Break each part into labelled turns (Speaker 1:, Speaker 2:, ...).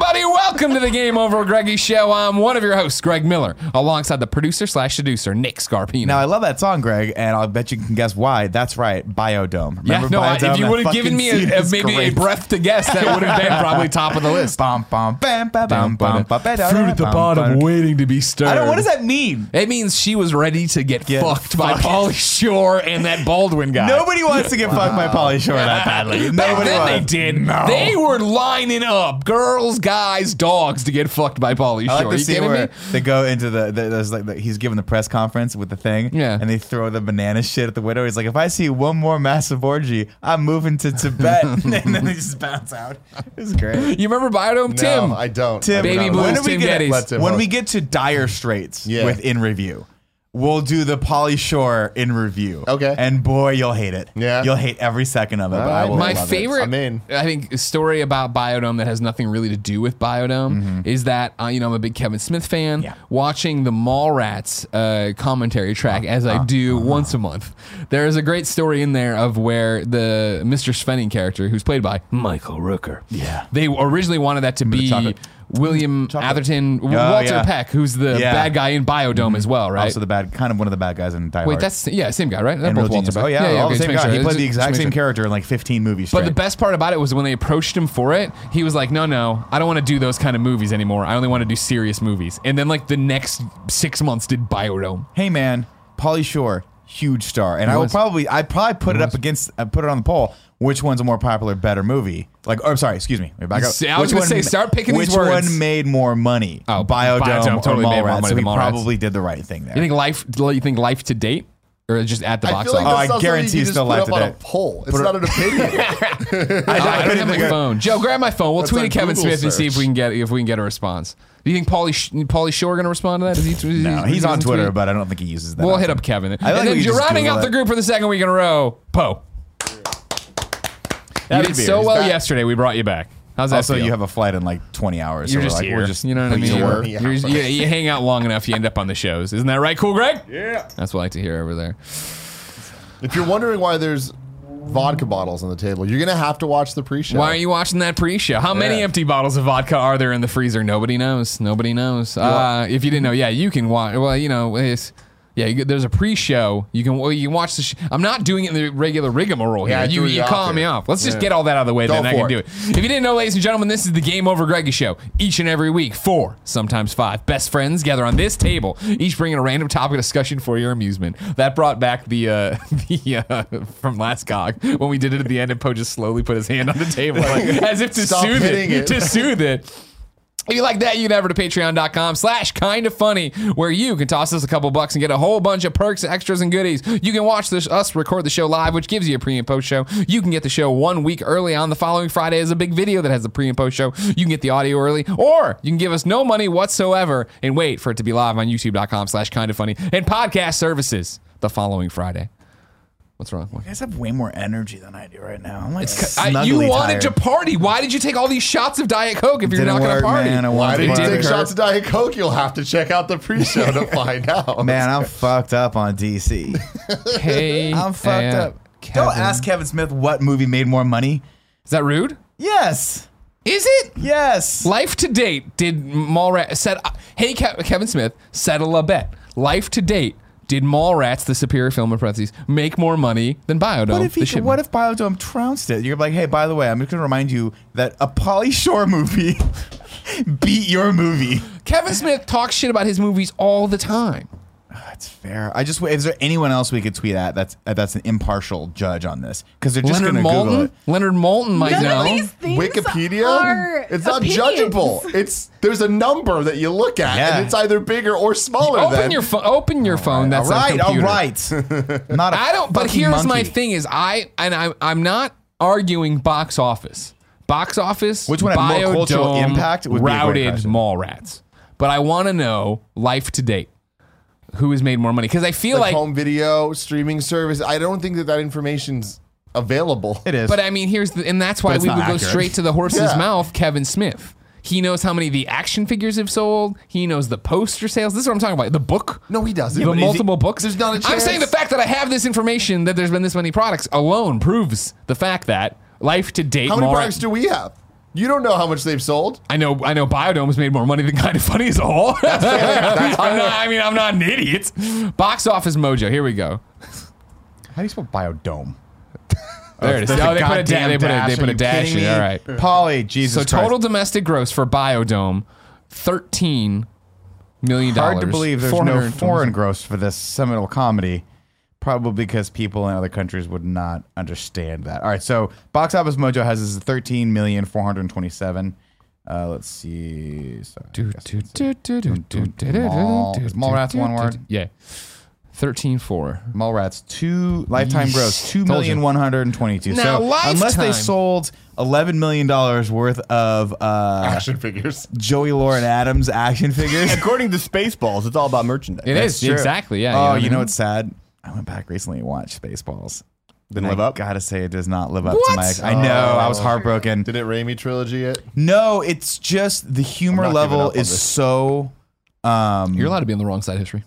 Speaker 1: Welcome to the Game Over Greggy Show. I'm one of your hosts, Greg Miller, alongside the producer slash seducer, Nick Scarpino.
Speaker 2: Now I love that song, Greg, and I'll bet you can guess why. That's right, Biodome.
Speaker 1: yeah,
Speaker 2: Remember
Speaker 1: no, I,
Speaker 2: Biodome?
Speaker 1: if you
Speaker 2: That
Speaker 1: would have given
Speaker 2: fucking
Speaker 1: me
Speaker 2: scene
Speaker 1: a, a-
Speaker 2: is
Speaker 1: maybe a
Speaker 2: great.
Speaker 1: breath to guess, that would have been probably top of the list. uh,
Speaker 2: Bum, bum, bam, ba, bum, bum, ba, ba, da,
Speaker 1: Fruit at the
Speaker 2: bum,
Speaker 1: bottom,
Speaker 2: bum.
Speaker 1: waiting to be stirred.
Speaker 2: I don't. What does that mean?
Speaker 1: It means she was ready to get,
Speaker 2: Get
Speaker 1: fucked by
Speaker 2: fucked.
Speaker 1: Polly Shore and that Baldwin guy.
Speaker 2: Nobody wants to get fucked by Polly Shore that badly.
Speaker 1: Back
Speaker 2: Nobody
Speaker 1: then
Speaker 2: wants.
Speaker 1: they did. They were lining up girls, guys, dogs to get fucked by Polly Shore.
Speaker 2: I like
Speaker 1: Are
Speaker 2: the
Speaker 1: you
Speaker 2: scene
Speaker 1: kidding
Speaker 2: where
Speaker 1: me?
Speaker 2: they go into the, the there's like the, he's giving the press conference with the thing,
Speaker 1: Yeah.
Speaker 2: and they throw the banana shit at the widow. He's like, if I see one more massive orgy, I'm moving to Tibet, and then they just bounce out. It's great.
Speaker 1: You remember Biodome,
Speaker 3: No,
Speaker 1: Tim?
Speaker 3: I don't.
Speaker 2: Tim,
Speaker 3: I do
Speaker 1: Baby
Speaker 3: not.
Speaker 1: Blues,
Speaker 2: when, do we
Speaker 1: Tim
Speaker 2: get,
Speaker 1: Geddes.
Speaker 3: Let Tim
Speaker 2: when
Speaker 3: host.
Speaker 2: we get to Dire Straits
Speaker 3: Yeah.
Speaker 2: with in review, we'll do the Polly Shore in review.
Speaker 3: Okay.
Speaker 2: and boy, you'll hate it.
Speaker 3: Yeah.
Speaker 2: you'll hate every second of it. but I
Speaker 3: right.
Speaker 2: will
Speaker 1: My
Speaker 2: love it.
Speaker 1: favorite,
Speaker 3: I'm in.
Speaker 1: I think, story about Biodome that has nothing really to do with Biodome is that uh, you know I'm a big Kevin Smith fan.
Speaker 2: Mm-hmm. Yeah.
Speaker 1: Watching the Mallrats uh, commentary track
Speaker 2: Uh-huh.
Speaker 1: as I do once a month, there is a great story in there of where the Mr. Svenning character, who's played by Michael Rooker,
Speaker 2: Yeah.
Speaker 1: they originally wanted that to be
Speaker 2: chocolate. Mm-hmm.
Speaker 1: William
Speaker 2: Chocolate.
Speaker 1: Atherton,
Speaker 2: Oh,
Speaker 1: Walter
Speaker 2: yeah.
Speaker 1: Peck, who's the
Speaker 2: Yeah. Mm-hmm.
Speaker 1: bad guy in Biodome as well, right?
Speaker 2: Also, the bad, kind of one of the bad guys in Die
Speaker 1: Wait,
Speaker 2: Hard.
Speaker 1: that's yeah, same guy, right? They're
Speaker 2: and
Speaker 1: both
Speaker 2: Real
Speaker 1: Walter
Speaker 2: Genius.
Speaker 1: Peck.
Speaker 2: Oh yeah, all
Speaker 1: okay,
Speaker 2: the same
Speaker 1: just make
Speaker 2: guy.
Speaker 1: sure.
Speaker 2: He played
Speaker 1: Just-
Speaker 2: the
Speaker 1: just
Speaker 2: exact
Speaker 1: make
Speaker 2: same
Speaker 1: sure.
Speaker 2: character in like 15 movies straight.
Speaker 1: But the best part about it was when they approached him for it, he was like, "No, no, I don't want to do those kind of movies anymore. I only want to do serious movies." And then like the next six months did Biodome.
Speaker 2: hey man, Polly Shore, huge star, and I will
Speaker 1: was.
Speaker 2: probably I probably put it up against I put it on the poll. Which one's a more popular, better movie? Like, or, I'm sorry, excuse me. let me Back up.
Speaker 1: See, I was gonna
Speaker 2: Which one-
Speaker 1: say, start picking
Speaker 2: Which
Speaker 1: these words.
Speaker 2: one made more money?
Speaker 1: Oh,
Speaker 2: Biodome,
Speaker 1: Biodome totally
Speaker 2: or
Speaker 1: made more
Speaker 2: Mallrats?
Speaker 1: money
Speaker 2: So
Speaker 1: than
Speaker 2: we
Speaker 1: Mallrats.
Speaker 2: probably did the right thing there.
Speaker 1: You think life? You think life to date, or just at the
Speaker 3: I
Speaker 1: box
Speaker 3: feel like
Speaker 1: office?
Speaker 2: Oh, I
Speaker 3: that's not
Speaker 2: guarantee
Speaker 3: something you
Speaker 2: it's
Speaker 3: just
Speaker 2: still
Speaker 3: put
Speaker 2: live
Speaker 3: up on a
Speaker 2: today.
Speaker 3: poll. It's not an opinion.
Speaker 1: Oh, I, don't
Speaker 2: couldn't
Speaker 1: have my
Speaker 2: think of-
Speaker 1: phone. Joe, grab my phone. We'll
Speaker 3: That's
Speaker 1: tweet
Speaker 3: a
Speaker 1: at Kevin
Speaker 3: Google
Speaker 1: Smith and see if
Speaker 3: search.
Speaker 1: we can get if we can get a response. Do you think Paulie Sh- Paulie Shore going to respond to that? Is he? is
Speaker 2: No,
Speaker 1: he
Speaker 2: he's on
Speaker 1: doesn't
Speaker 2: Twitter,
Speaker 1: tweet?
Speaker 2: but I don't think he uses that.
Speaker 1: we'll
Speaker 2: often.
Speaker 1: hit up Kevin.
Speaker 2: I like
Speaker 1: and
Speaker 2: that
Speaker 1: then
Speaker 2: you
Speaker 1: you're
Speaker 2: just
Speaker 1: rounding
Speaker 2: Google
Speaker 1: out the
Speaker 2: it.
Speaker 1: group for the second week in a row. Poe, you
Speaker 2: That'd
Speaker 1: did
Speaker 2: be-
Speaker 1: so
Speaker 2: is
Speaker 1: well
Speaker 2: that-
Speaker 1: yesterday. We brought you back. How's that
Speaker 2: Also,
Speaker 1: feel?
Speaker 2: you have a flight in like 20 hours.
Speaker 1: You're
Speaker 2: so we're
Speaker 1: just
Speaker 2: like,
Speaker 1: here.
Speaker 2: We're just,
Speaker 1: you know what I mean?
Speaker 2: You're-
Speaker 1: You're,
Speaker 3: Yeah.
Speaker 1: you're- you- you hang out long enough, you end up on the shows. Isn't that right? Cool, Greg?
Speaker 3: yeah.
Speaker 1: That's what I like to hear over there.
Speaker 3: If you're wondering why there's vodka bottles on the table, you're gonna have to watch the pre-show.
Speaker 1: Why are you watching that pre-show? How many
Speaker 3: Yeah.
Speaker 1: empty bottles of vodka are there in the freezer? Nobody knows. Nobody knows. Uh, if you didn't know, yeah, you can watch. Well, you know, it's, yeah, you, there's a pre-show. You can well, you can watch the. Sh- I'm not doing it in the regular rigmarole here.
Speaker 3: Yeah, I
Speaker 1: you
Speaker 3: threw you
Speaker 1: you
Speaker 3: off
Speaker 1: calling me
Speaker 3: here.
Speaker 1: off. Let's just
Speaker 3: Yeah.
Speaker 1: get all that out of the way,
Speaker 3: Go
Speaker 1: then I can
Speaker 3: for it.
Speaker 1: do it. If you didn't know, ladies and gentlemen, this is the Game Over Greggy Show. Each and every week, four, sometimes five, best friends gather on this table, each bringing a random topic of discussion for your amusement. That brought back the uh, the uh, from last cog when we did it at the end, and Poe just slowly put his hand on the table like, as if to
Speaker 3: Stop
Speaker 1: soothe it,
Speaker 3: hitting it.
Speaker 1: to soothe it. If you like that, you can head over to patreon.com slash kind of funny, where you can toss us a couple bucks and get a whole bunch of perks, extras, and goodies. You can watch this us record the show live, which gives you a pre and post show. You can get the show one week early on the following Friday as a big video that has the pre and post show. You can get the audio early, or you can give us no money whatsoever and wait for it to be live on youtube.com slash kind of funny and podcast services the following Friday. What's wrong? What?
Speaker 2: You guys have way more energy than I do right now. I'm like,
Speaker 1: I, you
Speaker 2: snuggly
Speaker 1: wanted
Speaker 2: tired.
Speaker 1: to party. Why did you take all these shots of Diet Coke if you're
Speaker 2: Didn't
Speaker 1: not going to
Speaker 2: work,
Speaker 1: party?
Speaker 2: man. I
Speaker 3: Why
Speaker 2: wanted
Speaker 3: did
Speaker 2: to
Speaker 3: you
Speaker 1: It
Speaker 2: party.
Speaker 3: take
Speaker 1: didn't hurt.
Speaker 3: shots of Diet Coke? You'll have to check out the pre-show to find out.
Speaker 2: Man, I'm fucked up on DC.
Speaker 1: Hey,
Speaker 2: I'm fucked
Speaker 1: uh,
Speaker 2: up.
Speaker 1: Kevin.
Speaker 2: Don't ask Kevin Smith what movie made more money.
Speaker 1: Is that rude?
Speaker 2: Yes.
Speaker 1: Is it?
Speaker 2: Yes.
Speaker 1: Life to date did Mallrats said, "Hey Ke- Kevin Smith, settle a bet." Life to date did Mallrats, the superior film in parentheses, make more money than Biodome?
Speaker 2: What if he
Speaker 1: the
Speaker 2: could,
Speaker 1: shipment?
Speaker 2: what if Biodome trounced it? You're like, hey, by the way, I'm just gonna remind you that a Polly Shore movie beat your movie.
Speaker 1: Kevin Smith talks shit about his movies all the time?
Speaker 2: That's fair. I just is there anyone else we could tweet at that's that's an impartial judge on this? Because they're just
Speaker 1: Leonard
Speaker 2: gonna Google
Speaker 1: Moulton.
Speaker 2: it.
Speaker 1: Leonard Moulton might
Speaker 4: None
Speaker 1: know.
Speaker 4: of these things
Speaker 3: Wikipedia?
Speaker 4: are
Speaker 3: It's not
Speaker 4: opinions.
Speaker 3: judgeable. It's there's a number that you look at,
Speaker 2: Yeah.
Speaker 3: and it's either bigger or smaller
Speaker 1: open
Speaker 3: than
Speaker 1: your phone. open your phone.
Speaker 2: All
Speaker 1: That's a
Speaker 2: right, all
Speaker 1: computer.
Speaker 2: right. Not a
Speaker 1: I don't. But
Speaker 2: fucking
Speaker 1: here's my
Speaker 2: monkey.
Speaker 1: thing: is I and I'm I'm not arguing box office. Box office.
Speaker 2: Which one had more cultural
Speaker 1: Biodome,
Speaker 2: impact would be a great
Speaker 1: routed
Speaker 2: question.
Speaker 1: mall rats. But I want to know life to date. Who has made more money? Because I feel
Speaker 3: like
Speaker 1: like.
Speaker 3: home video streaming service. I don't think that that information's available.
Speaker 2: It is.
Speaker 1: but I mean, here's the, and that's why
Speaker 2: it's
Speaker 1: we would
Speaker 2: not
Speaker 1: go
Speaker 2: accurate.
Speaker 1: straight to the horse's
Speaker 3: Yeah.
Speaker 1: mouth. Kevin Smith. He knows how many of the action figures have sold. He knows the poster sales. This is what I'm talking about. The book.
Speaker 3: No, he doesn't.
Speaker 1: the multiple books.
Speaker 3: There's not a
Speaker 1: I'm
Speaker 3: chance.
Speaker 1: saying the fact that I have this information that there's been this many products alone proves the fact that life to date.
Speaker 3: How many
Speaker 1: Mallrat-
Speaker 3: products do we have? You don't know how much they've sold.
Speaker 1: I know, I know. Biodome's made more money than Kind of Funny as a whole. I'm not, I mean, I'm not an idiot. Box office mojo. Here we go.
Speaker 2: Oh, How do you spell biodome?
Speaker 1: There it is.
Speaker 2: There's
Speaker 1: Oh, they put a da-
Speaker 2: goddamn
Speaker 1: they put a
Speaker 2: dash.
Speaker 1: they put
Speaker 2: Are
Speaker 1: a
Speaker 2: you
Speaker 1: dash
Speaker 2: kidding
Speaker 1: in.
Speaker 2: me?
Speaker 1: All right.
Speaker 2: Polly, Jesus
Speaker 1: So total
Speaker 2: Christ.
Speaker 1: domestic gross for Biodome, thirteen million dollars.
Speaker 2: Hard to believe there's no foreign gross for this seminal comedy, probably because people in other countries would not understand that. All right, so Box Office Mojo has this 13 million 427. Uh, let's see. Sorry. Is Mallrats one word?
Speaker 1: Yeah, thirteen four.
Speaker 2: Mallrats two lifetime gross two
Speaker 1: Told you.
Speaker 2: million one hundred and twenty-two.
Speaker 1: Now,
Speaker 2: So unless
Speaker 1: lifetime.
Speaker 2: they sold eleven million dollars worth of uh,
Speaker 3: Action figures.
Speaker 2: Joey Lauren Adams action figures,
Speaker 4: According to Spaceballs, it's all about merchandise.
Speaker 1: It is
Speaker 2: That's true.
Speaker 1: exactly. Yeah.
Speaker 2: Oh,
Speaker 1: what I
Speaker 2: you know
Speaker 1: mean?
Speaker 2: what's sad? I went back recently and watched Spaceballs.
Speaker 4: Didn't
Speaker 2: And
Speaker 4: live
Speaker 2: I
Speaker 4: up?
Speaker 2: Gotta say, it does not live up
Speaker 1: What?
Speaker 2: to my. I know. I was heartbroken.
Speaker 3: Did it Raimi trilogy it?
Speaker 2: No, it's just the humor
Speaker 3: I'm not giving
Speaker 2: level
Speaker 3: up on
Speaker 2: is
Speaker 3: this.
Speaker 2: so.
Speaker 1: You're allowed to be on the wrong side of history.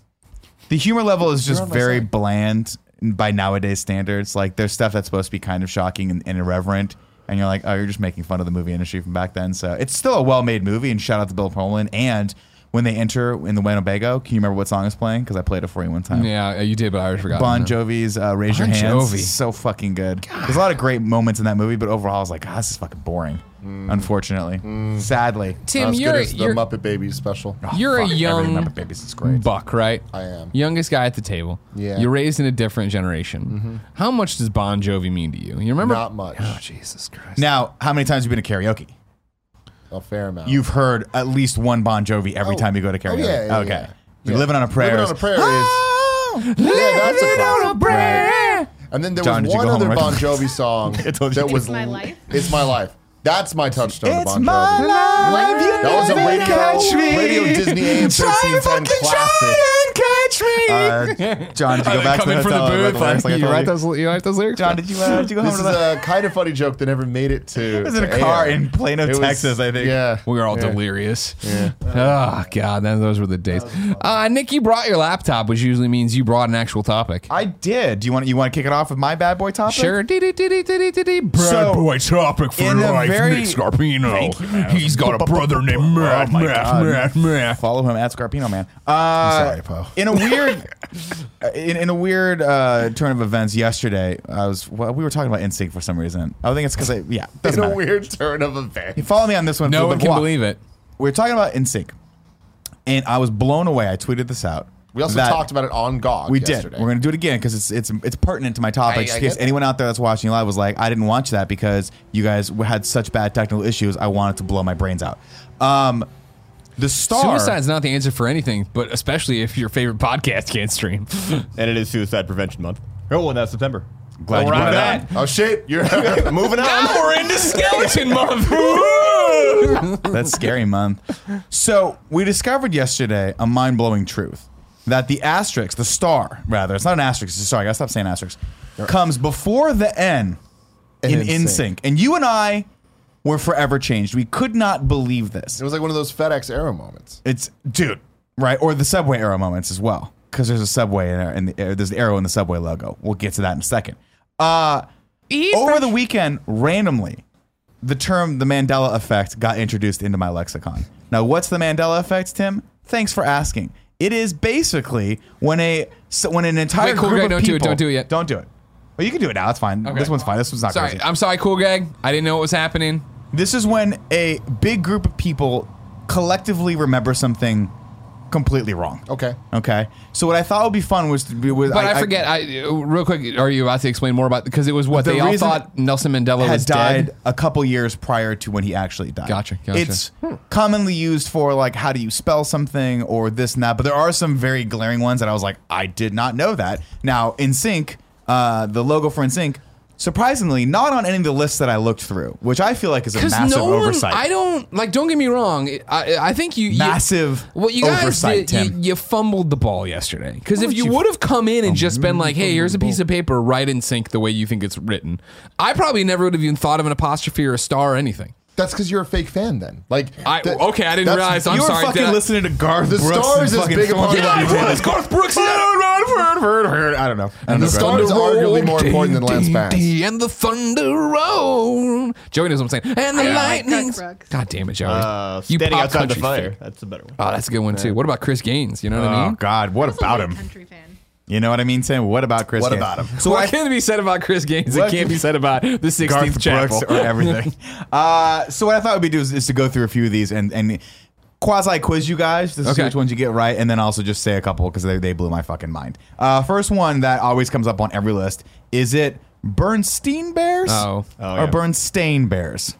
Speaker 2: The humor level is just very bland by nowadays standards. Like there's stuff that's supposed to be kind of shocking and, and irreverent, and you're like, oh, you're just making fun of the movie industry from back then. So it's still a well-made movie, and shout out to Bill Pullman. And when they enter in the Winnebago, can you remember what song is playing? Because I played it for you one time.
Speaker 1: Yeah, you did, but I already forgot.
Speaker 2: Bon Jovi's uh, "Raise
Speaker 1: Bon
Speaker 2: Your Hands"
Speaker 1: Jovi.
Speaker 2: is so fucking good. There's a lot of great moments in that movie, but overall, I was like, ah, this is fucking boring. Unfortunately, sadly,
Speaker 1: Tim,
Speaker 3: Not as
Speaker 1: you're
Speaker 3: good as the
Speaker 1: you're,
Speaker 3: Muppet Babies special.
Speaker 1: you're
Speaker 2: Fuck,
Speaker 1: a
Speaker 2: I really remember
Speaker 1: young
Speaker 2: babies. It's great.
Speaker 1: buck, right?
Speaker 3: I am.
Speaker 1: Youngest guy at the table.
Speaker 3: Yeah. Mm-hmm.
Speaker 1: You're raised in a different generation. How much does Bon Jovi mean to you? You remember?
Speaker 3: Not much.
Speaker 1: oh, Jesus Christ.
Speaker 2: Now, how many times have you been to karaoke?
Speaker 3: A fair amount.
Speaker 2: You've heard at least one Bon Jovi every
Speaker 3: Oh.
Speaker 2: time you go to
Speaker 3: Oh,
Speaker 2: karaoke.
Speaker 3: yeah, yeah,
Speaker 2: okay,
Speaker 3: yeah.
Speaker 2: You're
Speaker 3: Yeah.
Speaker 2: living on a prayer.
Speaker 3: Living on a
Speaker 2: is- Oh,
Speaker 3: Prayer is. Yeah, that's a classic. And then there
Speaker 2: John, did
Speaker 3: was
Speaker 2: you
Speaker 3: one
Speaker 2: go home
Speaker 3: other
Speaker 2: right
Speaker 3: Bon
Speaker 2: away?
Speaker 3: Jovi song
Speaker 2: I told you.
Speaker 3: that was
Speaker 5: It's My Life?
Speaker 3: It's my life. That's my touchstone to
Speaker 2: It's
Speaker 3: Bon Jovi.
Speaker 2: my life.
Speaker 5: What?
Speaker 2: You
Speaker 5: That
Speaker 3: was a
Speaker 2: never
Speaker 3: radio-
Speaker 2: catch me.
Speaker 3: Radio Disney AM
Speaker 2: Try
Speaker 3: 1310
Speaker 2: fucking
Speaker 3: classic.
Speaker 2: try and catch me. Uh, John, did you go back to the
Speaker 1: Coming from the
Speaker 2: hotel
Speaker 1: booth.
Speaker 2: and write the lyrics like I
Speaker 1: you,
Speaker 2: told
Speaker 1: write
Speaker 2: you?
Speaker 1: those, you write those lyrics?
Speaker 2: John, did you, uh, did you go
Speaker 3: This
Speaker 2: home
Speaker 3: is
Speaker 2: to the
Speaker 3: a kind of funny joke that never made it to.
Speaker 2: It was in a
Speaker 3: to
Speaker 2: car
Speaker 3: air.
Speaker 2: in Plano,
Speaker 3: It was-
Speaker 2: Texas, I think.
Speaker 3: Yeah.
Speaker 1: we were all
Speaker 3: yeah.
Speaker 1: delirious. Oh, God. That, those were the days. Uh, Nick, you brought your laptop, which usually means you brought an actual topic.
Speaker 2: I did. Do you want you want to kick it off with my bad boy topic?
Speaker 1: Sure. Dee, dee, dee, dee, dee, dee, dee, dee. Bad
Speaker 2: So,
Speaker 1: boy topic for
Speaker 2: in a
Speaker 1: life,
Speaker 2: very-
Speaker 1: Nick Scarpino. He's got a brother named Matt,
Speaker 2: Oh, my
Speaker 1: Matt,
Speaker 2: God.
Speaker 1: Matt, Matt.
Speaker 2: Follow him at Scarpino Man. Uh,
Speaker 3: sorry, Poe.
Speaker 2: In a weird, in, in a weird uh, turn of events yesterday, I was well, we were talking about NSYNC for some reason. I think it's because I yeah
Speaker 3: In
Speaker 2: doesn't
Speaker 3: a
Speaker 2: matter.
Speaker 3: weird turn of events.
Speaker 2: Follow me on this one.
Speaker 1: No
Speaker 2: Blah,
Speaker 1: one
Speaker 2: blah,
Speaker 1: can
Speaker 2: blah.
Speaker 1: believe it.
Speaker 2: We were talking about NSYNC, and I was blown away. I tweeted this out.
Speaker 3: We also
Speaker 2: that-
Speaker 3: talked about it on GOG.
Speaker 2: We
Speaker 3: yesterday.
Speaker 2: did. We're going to do it again because it's it's it's pertinent to my topic.
Speaker 3: I-
Speaker 2: just
Speaker 3: I
Speaker 2: in case
Speaker 3: get that.
Speaker 2: anyone out there that's watching live was like, I didn't watch that because you guys had such bad technical issues. I wanted to blow my brains out. Um, the star.
Speaker 1: Suicide's not the answer for anything, but especially if your favorite podcast can't stream.
Speaker 4: And it is Suicide Prevention Month. Oh, and that's September.
Speaker 2: Glad
Speaker 1: Oh,
Speaker 2: you
Speaker 1: we're
Speaker 2: brought
Speaker 1: out of
Speaker 2: it
Speaker 1: that.
Speaker 2: up.
Speaker 3: Oh shit! You're moving on.
Speaker 1: now we're into skeleton month.
Speaker 2: That's scary, month. So we discovered yesterday a mind blowing truth that the asterisk, the star, rather, it's not an asterisk, it's a star. I gotta stop saying asterisk. Comes before the N in
Speaker 3: In
Speaker 2: InSync,
Speaker 3: sync.
Speaker 2: and you and I were forever changed. We could not believe this.
Speaker 3: It was like one of those FedEx Arrow moments.
Speaker 2: It's dude, right? Or the subway arrow moments as well, because there's a subway in there, and the, uh, there's the arrow in the subway logo. We'll get to that in a second. Uh, over the weekend, randomly, the term the Mandela effect got introduced into my lexicon. Now, what's the Mandela effect, Tim? Thanks for asking. It is basically when a so when an entire
Speaker 1: Wait, cool,
Speaker 2: group
Speaker 1: great,
Speaker 2: of
Speaker 1: don't do it,
Speaker 2: people
Speaker 1: don't do it yet.
Speaker 2: Don't do it. Well, you can do it now. It's fine.
Speaker 1: Okay.
Speaker 2: This one's fine. This one's not
Speaker 1: sorry,
Speaker 2: crazy.
Speaker 1: I'm sorry, cool gag. I didn't know what was happening.
Speaker 2: This is when a big group of people collectively remember something completely wrong.
Speaker 3: Okay.
Speaker 2: Okay. So what I thought would be fun was to be with.
Speaker 1: But I, forget. I, uh, real quick, are you about to explain more about? Because it was what
Speaker 2: The
Speaker 1: they all
Speaker 2: reason
Speaker 1: thought Nelson Mandela
Speaker 2: had
Speaker 1: was
Speaker 2: died
Speaker 1: dead.
Speaker 2: a couple years prior to when he actually died.
Speaker 1: Gotcha, gotcha.
Speaker 2: It's
Speaker 3: Hmm.
Speaker 2: commonly used for like how do you spell something or this and that. But there are some very glaring ones that I was like, I did not know that. Now in sync, uh, the logo for in sync. Surprisingly, not on any of the lists that I looked through, which I feel like is a
Speaker 1: Because
Speaker 2: massive
Speaker 1: no one,
Speaker 2: oversight.
Speaker 1: I don't like. Don't get me wrong. I, I think you you-
Speaker 2: Massive
Speaker 1: what you guys
Speaker 2: oversight,
Speaker 1: did, you,
Speaker 2: Tim.
Speaker 1: you fumbled the ball yesterday. Because if
Speaker 2: would
Speaker 1: you
Speaker 2: you-
Speaker 1: would have come in and just been like, "Hey, here's a piece of paper, write in sync the way you think it's written," I probably never would have even thought of an apostrophe or a star or anything.
Speaker 3: That's because you're a fake fan. Then, like,
Speaker 1: I,
Speaker 3: that-
Speaker 1: okay, I didn't
Speaker 3: that's-
Speaker 1: realize. I'm
Speaker 2: you were
Speaker 1: sorry.
Speaker 2: fucking
Speaker 1: did I-
Speaker 2: listening to Garth
Speaker 3: The
Speaker 2: Brooks.
Speaker 3: Stars
Speaker 2: and
Speaker 3: is
Speaker 2: fucking
Speaker 3: big a part of
Speaker 1: Yeah,
Speaker 3: that
Speaker 1: I
Speaker 3: band.
Speaker 1: was. Garth Brooks.
Speaker 2: I don't know. I don't know.
Speaker 3: The Stars- Thunder
Speaker 1: roll,
Speaker 3: arguably more important than Lance
Speaker 1: dee,
Speaker 3: Bass.
Speaker 1: dee, And the thunder roll. Joey knows what I'm saying. And the
Speaker 4: don't
Speaker 1: lightnings.
Speaker 4: like Garth
Speaker 1: lightning.
Speaker 5: Brooks.
Speaker 1: God damn it, Joey.
Speaker 4: Uh,
Speaker 1: you
Speaker 4: standing
Speaker 1: pop
Speaker 4: outside the
Speaker 1: country
Speaker 4: fire.
Speaker 1: fan.
Speaker 4: That's a better one.
Speaker 1: Oh, that's a good one too. What about Chris Gaines? You know what I
Speaker 2: Oh
Speaker 1: mean?
Speaker 2: God, what
Speaker 5: I was
Speaker 2: about
Speaker 5: a big
Speaker 2: him?
Speaker 5: Country fan.
Speaker 2: You know what I mean, Sam? What about Chris?
Speaker 3: What
Speaker 2: Gaines?
Speaker 3: about him?
Speaker 1: So what can be said about Chris Gaines? It
Speaker 2: What-
Speaker 1: can't be said about the 16th
Speaker 2: Garth
Speaker 1: Chapel.
Speaker 2: Brooks or everything. uh, so what I thought would be do is, is to go through a few of these and and quasi quiz you guys to see
Speaker 1: Okay.
Speaker 2: which ones you get right, and then also just say a couple because they, they blew my fucking mind. Uh, first one that always comes up on every list is it Bernstein Bears
Speaker 1: Oh.
Speaker 4: Oh,
Speaker 2: or
Speaker 4: yeah.
Speaker 2: Bernstein Bears?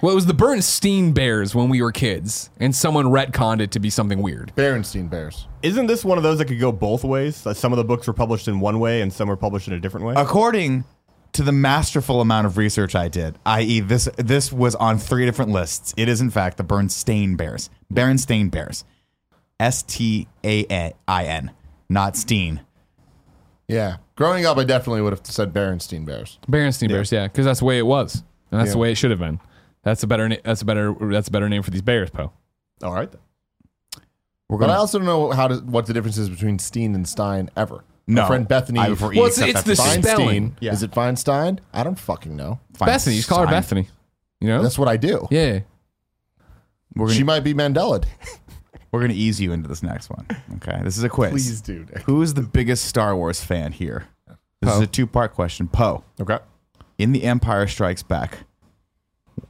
Speaker 1: Well, it was the Bernstein Bears when we were kids, and someone retconned it to be something weird.
Speaker 3: Berenstain Bears.
Speaker 4: Isn't this one of those that could go both ways? Like, some of the books were published in one way and some were published in a different way.
Speaker 2: According to the masterful amount of research I did, i.e., this this was on three different lists. It is in fact the Bernstein Bears, Bernstein Bears, S T A I N, not Steen.
Speaker 3: Yeah, growing up, I definitely would have said Berenstain Bears.
Speaker 1: Berenstein Bears, yeah, because that's the way it was, and that's the
Speaker 3: Yeah.
Speaker 1: way it should have been. That's a better. Na- that's a better. That's a better name for these bears, Poe.
Speaker 4: All right. Then.
Speaker 2: We're
Speaker 3: But I
Speaker 2: gonna.
Speaker 3: also don't know how to, what the difference is between Steen and Stein ever.
Speaker 2: No.
Speaker 3: My friend Bethany.
Speaker 2: I for E,
Speaker 1: Well, it's-
Speaker 2: except
Speaker 1: it's
Speaker 2: that's
Speaker 1: the same-
Speaker 2: fine.
Speaker 3: Feinstein.
Speaker 1: spelling.
Speaker 4: Yeah.
Speaker 3: Is it Feinstein? I don't fucking know.
Speaker 2: Fine.
Speaker 1: Bethany, you just call her
Speaker 2: Fine.
Speaker 1: Bethany. You know?
Speaker 3: That's what I do.
Speaker 1: yeah.
Speaker 2: We're gonna,
Speaker 3: She might be Mandela.
Speaker 2: we're gonna ease you into this next one. Okay, this is a quiz.
Speaker 3: Please do, Nick.
Speaker 2: Who is the biggest Star Wars fan here? This is a two-part question. Poe.
Speaker 3: Okay.
Speaker 2: in The Empire Strikes Back,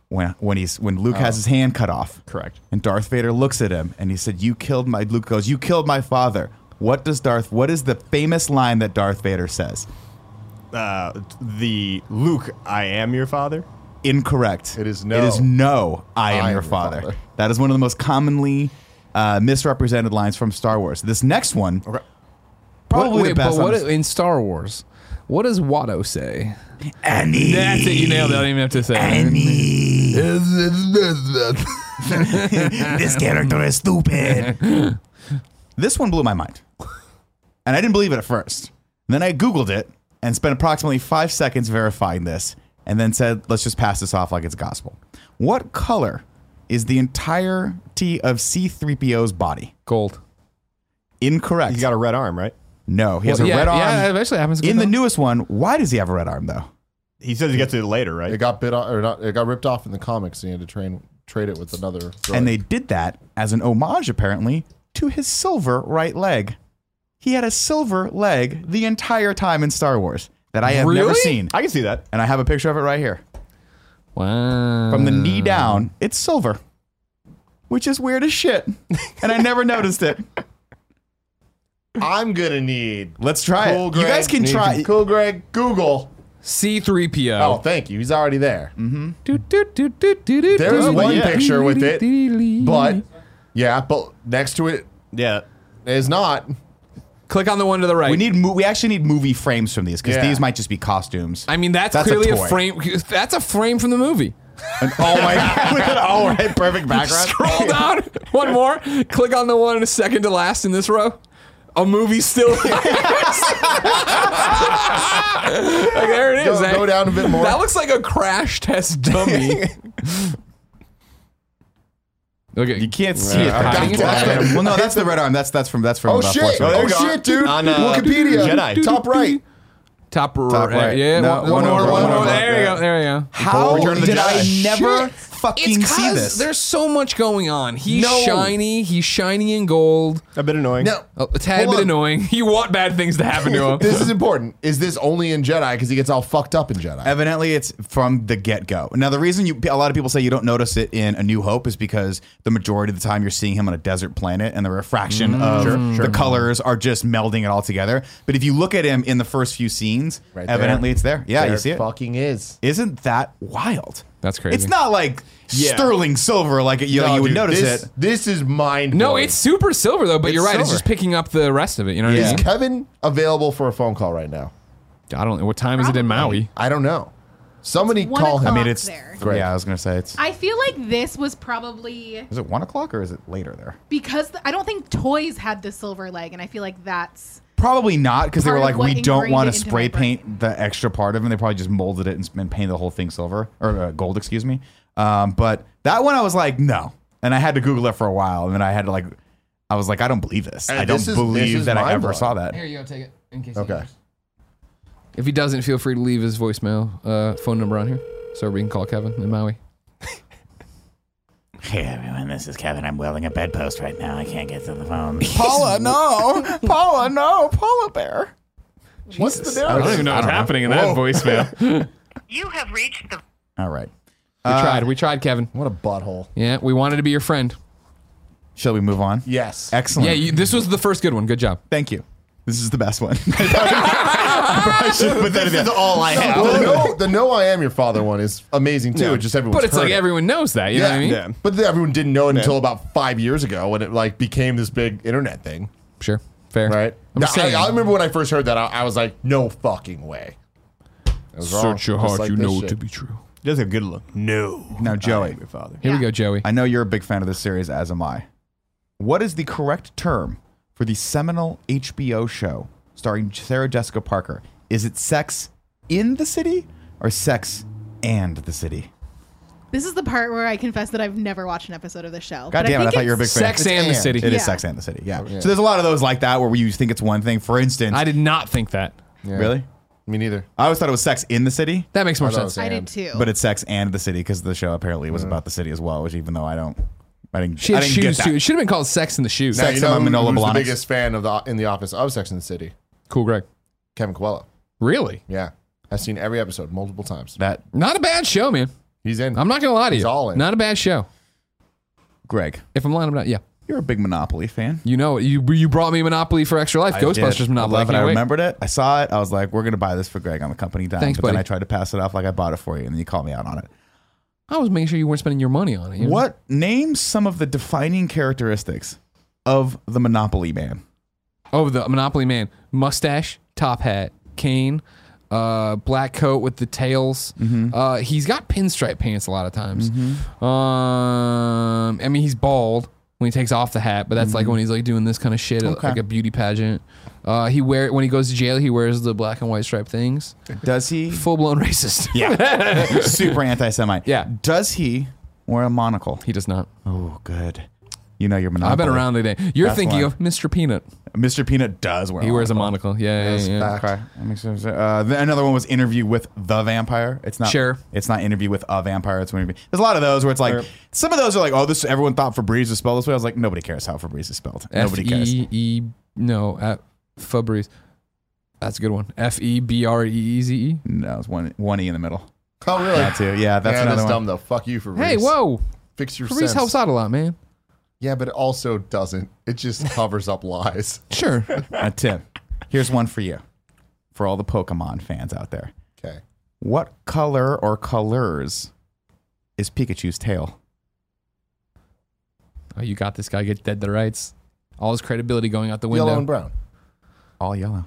Speaker 2: when when he's when Luke has his hand cut off,
Speaker 4: Correct.
Speaker 2: and Darth Vader looks at him and he said, "You killed my." Luke goes, "You killed my father." What does Darth? What is the famous line that Darth Vader says?
Speaker 4: Uh, t- the Luke, I am your father.
Speaker 2: Incorrect.
Speaker 3: It is no.
Speaker 2: It is no. I am your, father. That is one of the most commonly uh, misrepresented lines from Star Wars. This next one, probably
Speaker 1: What-
Speaker 2: the
Speaker 1: But
Speaker 2: best. on
Speaker 1: what
Speaker 2: this-
Speaker 1: in Star Wars? What does Watto say?
Speaker 2: Annie.
Speaker 1: That's it. You nailed it. I don't even have to say.
Speaker 2: Annie. this character is stupid. this one blew my mind. And I didn't believe it at first. And then I Googled it and spent approximately five seconds verifying this and then said, let's just pass this off like it's gospel. What color is the entirety of C3PO's body?
Speaker 1: Gold.
Speaker 2: Incorrect.
Speaker 4: He's got a red arm, right?
Speaker 2: no, he has
Speaker 1: yeah,
Speaker 2: a red arm.
Speaker 1: Yeah, that eventually happens.
Speaker 2: In the newest one, why does he have a red arm though?
Speaker 4: He says he gets it later, right?
Speaker 3: It got bit on, or not? It got ripped off in the comics, and you had to train trade it with another. droid.
Speaker 2: And they did that as an homage, apparently, to his silver right leg. He had a silver leg the entire time in Star Wars that I have never
Speaker 1: Really?
Speaker 2: seen.
Speaker 4: I can see that.
Speaker 2: And I have a picture of it right here.
Speaker 1: Wow.
Speaker 2: From the knee down, it's silver, which is weird as shit. And I never noticed it.
Speaker 3: I'm gonna need.
Speaker 2: Let's try
Speaker 3: Cool,
Speaker 2: it. You
Speaker 3: Greg.
Speaker 2: guys can
Speaker 3: Need
Speaker 2: try.
Speaker 3: some Cool, Greg. Google. Oh,
Speaker 1: C3PO.
Speaker 3: thank you. He's already there.
Speaker 1: There
Speaker 3: There is one
Speaker 4: yeah.
Speaker 3: picture with it, but yeah, but next to it
Speaker 4: Yeah.
Speaker 3: is not.
Speaker 1: click on the one to the right.
Speaker 2: We need. Mo- we actually need movie frames from these because
Speaker 3: Yeah.
Speaker 2: these might just be costumes.
Speaker 1: I mean, that's,
Speaker 2: That's a
Speaker 1: clearly a,
Speaker 2: toy.
Speaker 1: frame. That's a frame from the movie.
Speaker 2: oh my god! With an all right, perfect background.
Speaker 1: Scroll down one more. Click on the one second to last in this row. A movie still. like, there it is.
Speaker 3: Go,
Speaker 1: eh?
Speaker 3: go down a bit more.
Speaker 1: That looks like a crash test dummy. Look at
Speaker 2: You can't see it.
Speaker 1: Yeah.
Speaker 2: That's- that's- well, no, that's the red arm. That's that's from that's from.
Speaker 3: Oh
Speaker 2: uh,
Speaker 3: shit!
Speaker 2: Force
Speaker 3: Oh
Speaker 2: Awakens.
Speaker 3: shit, dude!
Speaker 4: On, uh,
Speaker 3: Wikipedia,
Speaker 4: Jedi.
Speaker 3: top right.
Speaker 1: top, r-
Speaker 2: Top right.
Speaker 1: Yeah, one,
Speaker 2: No, one
Speaker 1: one more.
Speaker 2: over,
Speaker 1: One,
Speaker 2: one
Speaker 1: more.
Speaker 2: over.
Speaker 1: There you go. There you go.
Speaker 2: How
Speaker 4: Return of the
Speaker 2: did I
Speaker 4: Jedi.
Speaker 2: never
Speaker 1: Shit.
Speaker 2: fucking
Speaker 1: It's
Speaker 2: see
Speaker 1: because
Speaker 2: this?
Speaker 1: there's so much going on. He's
Speaker 2: No.
Speaker 1: shiny. He's shiny and gold.
Speaker 4: A bit annoying.
Speaker 3: No,
Speaker 1: A a tad
Speaker 3: Hold
Speaker 1: bit
Speaker 3: on.
Speaker 1: annoying. You want bad things to happen to him.
Speaker 3: this is important. Is this only in Jedi? Because he gets all fucked up in Jedi.
Speaker 2: Evidently, it's from the get go. Now, the reason you a lot of people say you don't notice it in A New Hope is because the majority of the time you're seeing him on a desert planet, and the refraction of the colors are just melding it all together. But if you look at him in the first few scenes,
Speaker 3: Right there.
Speaker 2: evidently it's there. Yeah,
Speaker 3: There
Speaker 2: you
Speaker 3: it
Speaker 2: see it.
Speaker 3: Fucking is.
Speaker 2: Isn't that wild?
Speaker 1: That's crazy.
Speaker 2: It's not like
Speaker 4: Yeah.
Speaker 2: sterling silver, like you know
Speaker 3: No,
Speaker 2: you would
Speaker 3: dude,
Speaker 2: notice
Speaker 3: this,
Speaker 2: it.
Speaker 3: This is mind.
Speaker 1: No, it's super silver though. But
Speaker 3: It's
Speaker 1: you're right. It's
Speaker 3: silver.
Speaker 1: just picking up the rest of it. You know what
Speaker 2: Yeah.
Speaker 1: I
Speaker 3: Is
Speaker 1: mean?
Speaker 3: Kevin available for a phone call right now?
Speaker 1: I don't. know. What time is it in Maui?
Speaker 3: I don't know. Somebody
Speaker 5: It's one
Speaker 3: call him.
Speaker 5: o'clock.
Speaker 2: I mean, it's
Speaker 5: there.
Speaker 3: Great.
Speaker 2: yeah. I was gonna say it's.
Speaker 5: I feel like this was probably
Speaker 2: Is it one o'clock or is it later there?
Speaker 5: because the, I don't think toys had the silver leg, and I feel like that's
Speaker 2: Probably not because they
Speaker 5: Part
Speaker 2: were
Speaker 5: of
Speaker 2: like,
Speaker 5: what
Speaker 2: we don't
Speaker 5: ingrained
Speaker 2: want
Speaker 5: it
Speaker 2: to
Speaker 5: into
Speaker 2: spray
Speaker 5: my brain.
Speaker 2: paint the extra part of him. They probably just molded it and, s- and painted the whole thing silver or uh, gold, excuse me. Um, but that one I was like, no. And I had to Google it for a while. And then I had to like, I was like, I don't believe this.
Speaker 3: And
Speaker 2: I don't
Speaker 3: this is- this
Speaker 2: believe
Speaker 3: is
Speaker 2: that I ever
Speaker 3: mind-blowing.
Speaker 2: saw that.
Speaker 1: Here you go, take it in case.
Speaker 3: Okay.
Speaker 1: If he doesn't, feel free to leave his voicemail uh, phone number on here, so we can call Kevin in Maui.
Speaker 6: Hey everyone, this is Kevin. I'm welding a bedpost right now. I can't get to the phone.
Speaker 2: Paula, no. Paula, no. Paula Bear.
Speaker 3: What's the
Speaker 1: I
Speaker 3: difference?
Speaker 1: don't even know what's happening in that voicemail. we
Speaker 7: You have reached the
Speaker 2: All right.
Speaker 3: Uh,
Speaker 1: tried. We tried, Kevin.
Speaker 3: What a butthole.
Speaker 1: Yeah, we wanted to be your friend.
Speaker 2: Shall we move on?
Speaker 3: Yes.
Speaker 2: Excellent.
Speaker 1: Yeah, you, this was the first good one. Good job.
Speaker 2: Thank you. This is the best one. I should put that in there.
Speaker 4: all I have.
Speaker 3: Well, the, no, the no, I am your father one is amazing too. Just everyone,
Speaker 1: But it's like everyone knows that. You know what I mean?
Speaker 4: yeah.
Speaker 3: But then everyone didn't know it until about five years ago when it like became this big internet thing,
Speaker 1: Sure. Fair.
Speaker 3: right?
Speaker 1: I'm
Speaker 3: Now,
Speaker 1: just saying.
Speaker 3: I, I remember when I first heard that, I, I was like, "No fucking way!" I was wrong. Just like this shit.
Speaker 1: true.
Speaker 4: Just a good look. No.
Speaker 2: Now,
Speaker 4: I
Speaker 2: Joey,
Speaker 4: am your father.
Speaker 1: Here we
Speaker 5: Yeah.
Speaker 1: go, Joey.
Speaker 2: I know you're a big fan of this series, as am I. What is the correct term for the seminal HBO show starring Sarah Jessica Parker? Is it sex in the city or sex and the city?
Speaker 5: This is the part where I confess that I've never watched an episode of the show.
Speaker 2: God damn it, I
Speaker 5: think
Speaker 2: thought you were a
Speaker 5: it's-
Speaker 2: big fan.
Speaker 1: Sex and the City.
Speaker 2: It is
Speaker 5: Yeah.
Speaker 2: sex and the city, yeah. So there's a lot of those like that where you think it's one thing. For instance,
Speaker 1: I did not think that.
Speaker 2: really?
Speaker 3: Me neither.
Speaker 2: I always thought it was sex in the city,
Speaker 1: That makes more
Speaker 3: I thought
Speaker 1: sense.
Speaker 3: it
Speaker 5: I
Speaker 3: fan.
Speaker 5: did too.
Speaker 2: but it's sex and the city because the show apparently was about the city as well, which even though I don't, I didn't,
Speaker 1: She
Speaker 2: I
Speaker 1: had
Speaker 2: didn't get
Speaker 1: shoes
Speaker 2: that.
Speaker 1: too. It should have been called Sex in the Shoes.
Speaker 3: Now,
Speaker 2: Sex
Speaker 3: you know
Speaker 2: among
Speaker 3: who-
Speaker 2: Manola
Speaker 3: who's the
Speaker 2: Blahniks.
Speaker 3: biggest fan of the in the office of Sex and the City?
Speaker 1: Cool, Greg.
Speaker 3: Kevin Coelho.
Speaker 1: Really?
Speaker 3: Yeah, I've seen every episode multiple times.
Speaker 2: that
Speaker 1: Not a bad show, man.
Speaker 3: He's in.
Speaker 1: I'm not gonna lie to
Speaker 3: He's
Speaker 1: you.
Speaker 3: all in.
Speaker 1: Not a bad show.
Speaker 2: Greg,
Speaker 1: If I'm lying, I'm not. Yeah,
Speaker 2: you're a big Monopoly fan.
Speaker 1: you know, it. you you brought me Monopoly for Extra Life, Ghostbusters
Speaker 2: did.
Speaker 1: Monopoly.
Speaker 2: I, love it.
Speaker 1: can't
Speaker 2: I
Speaker 1: wait.
Speaker 2: remembered it. I saw it. I was like, we're going to buy this for Greg on the company dime.
Speaker 1: Thanks,
Speaker 2: but
Speaker 1: buddy.
Speaker 2: then I tried to pass it off like I bought it for you, and then you called me out on it.
Speaker 1: I was making sure you weren't spending your money on it. you know?
Speaker 2: What name some of the defining characteristics of the Monopoly man?
Speaker 1: Oh, the Monopoly man, mustache, top hat, cane, uh, black coat with the tails.
Speaker 2: Mm-hmm.
Speaker 1: Uh, he's got pinstripe pants a lot of times. Um, I mean, he's bald when he takes off the hat, but that's
Speaker 2: Mm-hmm.
Speaker 1: like when he's like doing this kind of shit, uh, like a beauty pageant. Uh, he wear when he goes to jail, he wears the black and white striped things.
Speaker 2: Does he?
Speaker 1: Full blown racist.
Speaker 2: Yeah. Super anti Semite.
Speaker 1: Yeah.
Speaker 2: Does he wear a monocle?
Speaker 1: he does not.
Speaker 2: Oh, good. You know your Monopoly.
Speaker 1: I've been around today. You're
Speaker 2: That's
Speaker 1: thinking
Speaker 2: why.
Speaker 1: of Mr. Peanut.
Speaker 2: Mr. Peanut does wear
Speaker 1: He
Speaker 2: a
Speaker 1: wears a
Speaker 2: monocle.
Speaker 1: monocle. Yeah, yeah, yeah.
Speaker 2: Okay, that makes sense. Uh, th- another one was interview with the vampire. It's not
Speaker 1: Sure.
Speaker 2: It's not interview with a vampire. It's interview. There's a lot of those where it's like some of those are like, oh, this everyone thought Febreze was spelled this way. I was like, nobody cares how Febreze is spelled.
Speaker 1: F
Speaker 2: Nobody cares.
Speaker 1: E E no at Febreze. That's a good one. F E B R E E Z E.
Speaker 2: No, it's one one e in the middle.
Speaker 3: oh really?
Speaker 2: That too. Yeah, that's
Speaker 3: yeah,
Speaker 2: another
Speaker 3: that's
Speaker 2: one.
Speaker 3: dumb though. Fuck you for
Speaker 1: Hey, whoa!
Speaker 3: Fix your
Speaker 1: Febreze
Speaker 3: sense.
Speaker 1: helps out a lot, man.
Speaker 3: Yeah, but it also doesn't. It just covers up lies.
Speaker 1: Sure.
Speaker 2: Uh, Tim, here's one for you, for all the Pokemon fans out there.
Speaker 3: Okay.
Speaker 2: What color or colors is Pikachu's tail?
Speaker 1: oh, you got this guy. Get dead to rights. All his credibility going out the window.
Speaker 3: Yellow and brown.
Speaker 2: All yellow.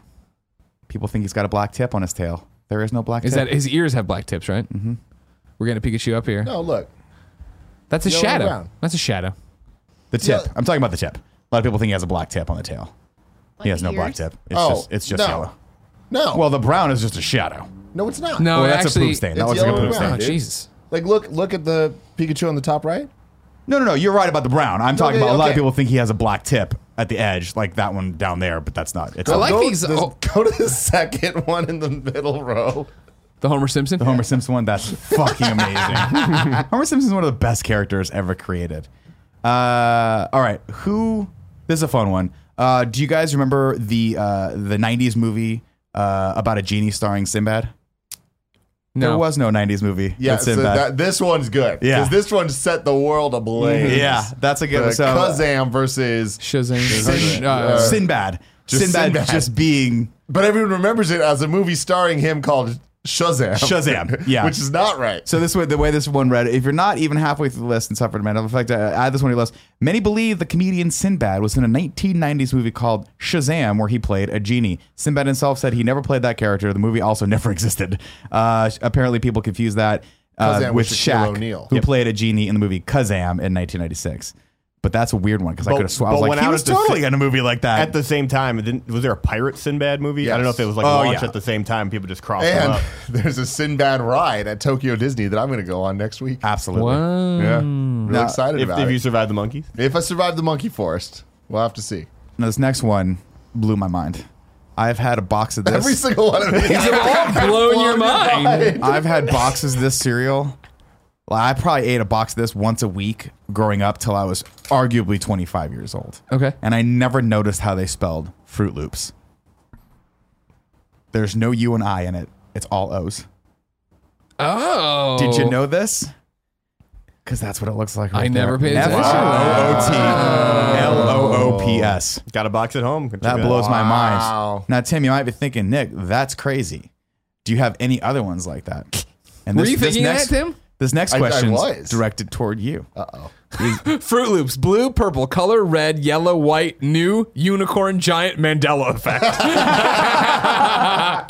Speaker 2: People think he's got a black tip on his tail. There is no black
Speaker 1: Is
Speaker 2: tip.
Speaker 1: that his ears have black tips, right? Mm-hmm. We're gonna Pikachu up here.
Speaker 3: No, look.
Speaker 1: That's a
Speaker 3: yellow and
Speaker 1: shadow.
Speaker 3: brown.
Speaker 1: That's a shadow.
Speaker 2: The tip.
Speaker 3: Yeah.
Speaker 2: I'm talking about the tip. A lot of people think he has a black tip on the tail.
Speaker 5: Like
Speaker 2: He has
Speaker 5: the
Speaker 2: no black
Speaker 5: ears.
Speaker 2: tip. It's
Speaker 3: Oh,
Speaker 2: just it's just
Speaker 3: no.
Speaker 2: yellow.
Speaker 3: No.
Speaker 2: Well, the brown is just a shadow.
Speaker 3: no, it's not.
Speaker 1: No,
Speaker 2: well,
Speaker 1: it
Speaker 2: that's
Speaker 1: Oh, actually,
Speaker 2: a poop stain. That
Speaker 3: it's
Speaker 2: looks like a
Speaker 3: yellow
Speaker 2: poop
Speaker 3: and
Speaker 1: Oh,
Speaker 2: stain.
Speaker 3: brown. dude.
Speaker 1: Jesus.
Speaker 3: Like look, look at the Pikachu on the top right.
Speaker 2: No, no, no. You're right about the brown. I'm talking
Speaker 3: Okay,
Speaker 2: about a lot of
Speaker 3: okay.
Speaker 2: people think he has a black tip at the edge, like that one down there, but that's not. It's
Speaker 1: I
Speaker 2: a-
Speaker 1: like
Speaker 3: go,
Speaker 1: these-
Speaker 3: the-
Speaker 1: oh.
Speaker 3: go to the second one in the middle row.
Speaker 1: The Homer Simpson.
Speaker 2: the Homer Simpson one. That's fucking amazing. Homer Simpson's one of the best characters ever created. Uh, all right, who? This is a fun one. Uh, do you guys remember the uh, the '90s movie uh, about a genie starring Sinbad?
Speaker 1: No.
Speaker 2: There was no '90s movie.
Speaker 3: Yeah,
Speaker 2: with
Speaker 3: so
Speaker 2: Sinbad.
Speaker 3: that, this one's good.
Speaker 2: Yeah.
Speaker 3: because this one set the world ablaze.
Speaker 2: Yeah, that's a good
Speaker 3: The
Speaker 2: one. So,
Speaker 3: Kazam versus,
Speaker 1: Shazam.
Speaker 3: Sin-
Speaker 1: Uh,
Speaker 3: uh,
Speaker 2: Sinbad.
Speaker 3: Just
Speaker 2: Sinbad,
Speaker 3: Sinbad.
Speaker 2: just being
Speaker 3: but everyone remembers it as a movie starring him called Shazam.
Speaker 2: Shazam. Yeah.
Speaker 3: which is not right.
Speaker 2: so this way, the way this one read, if you're not even halfway through the list and suffered mental effect, uh, add this one to your list. Many believe the comedian Sinbad was in a 1990s movie called Shazam, where he played a genie. Sinbad himself said he never played that character. The movie also never existed. Uh, apparently, people confuse that uh,
Speaker 3: Kazam
Speaker 2: with
Speaker 3: was Shaquille
Speaker 2: Shaq,
Speaker 3: O'Neal.
Speaker 2: who
Speaker 3: Yep.
Speaker 2: played a genie in the movie Kazam in 1996. But that's a weird one because I
Speaker 4: But-
Speaker 2: could have swapped. I was
Speaker 4: but
Speaker 2: like,
Speaker 4: when
Speaker 2: he
Speaker 4: I
Speaker 2: was
Speaker 4: was at the
Speaker 2: totally
Speaker 4: sa-
Speaker 2: in a movie like that.
Speaker 4: At the same time, it didn't, was there a pirate Sinbad movie? I don't know if it was like
Speaker 2: Oh,
Speaker 4: launched
Speaker 2: yeah.
Speaker 4: at the same time. People just crossed them
Speaker 3: And
Speaker 4: up.
Speaker 3: there's a Sinbad ride at Tokyo Disney that I'm going to go on next week.
Speaker 2: Absolutely.
Speaker 3: Yeah, really
Speaker 2: Now,
Speaker 3: excited
Speaker 4: If,
Speaker 3: about
Speaker 4: if
Speaker 3: it.
Speaker 4: you survived the monkeys,
Speaker 3: if I survive the monkey forest, we'll have to see.
Speaker 2: Now, this next one blew my mind. I've had a box of this.
Speaker 3: Every single one of these.
Speaker 1: They're all blowing your mind.
Speaker 2: I've had boxes of this cereal. Like, I probably ate a box of this once a week growing up till I was arguably 25 years old.
Speaker 1: Okay.
Speaker 2: And I never noticed how they spelled Fruit Loops. There's no U and I in it. It's all O's.
Speaker 1: Oh.
Speaker 2: Did you know this? Because that's what it looks like.
Speaker 1: I never paid
Speaker 2: F-
Speaker 1: attention.
Speaker 2: O T L O O P S.
Speaker 4: got a box at home.
Speaker 2: That blows my
Speaker 3: Wow.
Speaker 2: mind. Now, Tim, you might be thinking, Nick, that's crazy. Do you have any other ones like that? And
Speaker 1: Were you thinking that,
Speaker 2: next,
Speaker 1: Tim?
Speaker 2: This next
Speaker 3: I- I
Speaker 2: question
Speaker 3: was. Uh,
Speaker 2: directed toward you.
Speaker 1: Fruit Loops, blue, purple, color, red, yellow, white, new, unicorn, giant, Mandela effect.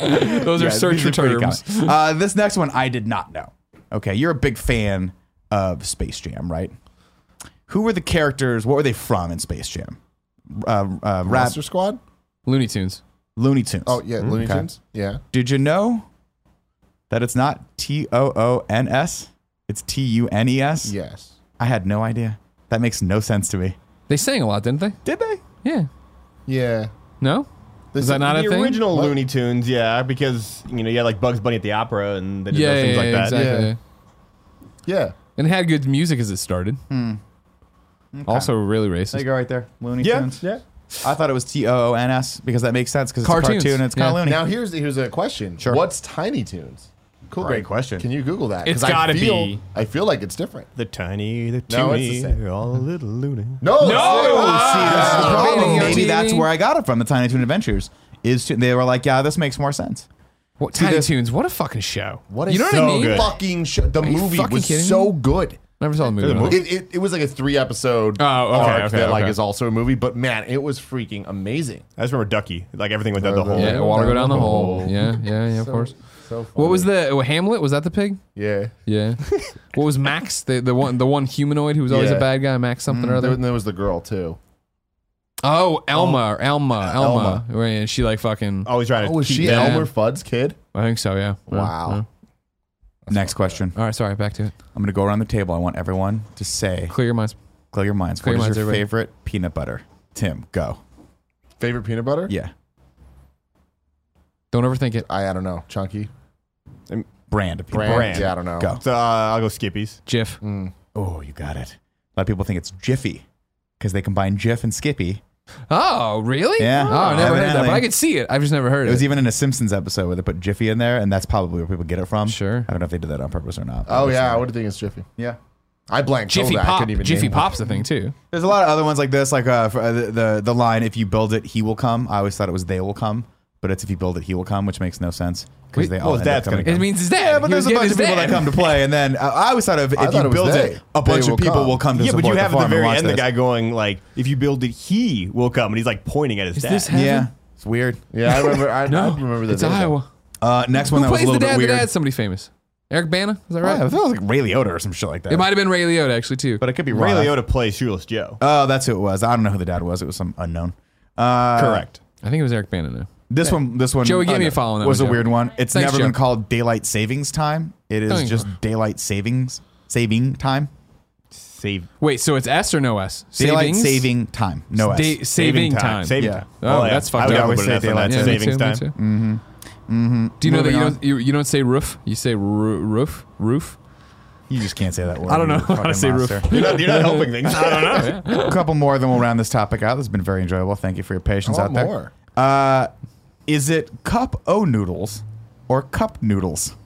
Speaker 1: Those are
Speaker 2: Yeah,
Speaker 1: search
Speaker 2: these are pretty
Speaker 1: terms.
Speaker 2: common. Uh, this next one I did not know. Okay, you're a big fan of Space Jam, right? Who were the characters? What were they from in Space Jam? Uh, uh, Rap,
Speaker 3: Monster Squad?
Speaker 1: Looney Tunes.
Speaker 2: Looney Tunes.
Speaker 3: Oh, yeah, Looney
Speaker 2: okay.
Speaker 3: Tunes? Yeah.
Speaker 2: Did you know that it's not T O O N S? It's T U N E S.
Speaker 3: Yes.
Speaker 2: I had no idea. That makes no sense to me.
Speaker 1: They sang a lot, didn't they?
Speaker 2: Did they?
Speaker 1: Yeah.
Speaker 3: Yeah.
Speaker 1: No? Is that not
Speaker 4: the
Speaker 1: a thing?
Speaker 4: original Looney Tunes, yeah, because you know you had like Bugs Bunny at the opera and they did
Speaker 1: yeah,
Speaker 4: those
Speaker 1: yeah,
Speaker 4: things
Speaker 1: yeah,
Speaker 4: like that.
Speaker 1: exactly.
Speaker 3: Yeah. Yeah.
Speaker 1: And it had good music as it started. Also, really
Speaker 2: There you
Speaker 1: racist.
Speaker 2: go, right there. Looney
Speaker 4: Yeah,
Speaker 2: Tunes.
Speaker 4: yeah.
Speaker 2: I thought it was T O O N S because that makes sense because it's
Speaker 1: Cartoons.
Speaker 2: a cartoon and it's kind
Speaker 1: Yeah.
Speaker 2: of loony.
Speaker 3: Now, here's here's a question.
Speaker 2: Sure.
Speaker 3: What's Tiny Tunes? Cool.
Speaker 2: Great question.
Speaker 3: Can you Google that?
Speaker 1: It's
Speaker 3: 'Cause I
Speaker 1: gotta
Speaker 3: feel-
Speaker 1: be-
Speaker 3: I feel like it's different.
Speaker 4: The tiny, the teeny,
Speaker 3: No, it's the same.
Speaker 4: they're all a
Speaker 2: Mm-hmm.
Speaker 4: little loony.
Speaker 3: No. oh, No.
Speaker 2: That's the
Speaker 1: Ah,
Speaker 2: problem.
Speaker 1: video
Speaker 2: Maybe
Speaker 1: TV.
Speaker 2: that's where I got it from. The Tiny Toon Adventures is to, they were like, yeah, this makes more sense.
Speaker 1: What, Tiny
Speaker 2: there's-
Speaker 1: Tunes, what a fucking show.
Speaker 3: What a
Speaker 1: you know
Speaker 3: so
Speaker 1: what I mean?
Speaker 4: good.
Speaker 3: fucking show. The
Speaker 1: you
Speaker 3: movie
Speaker 1: fucking
Speaker 3: was
Speaker 1: kidding
Speaker 3: so good.
Speaker 1: Never saw the movie. though.
Speaker 3: It, it, it was like a three episode
Speaker 1: Oh, okay,
Speaker 3: arc
Speaker 1: okay,
Speaker 3: that like
Speaker 1: okay.
Speaker 3: is also a movie, but man, it was freaking amazing.
Speaker 4: I just remember Ducky, like everything with the, the
Speaker 3: Yeah.
Speaker 4: hole.
Speaker 1: Yeah, water go down the hole. Yeah, yeah, yeah. Of course.
Speaker 3: So
Speaker 1: What was the oh, Hamlet? Was that the pig?
Speaker 3: yeah?
Speaker 1: Yeah. what was Max? The the one the one humanoid who was always
Speaker 3: Yeah.
Speaker 1: a bad guy. Max something or
Speaker 2: Mm-hmm.
Speaker 3: There,
Speaker 1: other.
Speaker 3: and there was the girl too.
Speaker 1: Oh, Elma, or Elma,
Speaker 2: Uh,
Speaker 1: Elma. Right, and she like fucking.
Speaker 4: Always trying to
Speaker 3: Oh, was
Speaker 4: keep
Speaker 3: she
Speaker 1: that.
Speaker 3: Elmer Fudd's kid?
Speaker 1: I think so. Yeah. Yeah,
Speaker 3: Wow.
Speaker 1: yeah.
Speaker 2: Next question.
Speaker 1: All right. Sorry. Back to it.
Speaker 2: I'm going to go around the table. I want everyone to say,
Speaker 1: Clear your minds.
Speaker 2: clear your minds.
Speaker 1: Clear your
Speaker 2: what
Speaker 1: minds,
Speaker 2: is your
Speaker 1: everybody.
Speaker 2: favorite peanut butter? Tim, go.
Speaker 3: Favorite peanut butter?
Speaker 2: Yeah.
Speaker 1: Don't overthink it.
Speaker 3: I, I don't know. Chunky.
Speaker 2: Brand. of peanut
Speaker 3: Brand.
Speaker 4: Brand.
Speaker 3: Yeah, I don't know.
Speaker 2: Go.
Speaker 4: So uh, I'll go Skippies.
Speaker 1: Jif.
Speaker 2: butter. Oh, you got it. A lot of people think it's Jiffy because they combine Jiff and Skippy.
Speaker 1: Oh, really?
Speaker 2: Yeah.
Speaker 1: Oh, I never heard that,
Speaker 2: Evidently.
Speaker 1: but I could see it. I've just never heard
Speaker 2: It
Speaker 1: it.
Speaker 2: was e- even in a Simpsons episode where they put Jiffy in there, and that's probably where people get it from.
Speaker 1: Sure.
Speaker 2: I don't know if they did that on purpose or not.
Speaker 3: Oh yeah, I would think it's Jiffy.
Speaker 2: yeah.
Speaker 3: I
Speaker 2: oh,
Speaker 3: blanked. so
Speaker 1: Jiffy
Speaker 3: bad, I
Speaker 1: Pop.
Speaker 3: couldn't even
Speaker 1: Jiffy
Speaker 3: name one.
Speaker 1: Pop's a thing too.
Speaker 2: There's a lot of other ones like this, like uh, for, uh, the, the the line "If you build it, he will come." I always thought it was "they will come," but it's "If you build it, he will come," which makes no sense
Speaker 1: Wait,
Speaker 2: because they
Speaker 1: well,
Speaker 2: all
Speaker 4: his
Speaker 2: end up
Speaker 4: dad's gonna
Speaker 2: coming.
Speaker 1: It means his dad.
Speaker 2: yeah, but there's a bunch of people that come to play, and then uh, I always thought of if
Speaker 3: thought it
Speaker 2: you
Speaker 3: was
Speaker 2: build
Speaker 3: they.
Speaker 2: it, a bunch
Speaker 3: They
Speaker 2: of
Speaker 3: will
Speaker 2: people
Speaker 3: come.
Speaker 2: will come to
Speaker 4: yeah, but
Speaker 2: support
Speaker 4: you have
Speaker 2: the
Speaker 4: at the
Speaker 2: farm and
Speaker 4: very
Speaker 2: watch
Speaker 4: end the
Speaker 2: this.
Speaker 4: guy going like, "If you build it, he will come," and he's like pointing at his
Speaker 1: Is
Speaker 4: dad.
Speaker 1: this heaven?
Speaker 2: Yeah, it's weird.
Speaker 3: Yeah, I remember. I,
Speaker 1: No,
Speaker 3: I remember the
Speaker 1: it's
Speaker 3: name of it.
Speaker 1: Iowa.
Speaker 2: Uh, next one
Speaker 1: Who
Speaker 2: that was a
Speaker 1: plays
Speaker 2: little
Speaker 1: the dad?
Speaker 2: bit
Speaker 1: The
Speaker 2: weird.
Speaker 1: dad's somebody famous. Eric Bana. Is that
Speaker 2: Oh, I
Speaker 1: right?
Speaker 2: thought it was like Ray Liotta or some shit like that.
Speaker 1: It might have been Ray Liotta actually too.
Speaker 2: but it could be
Speaker 4: Ray
Speaker 2: wrong.
Speaker 4: Liotta plays Shoeless Joe.
Speaker 2: Oh, that's who it was. I don't know who the dad was. It was some unknown. Uh,
Speaker 4: Correct.
Speaker 1: I think it was Eric Bana though.
Speaker 2: This one, this one,
Speaker 1: Joey, give
Speaker 2: uh,
Speaker 1: me a follow on that
Speaker 2: Was
Speaker 1: one,
Speaker 2: a
Speaker 1: Joey.
Speaker 2: weird one. It's
Speaker 1: Thanks,
Speaker 2: never been
Speaker 1: Joe.
Speaker 2: called daylight savings time. It is
Speaker 1: Thanks.
Speaker 2: just daylight savings saving time.
Speaker 4: Save
Speaker 1: Wait, so it's S or no S?
Speaker 2: Daylight
Speaker 1: Savings?
Speaker 2: Oh, saving time. No S.
Speaker 1: Day- saving time.
Speaker 4: Saving
Speaker 2: Yeah.
Speaker 4: time.
Speaker 1: Oh, that's fucked
Speaker 4: I
Speaker 1: up.
Speaker 4: would
Speaker 2: Always
Speaker 4: put
Speaker 2: say
Speaker 4: an S on
Speaker 2: daylight
Speaker 4: that.
Speaker 2: Yeah,
Speaker 1: me
Speaker 4: Savings
Speaker 1: too, me
Speaker 4: time.
Speaker 1: too. Do you know that
Speaker 2: Mm-hmm. Moving
Speaker 1: you
Speaker 2: on.
Speaker 1: don't, you, you don't say roof? You say roo- roof? Roof?
Speaker 2: You just can't say that word.
Speaker 1: I don't
Speaker 2: you
Speaker 1: know how to
Speaker 2: fucking
Speaker 1: say roof.
Speaker 2: monster.
Speaker 4: You're not, you're not helping things. I don't know.
Speaker 2: a couple more, then we'll round this topic out. This has been very enjoyable. Thank you for your patience
Speaker 3: I want
Speaker 2: out there.
Speaker 3: more.
Speaker 2: Uh, is it cup o noodles or cup noodles?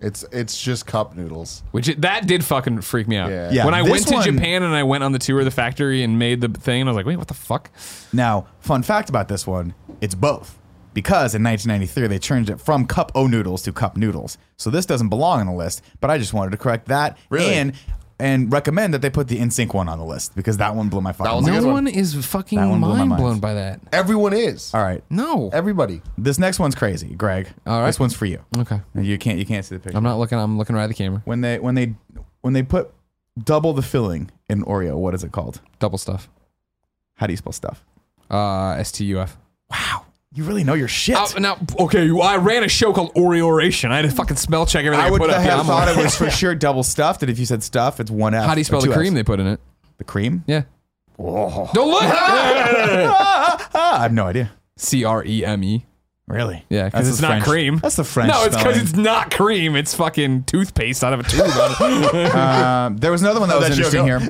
Speaker 3: It's it's just cup noodles.
Speaker 1: Which it, that did fucking freak me out.
Speaker 3: Yeah.
Speaker 2: Yeah,
Speaker 1: when I
Speaker 2: this
Speaker 1: went to
Speaker 2: one-
Speaker 1: Japan and I went on the tour of the factory and made the thing, I was like, wait, what the fuck?
Speaker 2: Now, fun fact about this one, it's both. Because in 1993, they changed it from cup o noodles to cup noodles. So this doesn't belong on the list, but I just wanted to correct that
Speaker 3: Really?
Speaker 2: and and recommend that they put the NSYNC one on the list because that one blew my fucking
Speaker 3: That was a
Speaker 2: mind.
Speaker 3: good
Speaker 1: No
Speaker 3: one.
Speaker 1: one is fucking
Speaker 2: That one blew my
Speaker 1: mind
Speaker 2: mind.
Speaker 1: blown by that.
Speaker 3: Everyone is.
Speaker 2: All right.
Speaker 1: No.
Speaker 3: Everybody.
Speaker 2: This next one's crazy, Greg.
Speaker 1: All right.
Speaker 2: This one's for you.
Speaker 1: Okay.
Speaker 2: You can't you can't see the picture.
Speaker 1: I'm not looking. I'm looking right at the camera.
Speaker 2: when they when they when they put double the filling in Oreo, what is it called?
Speaker 1: Double stuff.
Speaker 2: How do you spell stuff?
Speaker 1: Uh, STUF.
Speaker 2: Wow, you really know your shit.
Speaker 1: Oh, now, okay, well, I ran a show called Oreoration. I had to fucking smell check everything I,
Speaker 2: I would
Speaker 1: put up. Yeah,
Speaker 2: have
Speaker 1: I'm
Speaker 2: thought
Speaker 1: like-
Speaker 2: it was for sure double stuffed, and if you said stuff, it's one F.
Speaker 1: How do you
Speaker 2: or
Speaker 1: spell the
Speaker 2: two
Speaker 1: cream
Speaker 2: Fs.
Speaker 1: they put in it?
Speaker 2: The cream?
Speaker 1: Yeah. Don't look.
Speaker 2: Ah, I have no idea.
Speaker 1: C R E M E.
Speaker 2: Really?
Speaker 1: Yeah, because
Speaker 2: That's
Speaker 1: it's
Speaker 2: the
Speaker 1: not
Speaker 2: French-
Speaker 1: cream.
Speaker 2: That's the French.
Speaker 1: No, it's because
Speaker 2: spelling.
Speaker 1: it's not cream. It's fucking toothpaste out of a tube.
Speaker 2: Um, there was another one that was interesting here.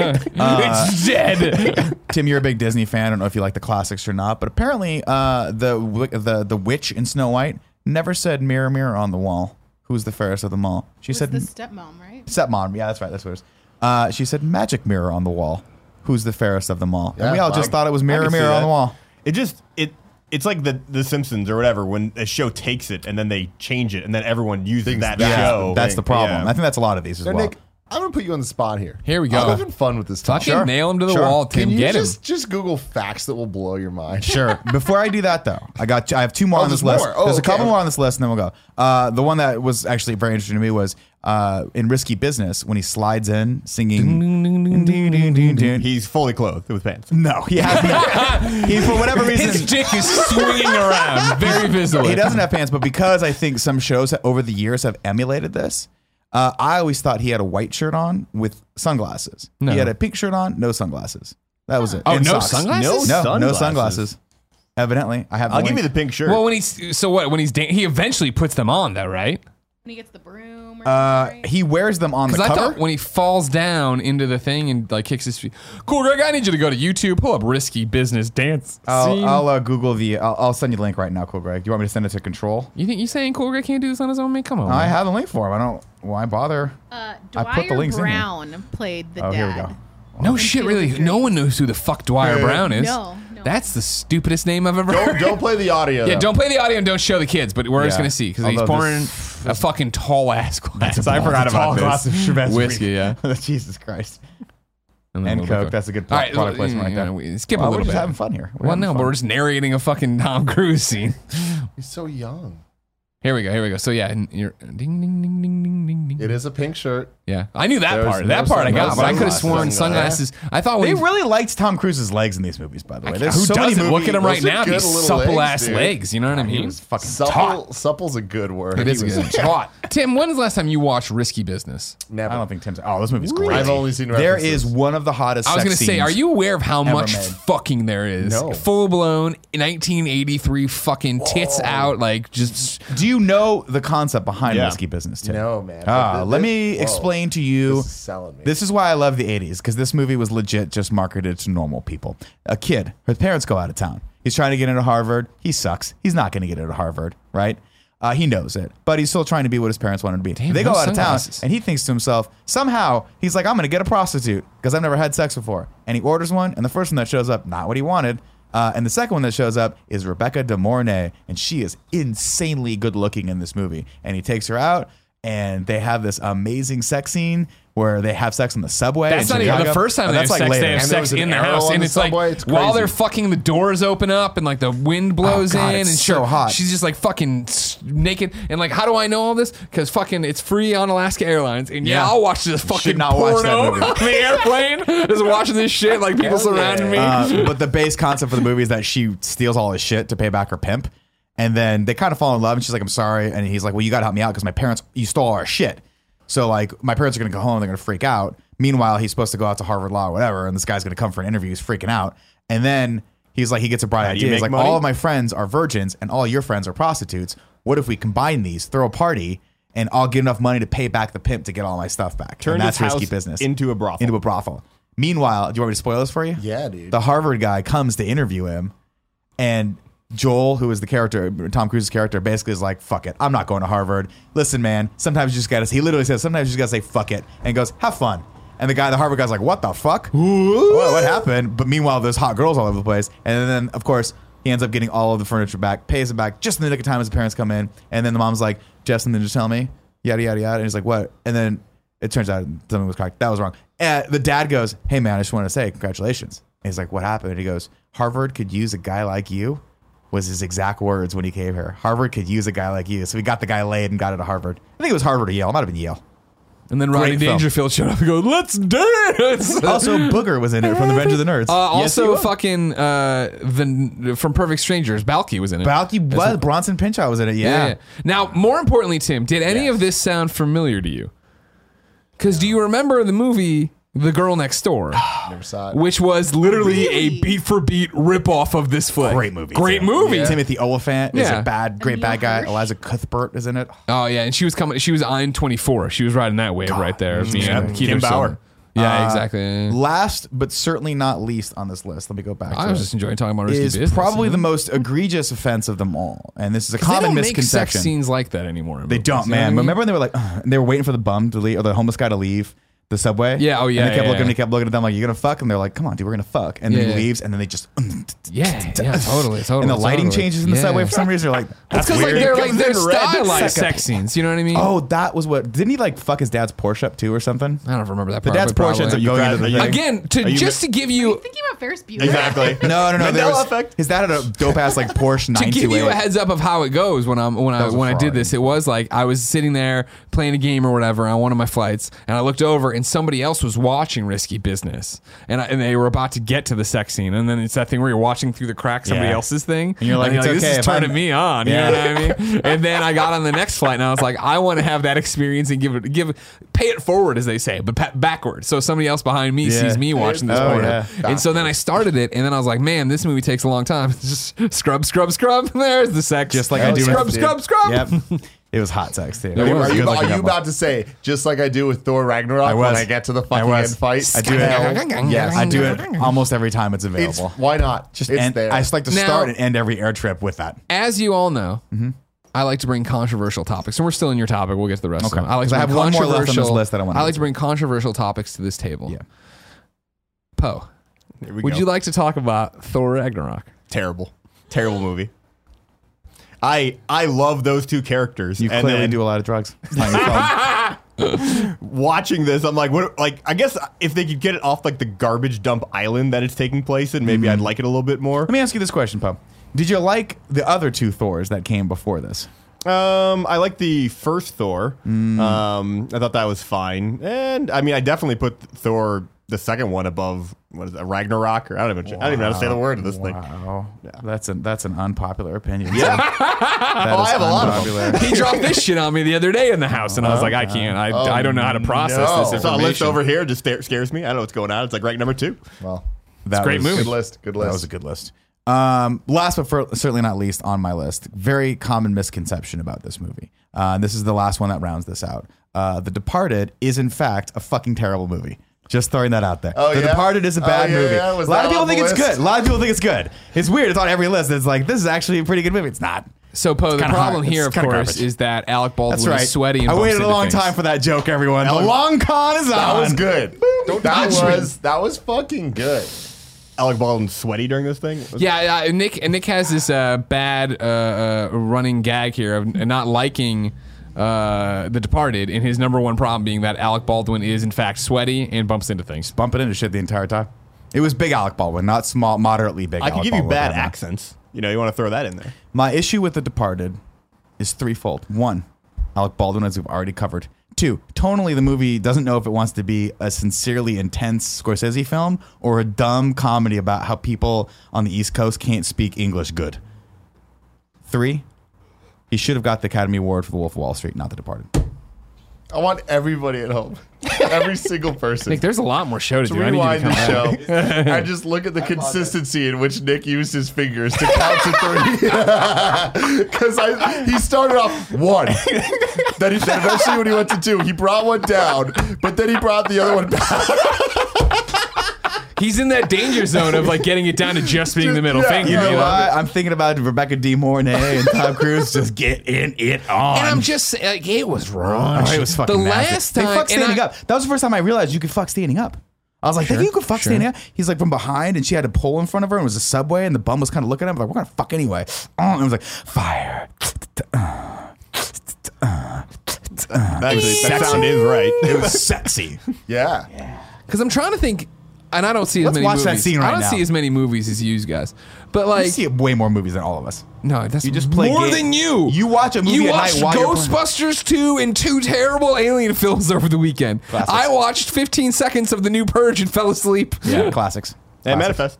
Speaker 2: Uh,
Speaker 1: it's dead.
Speaker 2: Tim, you're a big Disney fan. I don't know if you like the classics or not, but apparently, uh, the wi- the the witch in Snow White never said "mirror, mirror on the wall, who's the fairest of them all." She
Speaker 5: was
Speaker 2: said
Speaker 5: the stepmom, right?
Speaker 2: stepmom. Yeah, that's right. That's what it is. Uh, she said magic mirror on the wall, who's the fairest of them all. and
Speaker 3: Yeah,
Speaker 2: we all just
Speaker 3: I-
Speaker 2: thought it was
Speaker 4: I
Speaker 2: mirror,
Speaker 4: can see
Speaker 2: mirror on
Speaker 4: that.
Speaker 2: the wall.
Speaker 4: It just it it's like the the Simpsons or whatever when a show takes it and then they change it and then everyone uses that show.
Speaker 2: that's the problem.
Speaker 4: Yeah.
Speaker 2: I think that's a lot of these as
Speaker 3: Now,
Speaker 2: well.
Speaker 3: Nick, I'm gonna put you on the spot here.
Speaker 1: Here we go.
Speaker 3: I'm having fun with this.
Speaker 1: Fucking
Speaker 3: topic.
Speaker 1: nail him to the
Speaker 2: Sure.
Speaker 1: wall, Tim.
Speaker 3: Can you
Speaker 1: Get him.
Speaker 3: just just Google facts that will blow your mind?
Speaker 2: Sure. Before I do that, though, I got I have two more
Speaker 3: Oh,
Speaker 2: on this
Speaker 3: there's
Speaker 2: list.
Speaker 3: more. Oh,
Speaker 2: there's a
Speaker 3: okay.
Speaker 2: couple more on this list, and then we'll go. Uh, the one that was actually very interesting to me was uh, in Risky Business when he slides in singing.
Speaker 4: He's fully clothed with pants.
Speaker 2: no, he has no. he for whatever
Speaker 1: His
Speaker 2: reason.
Speaker 1: dick is swinging around very visibly.
Speaker 2: He doesn't have pants, but because I think some shows over the years have emulated this, uh, I always thought he had a white shirt on with sunglasses.
Speaker 1: No.
Speaker 2: He had a pink shirt on, no sunglasses. That was it.
Speaker 1: Oh,
Speaker 2: And
Speaker 1: no
Speaker 2: socks.
Speaker 1: sunglasses?
Speaker 2: No, no
Speaker 4: sunglasses.
Speaker 2: sunglasses. Evidently, I have.
Speaker 4: I'll give
Speaker 2: one.
Speaker 4: you the pink shirt.
Speaker 1: Well, when he's so what? When he's dan- he eventually puts them on though, right?
Speaker 5: When he gets the broom. Or
Speaker 2: Uh,
Speaker 5: something, right?
Speaker 2: he wears them on the
Speaker 1: Because I
Speaker 2: cover.
Speaker 1: thought when he falls down into the thing and like kicks his feet. Cool, Greg. I need you to go to YouTube. Pull up risky business dance
Speaker 2: I'll,
Speaker 1: scene.
Speaker 2: I'll uh, Google the. I'll, I'll send you the link right now, Cool Greg. Do you want me to send it to Control?
Speaker 1: you think you saying Cool Greg can't do this on his own? Man, come on.
Speaker 2: I
Speaker 1: man.
Speaker 2: have the link for him. I don't. Why bother?
Speaker 5: uh,
Speaker 2: I
Speaker 5: Dwyer
Speaker 2: put the links in here.
Speaker 5: Brown played the
Speaker 2: Oh,
Speaker 5: dad.
Speaker 2: here we go.
Speaker 1: no shit, really. No one knows who the fuck Dwyer Brown is.
Speaker 5: Oh, No, no.
Speaker 1: That's the stupidest name I've ever heard.
Speaker 3: Don't, don't play the audio.
Speaker 1: Yeah,
Speaker 3: though.
Speaker 1: don't play the audio and don't show the kids, but we're just
Speaker 2: Yeah.
Speaker 1: gonna see because he's
Speaker 2: Although
Speaker 1: pouring
Speaker 2: this-
Speaker 1: a fucking tall ass glass.
Speaker 2: I forgot about this.
Speaker 1: Whiskey, yeah.
Speaker 2: Jesus Christ.
Speaker 1: And, then a
Speaker 2: And
Speaker 1: little bit
Speaker 2: Coke.
Speaker 1: of-
Speaker 2: That's a good
Speaker 1: All
Speaker 2: pro-
Speaker 1: right,
Speaker 2: product
Speaker 1: well,
Speaker 2: placement right
Speaker 1: you
Speaker 2: there.
Speaker 1: know, we skip a
Speaker 2: Well,
Speaker 1: little
Speaker 2: we're just
Speaker 1: bit.
Speaker 2: having fun here. We're
Speaker 1: well,
Speaker 2: having
Speaker 1: no,
Speaker 2: fun.
Speaker 1: but we're just narrating a fucking Tom Cruise scene.
Speaker 3: He's so young.
Speaker 1: Here we go. Here we go. So yeah, and you're ding ding ding ding ding ding ding.
Speaker 3: It is a pink shirt.
Speaker 1: Yeah, I knew that
Speaker 3: There's
Speaker 1: part.
Speaker 3: no
Speaker 1: That part I got,
Speaker 3: sunglasses.
Speaker 1: but I could have sworn
Speaker 3: Sunglasses.
Speaker 1: sunglasses. I thought when
Speaker 2: They
Speaker 1: he-
Speaker 2: really liked Tom Cruise's legs in these movies, by the way. There's
Speaker 1: who
Speaker 2: so many
Speaker 1: doesn't look at him right
Speaker 3: Those are
Speaker 1: now?
Speaker 3: good
Speaker 1: These
Speaker 3: little
Speaker 1: supple
Speaker 3: legs,
Speaker 1: ass
Speaker 3: dude.
Speaker 1: legs. You know what I mean?
Speaker 2: fucking
Speaker 3: Supple, supple's a good word.
Speaker 1: It is
Speaker 3: He was
Speaker 1: good. Hot. Tim, when was the last time you watched Risky Business?
Speaker 3: Never.
Speaker 2: I don't think Tim's. Oh, this movie's great.
Speaker 3: I've only seen
Speaker 2: There
Speaker 3: references.
Speaker 2: is one of the hottest.
Speaker 1: I was
Speaker 2: sex
Speaker 1: going to say,
Speaker 2: scenes.
Speaker 1: are you aware of how much
Speaker 2: made.
Speaker 1: fucking there is?
Speaker 3: No.
Speaker 1: Full blown 1983 fucking tits out, like just.
Speaker 2: Do you know the concept behind
Speaker 4: Yeah.
Speaker 2: risky business? Tim?
Speaker 3: No, man.
Speaker 2: Ah,
Speaker 3: But th-
Speaker 2: let
Speaker 3: th-
Speaker 2: me
Speaker 3: whoa.
Speaker 2: explain to you.
Speaker 3: This is selling me.
Speaker 2: This is why I love the 80s because this movie was legit just marketed to normal people. A kid, her parents go out of town. He's trying to get into Harvard. He sucks. He's not going to get into Harvard, right? Uh, he knows it, but he's still trying to be what his parents want him to be. they go
Speaker 1: no
Speaker 2: out of town,
Speaker 1: sunglasses.
Speaker 2: and he thinks to himself, somehow, he's like, I'm going to get a prostitute because I've never had sex before. And he orders one, and the first one that shows up, not what he wanted. Uh, and the second one that shows up is Rebecca De Mornay, and she is insanely good looking in this movie. And he takes her out, and they have this amazing sex scene where they have sex on the subway.
Speaker 1: That's
Speaker 2: in
Speaker 1: not even the
Speaker 2: Chicago.
Speaker 1: first time
Speaker 2: Oh,
Speaker 1: they have
Speaker 2: that's like
Speaker 1: sex.
Speaker 2: later.
Speaker 1: They have
Speaker 3: And there
Speaker 1: sex
Speaker 3: was an
Speaker 1: in the
Speaker 3: arrow
Speaker 1: house,
Speaker 3: on
Speaker 1: and
Speaker 3: the
Speaker 1: it's
Speaker 3: subway.
Speaker 1: like
Speaker 3: It's
Speaker 1: while
Speaker 3: crazy.
Speaker 1: they're fucking, the doors open up and like the wind blows
Speaker 2: Oh, God,
Speaker 1: in, and
Speaker 2: it's
Speaker 1: she's-
Speaker 2: so hot.
Speaker 1: She's just like fucking s- naked, and like, how do I know all this? Because fucking, it's free on Alaska Airlines, and yeah,
Speaker 2: Yeah.
Speaker 1: I'll watch this fucking
Speaker 2: not watch that
Speaker 1: porno
Speaker 2: movie.
Speaker 1: on the airplane, just watching this shit, like people
Speaker 3: Hell yeah.
Speaker 1: surrounding me.
Speaker 2: Uh, but the base concept for the movie is that she steals all his shit to pay back her pimp. And then they kind of fall in love, and she's like, I'm sorry. And he's like, Well, you got to help me out because my parents, you stole all our shit. So, like, my parents are going to go home, they're going to freak out. Meanwhile, he's supposed to go out to Harvard Law or whatever, and this guy's going to come for an interview. He's freaking out. And then he's like, He gets a bright
Speaker 4: you
Speaker 2: idea. He's
Speaker 4: make
Speaker 2: like,
Speaker 4: money?
Speaker 2: All of my friends are virgins, and all your friends are prostitutes. What if we combine these, throw a party, and I'll get enough money to pay back the pimp to get all my stuff back?
Speaker 4: Turned
Speaker 2: and that's
Speaker 4: his house
Speaker 2: risky business.
Speaker 4: into a brothel.
Speaker 2: Into a brothel. Meanwhile, do you want me to spoil this for you?
Speaker 3: Yeah, dude.
Speaker 2: The Harvard guy comes to interview him, and Joel, who is the character, Tom Cruise's character, basically is like, "Fuck it, I'm not going to Harvard." Listen, man, sometimes you just gotta. He literally says, "Sometimes you just gotta say fuck it," and goes, "Have fun." And the guy, the Harvard guy's like, "What the fuck? What, what happened?" But meanwhile, there's hot girls all over the place, and then of course. He ends up getting all of the furniture back, pays it back just in the nick of time as the parents come in. And then the mom's like, Jeff, something to tell me? Yada, yada, yada. And he's like, what? And then it turns out something was cracked. That was wrong. Uh, the dad goes, Hey, man, I just want to say congratulations. And he's like, What happened? And he goes, Harvard could use a guy like you, was his exact words when he came here. Harvard could use a guy like you. So we got the guy laid and got it to Harvard. I think it was Harvard or Yale. It might have been Yale.
Speaker 1: And then Rodney
Speaker 2: Great film.
Speaker 1: Dangerfield showed up and goes, "Let's dance."
Speaker 2: Also, Booger was in it from the Revenge of the Nerds.
Speaker 1: Uh,
Speaker 2: Yes, he
Speaker 1: also,
Speaker 2: was.
Speaker 1: fucking uh, the from Perfect Strangers, Balky was in it.
Speaker 2: Balky was Bronson Pinchot was in it. Yeah.
Speaker 1: Now, more importantly, Tim, did any of this sound familiar to you? Because do you remember the movie The Girl Next Door,
Speaker 3: Never saw it.
Speaker 1: which was literally a
Speaker 5: Really?
Speaker 1: beat for beat ripoff of this flick?
Speaker 2: Great movie.
Speaker 1: Great
Speaker 2: too.
Speaker 1: movie.
Speaker 2: Timothy Oliphant is
Speaker 1: Yeah.
Speaker 2: a bad, great
Speaker 5: Neil
Speaker 2: bad guy.
Speaker 5: Hirsch.
Speaker 2: Eliza Cuthbert is in it.
Speaker 1: Oh yeah, and she was coming. She was on twenty four. She was riding that wave right there.
Speaker 2: mm-hmm.
Speaker 1: Me
Speaker 4: Yeah,
Speaker 1: and
Speaker 4: Kim
Speaker 1: Keith
Speaker 4: Bauer.
Speaker 1: Ursulin. Yeah,
Speaker 2: Uh,
Speaker 1: exactly.
Speaker 2: Last but certainly not least on this list. Let me go back.
Speaker 1: I
Speaker 2: to
Speaker 1: was
Speaker 2: it.
Speaker 1: just enjoying talking about risky
Speaker 2: is
Speaker 1: business.
Speaker 2: probably
Speaker 1: you
Speaker 2: the
Speaker 1: know?
Speaker 2: most egregious offense of them all, and this is a
Speaker 1: they
Speaker 2: common
Speaker 1: don't make sex
Speaker 2: misconception.
Speaker 1: scenes like that anymore. in
Speaker 2: They
Speaker 1: movies,
Speaker 2: don't,
Speaker 1: you know what I
Speaker 2: man.
Speaker 1: mean?
Speaker 2: But remember when they were like, "Ugh," and they were waiting for the bum to leave or the homeless guy to leave the subway?
Speaker 1: Yeah, oh, yeah,
Speaker 2: And they kept
Speaker 1: yeah,
Speaker 2: looking,
Speaker 1: yeah.
Speaker 2: they kept looking at them like, "You gonna fuck?" And they're like, "Come on, dude, we're gonna fuck." And then
Speaker 1: Yeah.
Speaker 2: he leaves, and then they just,
Speaker 1: Yeah, yeah, totally, totally.
Speaker 2: and the lighting
Speaker 1: totally.
Speaker 2: changes in the
Speaker 1: Yeah.
Speaker 2: subway for some reason. They're like,
Speaker 1: That's
Speaker 2: "That's
Speaker 1: because like
Speaker 2: weird."
Speaker 1: they're
Speaker 2: It
Speaker 1: like
Speaker 2: comes
Speaker 1: they're
Speaker 2: in red,
Speaker 1: stylized
Speaker 2: second-
Speaker 1: sex scenes. You know what I mean?
Speaker 2: Oh, that was what. Didn't he like fuck his dad's Porsche up too or something?
Speaker 1: I don't remember that.
Speaker 2: The
Speaker 1: part,
Speaker 2: dad's
Speaker 1: but
Speaker 2: Porsche ends
Speaker 1: probably.
Speaker 2: up
Speaker 4: You
Speaker 2: going
Speaker 4: got
Speaker 2: into
Speaker 4: it.
Speaker 2: the
Speaker 4: You
Speaker 2: thing.
Speaker 1: Again, to
Speaker 4: you
Speaker 1: just to give you
Speaker 5: Thinking about Ferris Bueller.
Speaker 4: Exactly.
Speaker 2: No, no, no. there
Speaker 4: Mandela
Speaker 2: was-
Speaker 4: effect.
Speaker 2: His dad had a dope ass like Porsche 928.
Speaker 1: to give you a heads up of how it goes when I'm when I
Speaker 2: was a
Speaker 1: when I did
Speaker 2: Ferrari.
Speaker 1: this, it was like I was sitting there playing a game or whatever on one of my flights, and I looked over and somebody else was watching Risky Business, and I, and they were about to get to the sex scene, and then it's that thing where you're watching through the crack somebody
Speaker 2: Yeah.
Speaker 1: else's thing,
Speaker 2: And you're like, "It's okay
Speaker 1: this is
Speaker 2: if I'm-
Speaker 1: turning me on,
Speaker 2: Yeah.
Speaker 1: you know what I mean? and then I got on the next flight, and I was like, I want to have that experience and give it give pay it forward as they say, but pa- backwards, so somebody else behind me
Speaker 2: Yeah.
Speaker 1: sees me watching this
Speaker 2: Oh,
Speaker 1: porno.
Speaker 2: yeah.
Speaker 1: And so then I started it, and then I was like, man, this movie takes a long time. Just scrub, scrub, scrub. There's the sex.
Speaker 2: just like I
Speaker 1: Hell
Speaker 2: do.
Speaker 1: Scrub,
Speaker 2: with,
Speaker 1: scrub, scrub.
Speaker 2: Yep. It was hot sex too.
Speaker 1: it was.
Speaker 3: Are
Speaker 1: Good
Speaker 3: you,
Speaker 2: Good
Speaker 3: are
Speaker 2: looking
Speaker 3: you
Speaker 2: up
Speaker 3: about to say just like I do with Thor Ragnarok
Speaker 2: I was.
Speaker 3: when I get to the
Speaker 2: I
Speaker 3: fucking
Speaker 2: was.
Speaker 3: end fight?
Speaker 2: I do it.
Speaker 3: Yes,
Speaker 2: I do it almost every time it's
Speaker 3: It's
Speaker 2: available.
Speaker 3: why not?
Speaker 2: just
Speaker 3: it's
Speaker 2: end,
Speaker 3: there.
Speaker 2: I just like to
Speaker 1: Now-
Speaker 2: start and end every air trip with that.
Speaker 1: As you all know,
Speaker 2: Mm-hmm.
Speaker 1: I like to bring controversial topics, and we're still in your topic. We'll get to the rest
Speaker 2: Okay.
Speaker 1: of them. I like to
Speaker 2: 'Cause I
Speaker 1: bring
Speaker 2: have one more left on this
Speaker 1: controversial-
Speaker 2: list that I wanna
Speaker 1: I like
Speaker 2: get
Speaker 1: to bring controversial topics to this table.
Speaker 2: Yeah.
Speaker 1: Poe,
Speaker 4: Here we
Speaker 1: would
Speaker 4: go.
Speaker 1: you like to talk about Thor Ragnarok?
Speaker 4: terrible, terrible movie. I I love those two characters.
Speaker 2: You
Speaker 4: and
Speaker 2: clearly
Speaker 4: then
Speaker 2: do a lot of drugs. It's not your fault.
Speaker 4: watching this, I'm like, what? Like, I guess if they could get it off like the garbage dump island that it's taking place, in, maybe I'd like it a little bit more.
Speaker 2: Let me ask you this question, Pub. Did you like the other two Thors that came before this?
Speaker 4: Um, I like the first Thor.
Speaker 1: Mm.
Speaker 4: Um, I thought that was fine, and I mean, I definitely put Thor the second one above what is that, Ragnarok? Or I don't even I don't even know how to say the word of this thing.
Speaker 2: Wow, that's an that's an unpopular opinion.
Speaker 4: Yeah.
Speaker 2: oh,
Speaker 4: I have a lot of
Speaker 1: He dropped this shit on me the other day in the house, and I was like,
Speaker 2: Oh,
Speaker 1: I can't. I, I don't know how to process
Speaker 3: no.
Speaker 1: this
Speaker 4: I saw a
Speaker 1: information.
Speaker 4: list over here, just stare, scares me. I don't know what's going on. It's like rank number two.
Speaker 3: well,
Speaker 2: That
Speaker 1: great
Speaker 2: was-
Speaker 1: movie.
Speaker 3: good list. Good list.
Speaker 2: That was a good list. Um, last but for, certainly not least on my list, very common misconception about this movie. Uh, this is the last one that rounds this out. Uh, the Departed is in fact a fucking terrible movie. Just throwing that out there.
Speaker 3: Oh,
Speaker 2: the
Speaker 3: yeah?
Speaker 2: Departed is a
Speaker 3: Oh,
Speaker 2: bad
Speaker 3: yeah,
Speaker 2: movie.
Speaker 3: yeah, was
Speaker 2: a lot
Speaker 3: that
Speaker 2: of people
Speaker 3: on the
Speaker 2: think it's
Speaker 3: list?
Speaker 2: good. A lot of people think it's good. It's weird. It's on every list. It's like this is actually a pretty good movie. It's not.
Speaker 1: So, Poe, the
Speaker 2: kinda
Speaker 1: problem
Speaker 2: hard.
Speaker 1: here,
Speaker 2: It's
Speaker 1: of
Speaker 2: kinda
Speaker 1: course,
Speaker 2: garbage.
Speaker 1: is that Alec Baldwin
Speaker 2: That's right.
Speaker 1: is sweaty. And
Speaker 2: I
Speaker 1: bumps
Speaker 2: waited a
Speaker 1: into
Speaker 2: long
Speaker 1: things.
Speaker 2: time for that joke, everyone. The
Speaker 3: Ellen-
Speaker 2: long con is on.
Speaker 3: That was good. that
Speaker 2: touch me.
Speaker 3: was that was fucking good.
Speaker 4: Alec Baldwin sweaty during this thing.
Speaker 1: Yeah, uh, Nick. Nick has this uh, bad uh, uh, running gag here of not liking uh, The Departed, and his number one problem being that Alec Baldwin is in fact sweaty and bumps into things.
Speaker 2: Bumping into shit the entire time. It was big Alec Baldwin, not small, moderately big.
Speaker 4: I could
Speaker 2: Alec
Speaker 4: give you
Speaker 2: Baldwin,
Speaker 4: bad
Speaker 2: but I'm not.
Speaker 4: accents. You know, you want to throw that in there.
Speaker 2: My issue with The Departed is threefold. One, Alec Baldwin, as we've already covered. Two, tonally, the movie doesn't know if it wants to be a sincerely intense Scorsese film or a dumb comedy about how people on the East Coast can't speak English good. Three, he should have got the Academy Award for The Wolf of Wall Street, not The Departed.
Speaker 3: I want everybody at home, every single person.
Speaker 1: Nick, there's a lot more show to,
Speaker 3: to
Speaker 1: do. I need you to
Speaker 3: rewind
Speaker 1: come
Speaker 3: the
Speaker 1: back.
Speaker 3: show and just look at the consistency in which Nick used his fingers to count to three. Because he started off one. then, he, then eventually, when he went to two, he brought one down, but then he brought the other one back.
Speaker 1: He's in that danger zone of like getting it down to just being the middle
Speaker 3: Yeah,
Speaker 1: finger.
Speaker 2: You
Speaker 3: yeah,
Speaker 1: you
Speaker 2: know
Speaker 1: know?
Speaker 2: why? I'm thinking about Rebecca De Mornay and Tom Cruise just
Speaker 6: Get in it on.
Speaker 1: And I'm just saying, like, it was wrong.
Speaker 2: Oh, it was fucking
Speaker 1: the
Speaker 2: nasty.
Speaker 1: last
Speaker 2: They
Speaker 1: time.
Speaker 2: fucked
Speaker 1: and
Speaker 2: standing
Speaker 1: I-
Speaker 2: up. That was the first time I realized you could fuck standing up. I was like, "Think you could fuck standing up. He's like from behind, and she had a pole in front of her, and it was a subway, and the bum was kind of looking at him like, "We're gonna fuck anyway." Oh, and it was like, "Fire."
Speaker 4: That, actually- that sound is right.
Speaker 2: It was sexy.
Speaker 3: Yeah.
Speaker 1: Because I'm trying to think. and I don't see as
Speaker 2: Let's
Speaker 1: many
Speaker 2: watch
Speaker 1: movies.
Speaker 2: that scene
Speaker 1: I
Speaker 2: right
Speaker 1: don't
Speaker 2: now.
Speaker 1: see as many movies as you guys. But like
Speaker 2: you see way more movies than all of us.
Speaker 1: no, that's
Speaker 2: You just play
Speaker 1: more
Speaker 2: game-
Speaker 1: than you.
Speaker 2: You watch a movie
Speaker 1: You
Speaker 2: at night
Speaker 1: watched
Speaker 2: while you're playing.
Speaker 1: Ghostbusters 2 and two terrible alien films over the weekend.
Speaker 2: Classics.
Speaker 1: I watched 15 seconds of The New Purge and fell asleep.
Speaker 2: Yeah, classics. Classics.
Speaker 4: And manifest.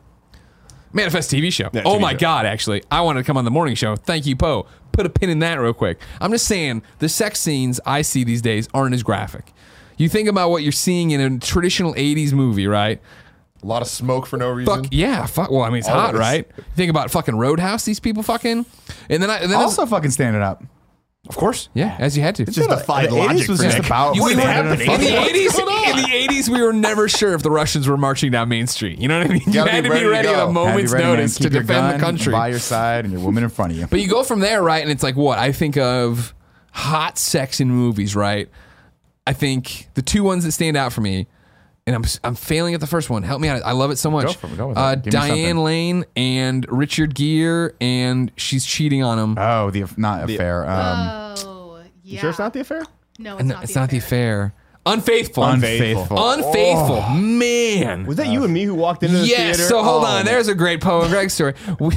Speaker 1: Manifest TV show.
Speaker 4: Yeah,
Speaker 1: oh
Speaker 4: TV
Speaker 1: my
Speaker 4: show.
Speaker 1: God, actually. I wanted to come on the morning show. Thank you, Poe. Put a pin in that real quick. I'm just saying the sex scenes I see these days aren't as graphic. You think about what you're seeing in a traditional 80s movie, right?
Speaker 3: A lot of smoke for no reason.
Speaker 1: Fuck yeah, fuck. Well, I mean, it's
Speaker 3: All
Speaker 1: hot,
Speaker 3: of us.
Speaker 1: right? You think about fucking Roadhouse, these people fucking. And then I. And then
Speaker 2: Also, fucking stand it up.
Speaker 1: of course. Yeah, as you had to.
Speaker 4: Just defied
Speaker 2: the
Speaker 4: logic
Speaker 2: 80s was
Speaker 4: for
Speaker 2: just
Speaker 4: Nick.
Speaker 2: about
Speaker 1: You
Speaker 2: Oh, Wait,
Speaker 1: were
Speaker 2: wait,
Speaker 1: in
Speaker 2: wait,
Speaker 1: the
Speaker 2: wait, wait.
Speaker 1: eighties. In the eighties, we were never sure if the Russians were marching down Main Street. You know what I mean? You,
Speaker 3: gotta
Speaker 1: had
Speaker 3: be
Speaker 1: to be ready
Speaker 3: ready to
Speaker 1: at
Speaker 3: go.
Speaker 1: a
Speaker 2: Had
Speaker 1: moment's
Speaker 2: be ready, man.
Speaker 1: notice to
Speaker 2: Keep your
Speaker 1: defend the
Speaker 2: gun
Speaker 1: country.
Speaker 2: By your side and your woman in front of you.
Speaker 1: But you go from there, right? And it's like what I think of hot sex in movies, right? I think the two ones that stand out for me, and I'm I'm failing at the first one. Help me out. I love it so much.
Speaker 2: for it. Go with
Speaker 1: uh,
Speaker 2: it. Give me
Speaker 1: Diane
Speaker 2: something.
Speaker 1: Lane and Richard Gere, and she's cheating on him.
Speaker 2: oh, the not affair. Um,
Speaker 1: Uh,
Speaker 5: Oh, yeah.
Speaker 4: You sure it's not the affair?
Speaker 5: No, it's
Speaker 1: and
Speaker 5: not.
Speaker 1: it's
Speaker 5: the
Speaker 1: not the
Speaker 5: affair.
Speaker 1: affair. Unfaithful.
Speaker 2: unfaithful. Oh.
Speaker 1: Unfaithful. Man.
Speaker 4: Was that you and me who walked into the
Speaker 1: Yes.
Speaker 4: theater?
Speaker 1: So hold
Speaker 4: Oh.
Speaker 1: on. There's a great Poe and Greg story. We,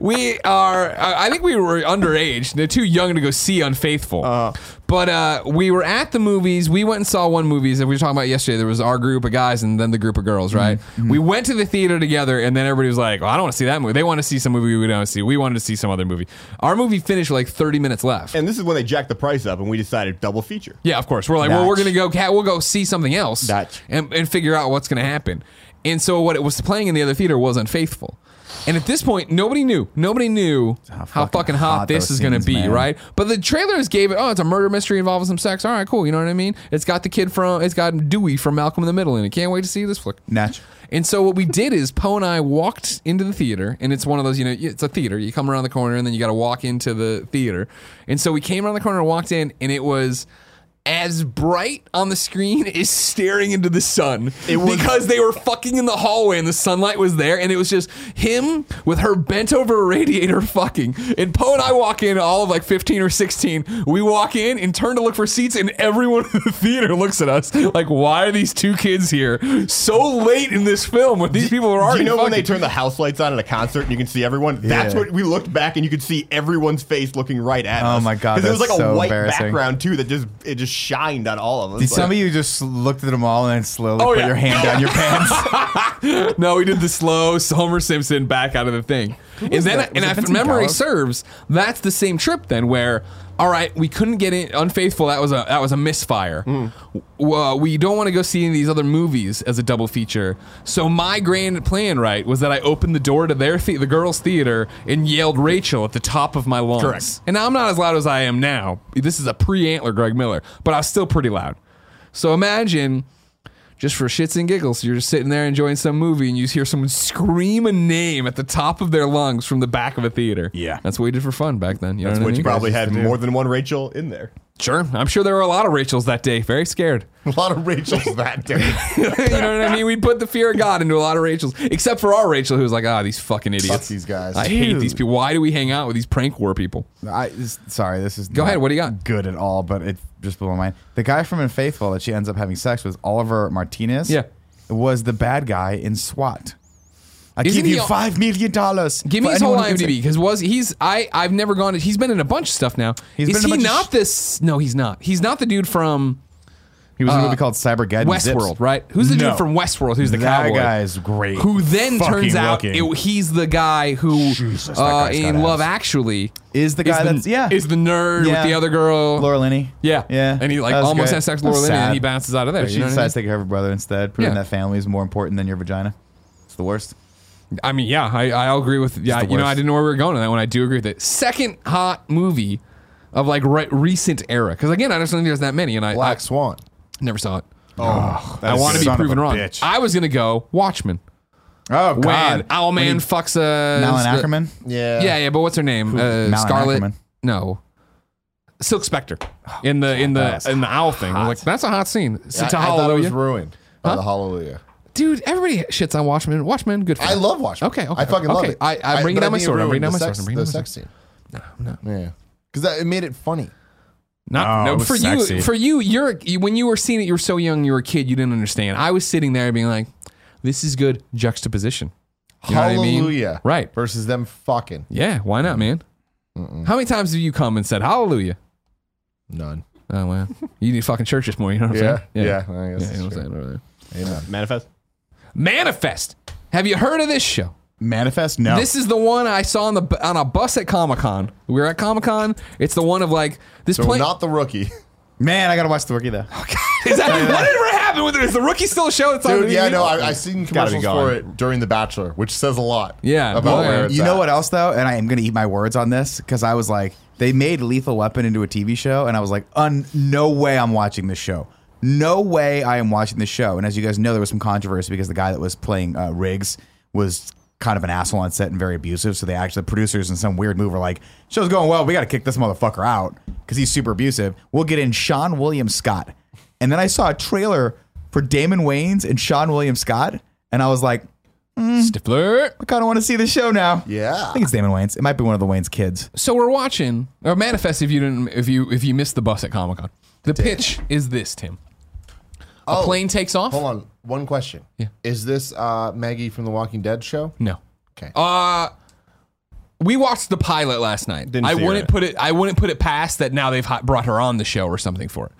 Speaker 1: we are. I I think we were underage. They're too young to go see Unfaithful.
Speaker 4: Uh-huh.
Speaker 1: but uh, we were at the movies. We went and saw one movie that we were talking about yesterday. There was our group of guys and then the group of girls. Right.
Speaker 4: Mm-hmm.
Speaker 1: We went to the theater together, and then everybody was like, "Well, "I don't want to see that movie." They want to see some movie we don't see. We wanted to see some other movie. Our movie finished with like 30 minutes left.
Speaker 4: And this is when they jacked the price up, and we decided double feature.
Speaker 1: Yeah, of course. We're like, well,
Speaker 2: Dutch.
Speaker 1: we're gonna go. Cat, we'll go see something else
Speaker 4: Dutch.
Speaker 1: and and figure out what's gonna happen. And so what it was playing in the other theater was unfaithful. And at this point, nobody knew. Nobody knew how fucking,
Speaker 2: fucking
Speaker 1: hot,
Speaker 2: hot
Speaker 1: this
Speaker 2: those
Speaker 1: is going to
Speaker 2: scenes,
Speaker 1: be,
Speaker 2: man.
Speaker 1: right? But the trailers gave it. Oh, it's a murder mystery involving some sex. All right, cool. You know what I mean? It's got the kid from. It's got Dewey from Malcolm in the Middle in it. Can't wait to see this flick.
Speaker 2: Natch.
Speaker 1: And so what we did is Poe and I walked into the theater, and it's one of those, you know, it's a theater. You come around the corner, and then you got to walk into the theater. And so we came around the corner and walked in, and it was as bright on the screen as staring into the sun because they were fucking in the hallway and the sunlight was there and it was just him with her bent over radiator fucking and Poe and I walk in all of like 15 or 16 we walk in and turn to look for seats and everyone in the theater looks at us like why are these two kids here so late in this film when these people are
Speaker 4: Do
Speaker 1: already
Speaker 4: you know when they
Speaker 1: fucking-
Speaker 4: turn the house lights on at a concert and you can see everyone? That's
Speaker 2: Yeah.
Speaker 4: what we looked back and you could see everyone's face looking right at
Speaker 2: Oh
Speaker 4: us.
Speaker 2: my God,
Speaker 4: 'Cause it was
Speaker 2: that's
Speaker 4: like a
Speaker 2: so
Speaker 4: white
Speaker 2: embarrassing.
Speaker 4: background too that just it just shined on all of us.
Speaker 2: Did
Speaker 4: Like,
Speaker 2: some of you just looked at them all and slowly
Speaker 1: Oh,
Speaker 2: put
Speaker 1: yeah.
Speaker 2: your hand down your pants?
Speaker 1: No, we did the slow Homer Simpson back out of the thing. And then,
Speaker 2: that? Was
Speaker 1: and
Speaker 2: it
Speaker 1: if
Speaker 2: Vincent
Speaker 1: memory
Speaker 2: Gallo?
Speaker 1: serves, that's the same trip then where, all right, we couldn't get in unfaithful. That was a that was a misfire.
Speaker 2: Hmm.
Speaker 1: W- uh, we don't want to go see any of these other movies as a double feature. So my grand plan, right, was that I opened the door to their the- the girls' theater and yelled Rachel at the top of my lungs.
Speaker 4: Correct.
Speaker 1: And now I'm not as loud as I am now. This is a pre-antler Greg Miller, but I was still pretty loud. So imagine just for shits and giggles. You're just sitting there enjoying some movie and you hear someone scream a name at the top of their lungs from the back of a theater.
Speaker 2: Yeah.
Speaker 1: That's what we did for fun back then. You know what I
Speaker 4: which
Speaker 1: mean?
Speaker 4: probably had more than one Rachel in there.
Speaker 1: Sure. I'm sure there were a lot of Rachels that day. Very scared.
Speaker 3: A lot of Rachel's that day.
Speaker 1: you know what I mean? We put the fear of God into a lot of Rachels, except for our Rachel who was like, ah, these fucking idiots.
Speaker 3: Fuck these guys.
Speaker 1: I hate
Speaker 2: Dude.
Speaker 1: these people. Why do we hang out with these prank war people?
Speaker 2: I this- sorry, this is
Speaker 1: Go ahead, what do you got?
Speaker 2: Good at all, but it just blew my mind. The guy from Unfaithful that she ends up having sex with, Oliver Martinez,
Speaker 1: Yeah.
Speaker 2: was the bad guy in SWAT. I
Speaker 1: Isn't
Speaker 2: give
Speaker 1: he
Speaker 2: you
Speaker 1: al-
Speaker 2: five million dollars.
Speaker 1: Give me
Speaker 2: for
Speaker 1: his whole
Speaker 2: anyone who gets
Speaker 1: IMDb
Speaker 2: it.
Speaker 1: because was he's I I've never gone. to- He's been in a bunch of stuff now.
Speaker 2: He's
Speaker 1: Is
Speaker 2: been in a
Speaker 1: he
Speaker 2: bunch of
Speaker 1: not
Speaker 2: sh-
Speaker 1: this? No, he's not. He's not the dude from
Speaker 2: He was in a movie called Cybergeddon.
Speaker 1: Uh, Westworld,
Speaker 2: Zips.
Speaker 1: right? Who's the
Speaker 2: No.
Speaker 1: dude from Westworld? Who's the
Speaker 2: that
Speaker 1: cowboy?
Speaker 2: guy is great.
Speaker 1: who then
Speaker 2: Fucking
Speaker 1: turns out
Speaker 2: looking.
Speaker 1: it, he's the guy who
Speaker 2: Jesus, that
Speaker 1: uh,
Speaker 2: guy's
Speaker 1: in
Speaker 2: got
Speaker 1: Love
Speaker 2: abs.
Speaker 1: Actually
Speaker 2: is the guy that's yeah
Speaker 1: is the nerd
Speaker 2: Yeah.
Speaker 1: with the other girl.
Speaker 2: Laura Linney.
Speaker 1: Yeah.
Speaker 2: yeah,
Speaker 1: And he, like,
Speaker 2: That was
Speaker 1: almost
Speaker 2: great.
Speaker 1: has sex with
Speaker 2: That was
Speaker 1: Laura Linney, and
Speaker 2: sad.
Speaker 1: he bounces out of there,
Speaker 2: But
Speaker 1: you
Speaker 2: she
Speaker 1: know what I
Speaker 2: decides
Speaker 1: mean?
Speaker 2: to take care of her brother instead. Proving
Speaker 1: Yeah.
Speaker 2: that family is more important than your vagina. It's the worst.
Speaker 1: I mean, yeah, I I agree with yeah.
Speaker 2: the
Speaker 1: You know,
Speaker 2: worst.
Speaker 1: I didn't know where we were going on that one. I do agree with it. Second hot movie of like re- recent era because again, I just don't think there's that many, and I,
Speaker 3: Black
Speaker 1: I
Speaker 3: Swan.
Speaker 1: never saw it.
Speaker 4: Oh,
Speaker 1: I want to be
Speaker 2: son of
Speaker 1: proven
Speaker 2: a
Speaker 1: wrong.
Speaker 2: bitch.
Speaker 1: I was gonna go Watchmen.
Speaker 2: Oh
Speaker 1: When
Speaker 2: God!
Speaker 1: Owlman fucks a
Speaker 2: Malin Ackerman.
Speaker 3: Yeah.
Speaker 1: Yeah, yeah, but what's her name? Uh,
Speaker 2: Malin
Speaker 1: Scarlet.
Speaker 2: Ackerman.
Speaker 1: No. Silk Spectre in the in the
Speaker 2: that's
Speaker 1: in the owl thing. I'm like that's a hot scene. It's
Speaker 3: I, I
Speaker 1: to
Speaker 3: thought it was
Speaker 1: Hallelujah.
Speaker 3: ruined by the Hallelujah.
Speaker 1: Dude, everybody shits on Watchmen. Watchmen, good.
Speaker 3: I
Speaker 1: film.
Speaker 3: love Watchmen.
Speaker 1: Okay, okay,
Speaker 3: I fucking love
Speaker 1: okay.
Speaker 3: it.
Speaker 1: I- I'm bringing
Speaker 3: but
Speaker 1: down my
Speaker 3: think it
Speaker 1: sword. I'm bringing
Speaker 3: ruined
Speaker 1: down my
Speaker 3: the
Speaker 1: sword.
Speaker 3: sex-
Speaker 1: I'm bringing
Speaker 3: The
Speaker 1: down my
Speaker 3: sex scene. Yeah. Because it made it funny.
Speaker 1: Not,
Speaker 2: Oh, it
Speaker 1: no,
Speaker 2: was
Speaker 1: for
Speaker 2: sexy.
Speaker 1: you, for you, you're you- when you were seeing it, you were so young, you were a kid, you didn't understand. I was sitting there being like, This is good juxtaposition. You know what I mean?
Speaker 3: Hallelujah.
Speaker 1: Right.
Speaker 3: Versus them fucking.
Speaker 1: Yeah, why not, man? How many times have you come and said hallelujah?
Speaker 3: None.
Speaker 1: Oh wow, you need fucking church this morning. You know what I'm
Speaker 3: Yeah.
Speaker 1: saying?
Speaker 3: Yeah.
Speaker 1: yeah,
Speaker 3: I guess
Speaker 1: Yeah, you know
Speaker 3: that's
Speaker 1: what I'm saying over there.
Speaker 3: true. Amen.
Speaker 4: Manifest.
Speaker 1: Manifest. Have you heard of this show?
Speaker 2: Manifest? No.
Speaker 1: This is the one I saw on the on a bus at Comic Con. We were at Comic Con. It's the one of like this
Speaker 3: So
Speaker 1: plane.
Speaker 3: not the rookie.
Speaker 2: Man, I gotta watch the rookie though.
Speaker 1: is that whatever happened with it? Is the rookie still a show? That's on
Speaker 3: Dude, yeah,
Speaker 1: TV?
Speaker 3: no, I, I seen
Speaker 4: Gotta be
Speaker 3: commercials for
Speaker 4: gone.
Speaker 3: it during The Bachelor, which says a lot.
Speaker 1: Yeah,
Speaker 3: about
Speaker 1: well,
Speaker 3: where it's
Speaker 2: You know
Speaker 3: at.
Speaker 2: what else though? And I am gonna eat my words on this because I was like, they made Lethal Weapon into a TV show, and I was like, Un- no way I'm watching this show. No way I am watching this show. And as you guys know, there was some controversy because the guy that was playing uh, Riggs was kind of an asshole on set and very abusive. So they actually producers in some weird move were like, show's going well, we got to kick this motherfucker out because he's super abusive. We'll get in Sean William Scott, and then I saw a trailer for Damon Wayans and Sean William Scott, and I was like.
Speaker 1: Stifler.
Speaker 2: I kind of want to see the show now.
Speaker 3: Yeah.
Speaker 2: I think it's Damon Wayans. It might be one of the Wayans kids.
Speaker 1: So we're watching or manifest if you didn't if you if you missed the bus at Comic Con. The pitch is this, Tim.
Speaker 3: Oh,
Speaker 1: A plane takes off.
Speaker 3: Hold on. One question.
Speaker 1: Yeah.
Speaker 3: Is this uh, Maggie from The Walking Dead show?
Speaker 1: No.
Speaker 3: Okay.
Speaker 1: Uh we watched the pilot last night.
Speaker 4: Didn't
Speaker 1: I
Speaker 4: see her
Speaker 1: wouldn't
Speaker 4: in it.
Speaker 1: put it. I wouldn't put it past that. Now they've hi- brought her on the show or something for it.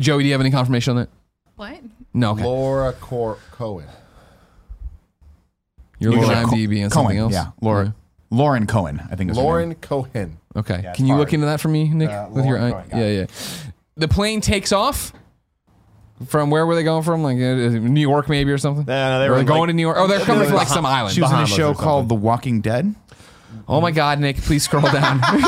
Speaker 1: Joey, do you have any confirmation on that?
Speaker 5: What?
Speaker 1: No. Okay.
Speaker 3: Laura Cor- Cohen.
Speaker 1: You're looking
Speaker 2: Laura
Speaker 1: at
Speaker 2: Co-
Speaker 1: IMDb and
Speaker 2: Cohen,
Speaker 1: something else.
Speaker 2: Yeah, Laura, Lauren Cohen. I think is her name.
Speaker 3: Lauren Cohen.
Speaker 1: Okay. Can you look into that for me, Nick?
Speaker 2: Uh,
Speaker 1: With your
Speaker 2: Lauren
Speaker 1: eye?
Speaker 2: Cohen, got
Speaker 1: Yeah, yeah. The plane takes off. From where were they going from? Like uh, New York, maybe or something.
Speaker 4: No, no, they
Speaker 1: Or
Speaker 4: were in,
Speaker 1: going
Speaker 4: like-
Speaker 1: to New York. Oh, they're coming from like some island.
Speaker 2: She was
Speaker 4: Bahamas
Speaker 2: in
Speaker 4: or
Speaker 2: a show called
Speaker 4: something.
Speaker 2: The Walking Dead.
Speaker 1: oh my God, Nick! Please scroll down.
Speaker 2: you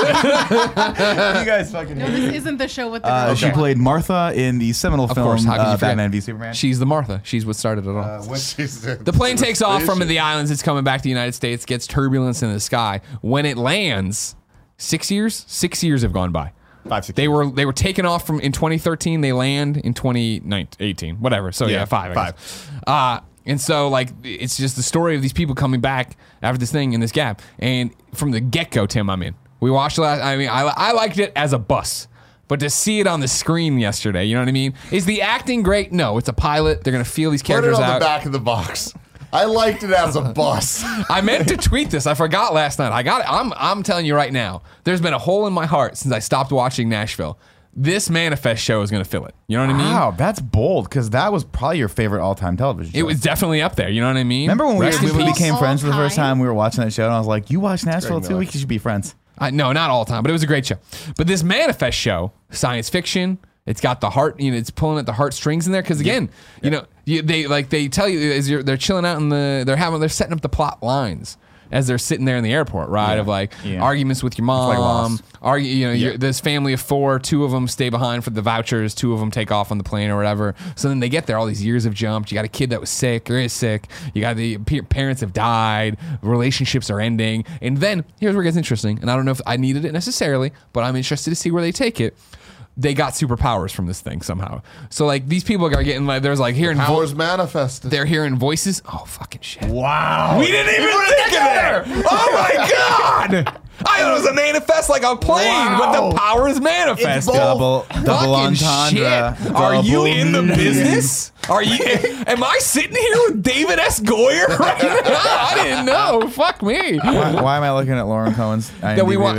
Speaker 2: guys fucking.
Speaker 5: No, this isn't the show with the
Speaker 2: Uh,
Speaker 5: girl.
Speaker 2: She played Martha in the seminal film
Speaker 1: course, how could you
Speaker 2: uh,
Speaker 1: forget?
Speaker 2: Batman v Superman.
Speaker 1: She's the Martha. She's what started it all.
Speaker 3: Uh,
Speaker 1: The
Speaker 3: the
Speaker 1: plane takes off from the islands. It's coming back to the United States. Gets turbulence in the sky. When it lands, six years. Six years have gone by.
Speaker 4: Five, six.
Speaker 1: They were they were taken off from in 2013. They land in 2018, whatever. So yeah,
Speaker 4: Yeah,
Speaker 1: five, I guess. Uh, and so like it's just the story of these people coming back after this thing in this gap. And from the get go, Tim, I'm in. We watched last. I mean, I I liked it as a bus. But to see it on the screen yesterday, you know what I mean? Is the acting great? No, it's a pilot. They're gonna feel these
Speaker 3: Put it
Speaker 1: characters
Speaker 3: on
Speaker 1: out.
Speaker 3: the back of the box. I liked it as a bus.
Speaker 1: I meant to tweet this. I forgot last night. I got it. I'm I'm telling you right now. There's been a hole in my heart since I stopped watching Nashville. This manifest show is going to fill it. You know what I mean?
Speaker 2: wow, that's bold because that was probably your favorite all-time television. Show.
Speaker 1: It was definitely up there. You know what I mean?
Speaker 2: Remember when we,
Speaker 1: Rest
Speaker 2: we
Speaker 1: in peace.
Speaker 2: became
Speaker 5: All
Speaker 2: friends for the first
Speaker 5: time.
Speaker 2: time? We were watching that show, and I was like, "You watch Nashville
Speaker 3: Greg
Speaker 2: two
Speaker 3: Miller.
Speaker 2: weeks, you should be friends."
Speaker 1: I, no, not all time, but it was a great show. But this manifest show, science fiction, it's got the heart, you know, it's pulling at the heartstrings in there because again, you know, you, they like they tell you as you're they're chilling out in the they're having they're setting up the plot lines as they're sitting there in the airport, right? Of like
Speaker 2: Yeah.
Speaker 1: arguments with your mom,
Speaker 2: like Lost.
Speaker 1: argue, you know, you're, this family of four, two of them stay behind for the vouchers, two of them take off on the plane or whatever. So then they get there, all these years have jumped. You got a kid that was sick or is sick. You got the pe- parents have died, relationships are ending. And then here's where it gets interesting. And I don't know if I needed it necessarily, but I'm interested to see where they take it. They got superpowers from this thing somehow. So like these people are getting like there's like hearing vo-
Speaker 3: Powers manifested.
Speaker 1: they're hearing voices. Oh fucking shit.
Speaker 2: Wow,
Speaker 1: We didn't even think of there. Oh my god! I thought it was a manifest like a plane, but the power is manifest.
Speaker 3: It's
Speaker 2: double double
Speaker 1: Fucking
Speaker 2: entendre.
Speaker 1: shit. Are you
Speaker 2: Double
Speaker 1: in the
Speaker 2: meaning.
Speaker 1: business? Are you? Am I sitting here with David S. Goyer right now? I didn't know. Fuck me.
Speaker 2: Why, why am I looking at Lauren Cohen's?
Speaker 1: That we
Speaker 2: IMDb
Speaker 1: want.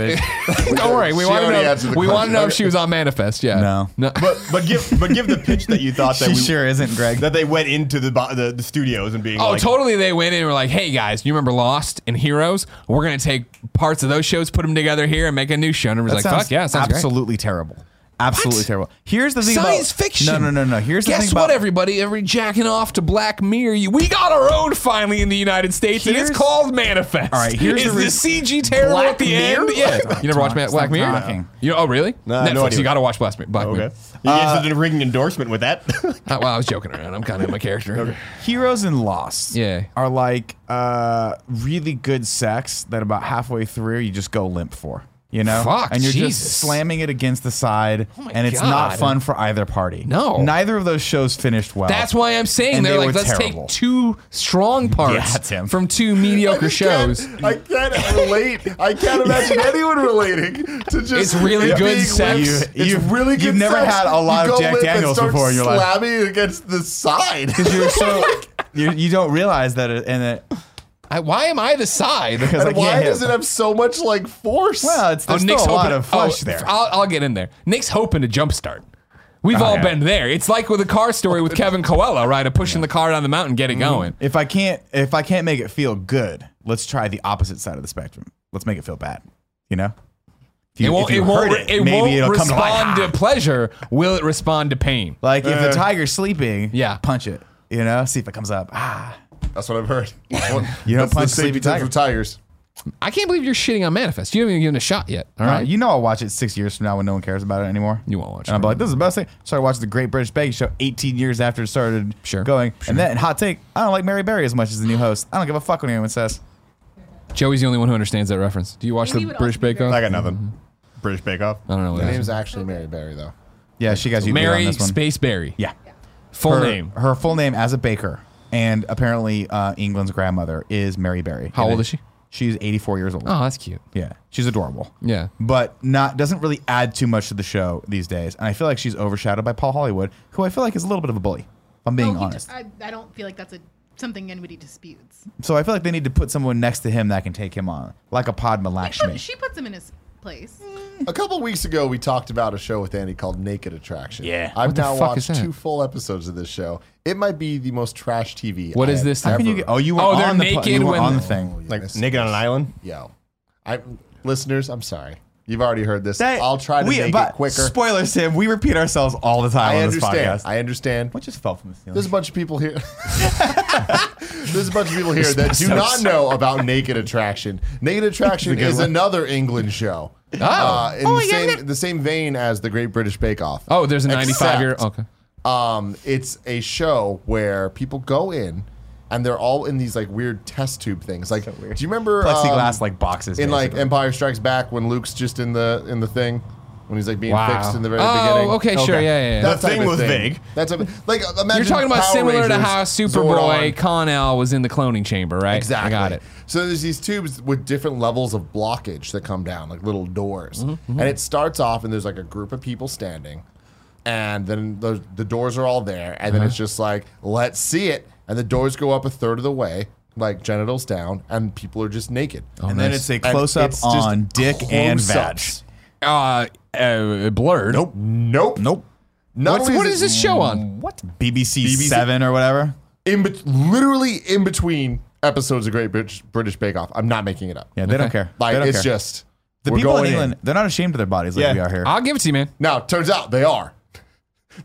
Speaker 2: page?
Speaker 1: Don't worry. We
Speaker 3: She
Speaker 1: want to
Speaker 3: already
Speaker 1: know.
Speaker 3: answered the
Speaker 1: We want to
Speaker 3: question.
Speaker 1: know if she was on manifest. Yeah.
Speaker 2: No.
Speaker 1: No.
Speaker 4: But but give but give the pitch that you thought that
Speaker 2: she
Speaker 4: we
Speaker 2: sure isn't, Greg.
Speaker 4: that they went into the bo- the, the studios and being
Speaker 1: Oh,
Speaker 4: like,
Speaker 1: totally. They went in and were like, hey, guys, you remember Lost and Heroes? We're going to take parts of those shows, put them together here, and make a new show. And everybody's
Speaker 2: That
Speaker 1: like,
Speaker 2: sounds
Speaker 1: fuck yeah, sounds great.
Speaker 2: absolutely terrible. Absolutely
Speaker 1: What?
Speaker 2: terrible. Here's the thing
Speaker 1: Science
Speaker 2: about
Speaker 1: fiction.
Speaker 2: No, no, no, no. Here's the
Speaker 1: Guess
Speaker 2: thing about
Speaker 1: what, everybody? Every jacking off to Black Mirror, you, we got our own finally in the United States, and it's
Speaker 2: Here's-
Speaker 1: called Manifest.
Speaker 2: All right, here's
Speaker 1: is
Speaker 2: the re-
Speaker 1: the CG terrible
Speaker 2: Black
Speaker 1: at the
Speaker 2: Mirror?
Speaker 1: end? Yeah, you never watched Ma-
Speaker 2: Stop
Speaker 1: Black Mirror?
Speaker 2: talking.
Speaker 1: You oh really?
Speaker 4: No, no
Speaker 1: Netflix,
Speaker 4: idea.
Speaker 1: you got to watch Black Mirror. Black
Speaker 4: okay.
Speaker 1: Mirror.
Speaker 4: You
Speaker 2: Uh,
Speaker 4: guys did a ringing endorsement with that.
Speaker 1: Uh, well, I was joking around. I'm kind of my character.
Speaker 2: heroes and lost.
Speaker 1: Yeah.
Speaker 2: are like uh, really good sex that about halfway through you just go limp for. You know,
Speaker 1: Fuck,
Speaker 2: and you're
Speaker 1: Jesus. Oh
Speaker 2: just slamming it against the side,
Speaker 1: my
Speaker 2: and it's
Speaker 1: God.
Speaker 2: not fun for either party.
Speaker 1: No.
Speaker 2: neither of those shows finished well.
Speaker 1: That's why I'm saying
Speaker 2: And
Speaker 1: they're
Speaker 2: they
Speaker 1: like,
Speaker 2: were
Speaker 1: let's
Speaker 2: terrible.
Speaker 1: take two strong
Speaker 2: Yeah,
Speaker 1: parts
Speaker 2: Tim.
Speaker 1: from two mediocre shows.
Speaker 3: I can't relate. I can't imagine anyone relating to just.
Speaker 1: It's really
Speaker 3: it
Speaker 1: good
Speaker 3: being
Speaker 1: sex.
Speaker 3: limp.
Speaker 2: You-
Speaker 3: it's
Speaker 2: you've-
Speaker 3: really good.
Speaker 2: you've never
Speaker 3: sex.
Speaker 2: had a lot
Speaker 3: You
Speaker 2: of
Speaker 3: go
Speaker 2: Jack
Speaker 3: limp and
Speaker 2: Daniels
Speaker 3: start
Speaker 2: before in your life.
Speaker 3: Slamming against the side.
Speaker 2: because you're so you, you don't realize that, it, and it,
Speaker 1: I, why am I the side?
Speaker 2: because I
Speaker 3: And
Speaker 2: can't
Speaker 3: why
Speaker 2: hit.
Speaker 3: does it have so much like force?
Speaker 2: Well, it's there's still a lot of flush
Speaker 1: oh,
Speaker 2: there.
Speaker 1: I'll, I'll get in there. Nick's hoping to jumpstart. We've all
Speaker 2: Oh, yeah.
Speaker 1: been there. It's like with the car story with Kevin Coelho, right? Of pushing the car down the mountain, get it going.
Speaker 2: if I can't, if I can't make it feel good, let's try the opposite side of the spectrum. Let's make it feel bad. You know, if you,
Speaker 1: It won't.
Speaker 2: if
Speaker 1: It
Speaker 2: you
Speaker 1: won't.
Speaker 2: hurt
Speaker 1: It, won't respond to, pleasure. Will it respond to pain?
Speaker 2: Like if the tiger's sleeping,
Speaker 1: Yeah.
Speaker 2: punch it. You know, see if it comes up. Ah,
Speaker 3: That's what I've heard.
Speaker 2: you
Speaker 3: That's
Speaker 2: don't
Speaker 3: the
Speaker 2: punch a sleepy
Speaker 3: safety tip
Speaker 2: tiger.
Speaker 3: for tigers.
Speaker 1: I can't believe you're shitting on Manifest. You haven't even given it a shot yet. All
Speaker 2: All
Speaker 1: right.
Speaker 2: right, you know I'll watch it six years from now when no one cares about it anymore.
Speaker 1: You won't watch
Speaker 2: And I'm
Speaker 1: it.
Speaker 2: like, this is the best thing. Started watching the Great British Baking Show 18 years after it started
Speaker 1: Sure.
Speaker 2: going. And then hot take, I don't like Mary Berry as much as the new host. I don't give a fuck what anyone says.
Speaker 1: Joey's the only one who understands that reference. Do you watch
Speaker 5: Maybe
Speaker 1: the
Speaker 5: would
Speaker 1: British
Speaker 5: also be
Speaker 1: Bake Off?
Speaker 4: I
Speaker 1: I
Speaker 2: Mm-hmm.
Speaker 4: got nothing. British Bake Off.
Speaker 1: don't know. What it is.
Speaker 8: actually Mary Berry, though.
Speaker 2: Yeah, she guys you on
Speaker 1: Mary
Speaker 2: this one.
Speaker 1: Spaceberry.
Speaker 2: yeah.
Speaker 1: Full
Speaker 2: her,
Speaker 1: name.
Speaker 2: Her full name as a baker, and apparently uh, England's grandmother is Mary Berry.
Speaker 1: How
Speaker 2: And
Speaker 1: old
Speaker 2: it-
Speaker 1: is she?
Speaker 2: She's 84 years old.
Speaker 1: Oh, that's cute.
Speaker 2: Yeah, she's adorable.
Speaker 1: Yeah.
Speaker 2: but not doesn't really add too much to the show these days. And I feel like she's overshadowed by Paul Hollywood, who I feel like is a little bit of a bully. If I'm being
Speaker 5: Oh, he
Speaker 2: honest,
Speaker 5: just- I, I don't feel like that's a something anybody disputes.
Speaker 2: so I feel like they need to put someone next to him that can take him on, like a Padma
Speaker 5: She
Speaker 2: Lakshmi.
Speaker 5: put- she puts him in his place.
Speaker 3: A couple weeks ago, we talked about a show with Andy called Naked Attraction.
Speaker 6: Yeah.
Speaker 3: I've
Speaker 1: What the
Speaker 3: now
Speaker 1: fuck is
Speaker 3: watched
Speaker 1: that?
Speaker 3: two full episodes of this show. It might be the most trash TV.
Speaker 1: What
Speaker 3: I
Speaker 1: is
Speaker 3: have
Speaker 1: this?
Speaker 2: How can you
Speaker 3: ever-
Speaker 2: get? Oh, you were
Speaker 1: Oh, they're
Speaker 2: on the pla-
Speaker 1: naked
Speaker 2: you were
Speaker 1: when-
Speaker 2: on the thing.
Speaker 3: you
Speaker 4: Like
Speaker 3: missed
Speaker 4: naked
Speaker 3: this.
Speaker 4: on an island.
Speaker 3: Yo, I listeners, I'm sorry. You've already heard this.
Speaker 2: That-
Speaker 3: I'll try to
Speaker 2: we-
Speaker 3: make
Speaker 2: but
Speaker 3: it quicker.
Speaker 2: Spoilers, Tim. We repeat ourselves all the time
Speaker 3: I
Speaker 2: on
Speaker 3: understand.
Speaker 2: this podcast.
Speaker 3: I understand.
Speaker 2: what just fell from the ceiling?
Speaker 3: There's a bunch of people here. There's a bunch of people here that do not know about Naked Attraction. Naked Attraction is another England show. Oh, uh, in the same the same vein as the Great British Bake Off.
Speaker 1: Oh, there's a 95 year.
Speaker 3: Except-
Speaker 1: Okay.
Speaker 3: Um, it's a show where people go in and they're all in these like weird test tube things. Like, do you remember
Speaker 2: Plexiglass
Speaker 3: um,
Speaker 2: like boxes
Speaker 3: in like
Speaker 2: basically.
Speaker 3: Empire Strikes Back when Luke's just in the in the thing when he's like being fixed in the very
Speaker 1: oh,
Speaker 3: beginning?
Speaker 1: okay, sure, yeah, yeah. yeah.
Speaker 3: That
Speaker 4: The
Speaker 3: type
Speaker 4: thing
Speaker 3: of
Speaker 4: was vague.
Speaker 3: That's a, like uh, imagine
Speaker 1: You're talking about
Speaker 3: Power
Speaker 1: similar to
Speaker 3: Rangers,
Speaker 1: how Superboy
Speaker 3: Zordon.
Speaker 1: Connell was in the cloning chamber, right?
Speaker 3: Exactly.
Speaker 1: I got it.
Speaker 3: So there's these tubes with different levels of blockage that come down, like little doors.
Speaker 1: Mm-hmm,
Speaker 3: And it starts off, and there's like a group of people standing, and then the, the doors are all there, and
Speaker 1: Uh-huh.
Speaker 3: then it's just like, let's see it. And the doors go up a third of the way, like genitals down, and people are just naked.
Speaker 1: Oh,
Speaker 2: and then
Speaker 1: nice.
Speaker 2: it's a
Speaker 3: And
Speaker 2: close up
Speaker 3: it's just
Speaker 2: on dick and vag.
Speaker 3: close-ups.
Speaker 1: uh, uh, blurred.
Speaker 3: Nope. Nope.
Speaker 2: Nope.
Speaker 3: Not
Speaker 1: What's,
Speaker 3: only
Speaker 1: what is this
Speaker 3: it
Speaker 1: show on?
Speaker 2: What? BBC, Seven or whatever.
Speaker 3: In bet- literally in between episodes of Great British, British Bake Off. I'm not making it up.
Speaker 2: Yeah, they don't care.
Speaker 3: Like
Speaker 2: they don't
Speaker 3: it's
Speaker 2: care.
Speaker 3: just
Speaker 2: the
Speaker 3: we're
Speaker 2: people in
Speaker 3: going
Speaker 2: England. They're not ashamed of their bodies like
Speaker 4: Yeah.
Speaker 2: we are here.
Speaker 1: I'll give it to you, man.
Speaker 3: Now, turns out they are.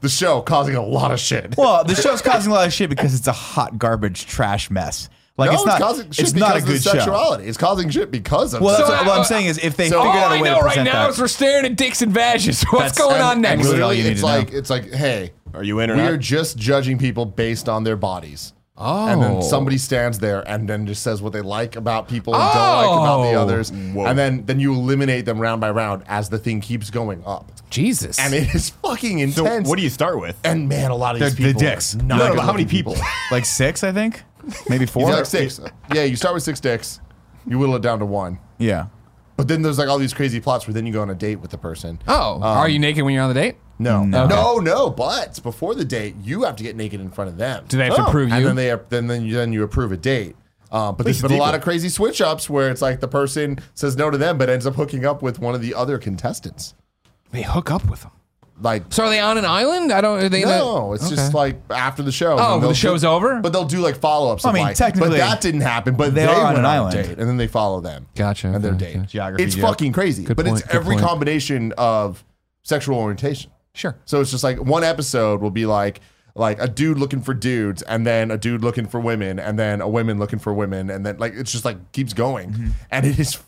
Speaker 3: The show causing a lot of shit.
Speaker 2: Well, the show's causing a lot of shit because it's a hot garbage trash mess. Like
Speaker 3: no,
Speaker 2: it's not.
Speaker 3: causing
Speaker 2: It's,
Speaker 3: shit
Speaker 2: not a
Speaker 3: because
Speaker 2: good
Speaker 3: of
Speaker 2: show.
Speaker 3: sexuality. It's causing shit because of
Speaker 2: Well, that's
Speaker 1: So,
Speaker 2: what,
Speaker 1: uh,
Speaker 2: what I'm saying is if they
Speaker 3: so-
Speaker 2: figured
Speaker 1: All
Speaker 2: out
Speaker 1: I
Speaker 2: a way
Speaker 1: know
Speaker 2: to
Speaker 1: right
Speaker 2: present
Speaker 1: now
Speaker 2: that,
Speaker 1: is we're staring at dicks and vaginas. What's going on
Speaker 3: and
Speaker 1: next?
Speaker 2: really all
Speaker 3: literally,
Speaker 2: you need
Speaker 3: it's
Speaker 2: to
Speaker 3: like
Speaker 2: know.
Speaker 3: it's like, hey,
Speaker 4: Are you in or
Speaker 3: we
Speaker 4: not?
Speaker 3: are just judging people based on their bodies. Oh. And then somebody stands there and then just says what they like about people and don't like about the
Speaker 1: Oh.
Speaker 3: others. And then then you eliminate them round by round as the thing keeps going up.
Speaker 1: Jesus.
Speaker 3: And it is fucking
Speaker 4: So
Speaker 3: intense.
Speaker 4: what do you start with?
Speaker 3: and man, a lot of these
Speaker 2: They're- they're
Speaker 3: people.
Speaker 2: dicks.
Speaker 3: are Not
Speaker 4: No, no,
Speaker 3: good
Speaker 4: but how many
Speaker 3: looking people?
Speaker 2: like six, I think, maybe four.
Speaker 3: Yeah, like six. Yeah, you start with six dicks, you whittle it down to one.
Speaker 2: Yeah.
Speaker 3: But then there's like all these crazy plots where then you go on a date with the person.
Speaker 1: oh, are you naked when you're on the date?
Speaker 3: No,
Speaker 1: No.
Speaker 3: no, no, But before the date, you have to get naked in front of them. Oh.
Speaker 1: Do they have to approve
Speaker 3: and
Speaker 1: you?
Speaker 3: then they then then you, then you approve a date. Uh, but there's
Speaker 4: least
Speaker 3: been a
Speaker 4: it's
Speaker 3: lot
Speaker 4: equal.
Speaker 3: of crazy switch ups where it's like the person says no to them, but ends up hooking up with one of the other contestants.
Speaker 1: They hook up with them.
Speaker 3: Like.
Speaker 1: So are they on an island? I don't. Are they in a-
Speaker 3: No, it's just
Speaker 1: Okay.
Speaker 3: like after the show.
Speaker 1: Oh,
Speaker 3: and
Speaker 1: the
Speaker 3: they'll
Speaker 1: show's
Speaker 3: do-
Speaker 1: over?
Speaker 3: But they'll do like follow ups.
Speaker 2: I mean,
Speaker 3: but
Speaker 2: technically,
Speaker 3: that didn't happen. But
Speaker 2: they
Speaker 3: they,
Speaker 2: are on
Speaker 3: went
Speaker 2: an
Speaker 3: on
Speaker 2: island.
Speaker 3: a date, and then they follow them.
Speaker 1: Gotcha,
Speaker 3: And their
Speaker 1: okay,
Speaker 3: date.
Speaker 1: okay.
Speaker 2: Geography,
Speaker 3: It's
Speaker 2: yeah.
Speaker 3: fucking crazy.
Speaker 1: Good
Speaker 3: but
Speaker 1: point,
Speaker 3: it's
Speaker 1: good
Speaker 3: every
Speaker 1: point.
Speaker 3: combination of sexual orientation.
Speaker 1: Sure.
Speaker 3: So it's just like one episode will be like like a dude looking for dudes and then a dude looking for women and then a women looking for women and then like it's just like keeps going.
Speaker 1: Mm-hmm.
Speaker 3: And it is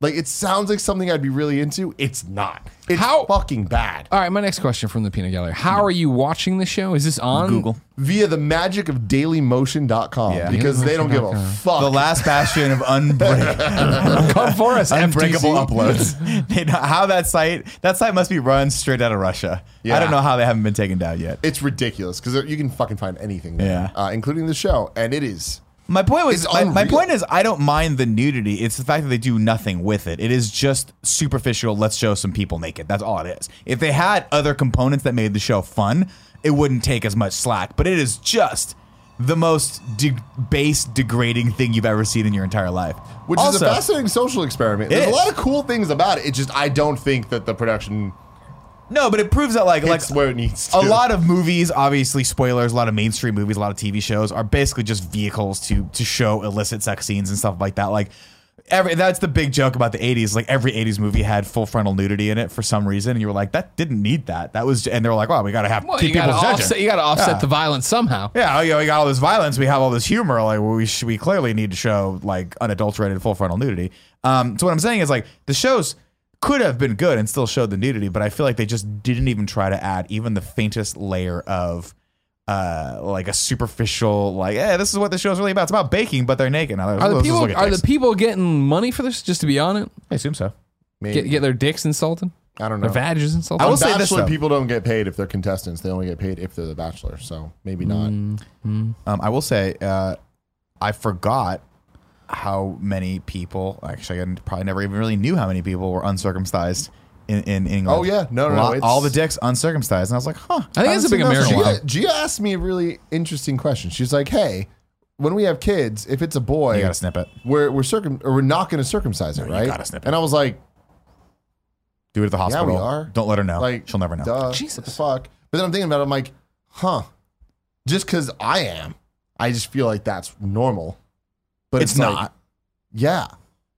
Speaker 3: like it sounds like something I'd be really into. It's not. It's
Speaker 1: How-
Speaker 3: fucking bad.
Speaker 1: All right, my next question from the peanut gallery. How are you watching the show? Is this on
Speaker 2: Google.
Speaker 3: Via the magic of dailymotion.com
Speaker 2: Yeah.
Speaker 3: because they don't give a
Speaker 1: Dailymotion.com.
Speaker 3: fuck.
Speaker 2: The last bastion of unbreak,
Speaker 1: Come for us,
Speaker 2: unbreakable
Speaker 1: FTC.
Speaker 2: uploads. They know how that site that site must be run straight out of Russia. I
Speaker 3: Yeah.
Speaker 2: don't know how they haven't been taken down yet.
Speaker 3: it's ridiculous because you can fucking find anything there,
Speaker 2: Yeah.
Speaker 3: uh, including the show. And it is
Speaker 2: My point was
Speaker 3: It's
Speaker 2: my, my
Speaker 3: unreal.
Speaker 2: point is I don't mind the nudity. It's the fact that they do nothing with it. It is just superficial. Let's show some people naked. That's all it is. If they had other components that made the show fun, it wouldn't take as much slack. But it is just the most de- base degrading thing you've ever seen in your entire life.
Speaker 3: Which is a
Speaker 2: Also-
Speaker 3: fascinating social experiment.
Speaker 2: It
Speaker 3: There's a
Speaker 2: is.
Speaker 3: lot of cool things about it. It's just I don't think that the production
Speaker 2: No, but it proves that like like
Speaker 3: hits where it needs to.
Speaker 2: a lot of movies, obviously spoilers, a lot of mainstream movies, a lot of TV shows are basically just vehicles to to show illicit sex scenes and stuff like that. Like every that's the big joke about the 80s. Like every 80s movie had full frontal nudity in it for some reason and you were like that didn't need that. That was and they were like, "Well, we got to have
Speaker 1: Well,
Speaker 2: keep
Speaker 1: you
Speaker 2: people
Speaker 1: gotta,
Speaker 2: judging."
Speaker 1: offset, you gotta offset the violence somehow.
Speaker 2: yeah, you know, we got all this violence. We have all this humor. Like we sh- we clearly need to show like unadulterated full frontal nudity. Um, so what I'm saying is like the shows could have been good and still showed the nudity, but I feel like they just didn't even try to add even the faintest layer of uh like a superficial like hey this is what the show's really about. It's about baking, but they're naked. Now,
Speaker 1: Are the
Speaker 2: let's just
Speaker 1: people
Speaker 2: look at
Speaker 1: are
Speaker 2: dicks.
Speaker 1: the people getting money for this? Just to be on it,
Speaker 2: I assume so.
Speaker 3: Maybe.
Speaker 1: get get their dicks insulted,
Speaker 3: I don't know.
Speaker 1: their vaginas insulted.
Speaker 2: I will
Speaker 3: On
Speaker 2: say this,
Speaker 3: Bachelor,
Speaker 2: though.
Speaker 3: people don't get paid if they're contestants. They only get paid if they're the Bachelor. So maybe not.
Speaker 2: Um, I will say, uh, I forgot how many people. Actually, I probably never even really knew how many people were uncircumcised in, in England.
Speaker 3: Oh, yeah. No, no,
Speaker 2: Lot-
Speaker 3: no, it's-
Speaker 2: all the dicks uncircumcised, and I was like, huh.
Speaker 1: I think it's a big American
Speaker 2: one.
Speaker 1: one.
Speaker 3: Gia, Gia asked me a really interesting question. She's like, "Hey, when we have kids, if it's a boy,
Speaker 2: You gotta snip it.
Speaker 3: We're we're circum or we're not going to circumcise it, right?
Speaker 2: gotta snip it.
Speaker 3: And I was like,
Speaker 2: Do it at the
Speaker 3: "Yeah,
Speaker 2: hospital.
Speaker 3: we are.
Speaker 2: Don't let her know.
Speaker 3: Like
Speaker 2: Oh, She'll never know.
Speaker 3: Duh,
Speaker 1: Jesus.
Speaker 3: what the fuck." But then I'm thinking about it. I'm like, "Huh? Just because I am, I just feel like that's normal, but
Speaker 2: It's
Speaker 3: it's, like-
Speaker 2: not.
Speaker 3: yeah,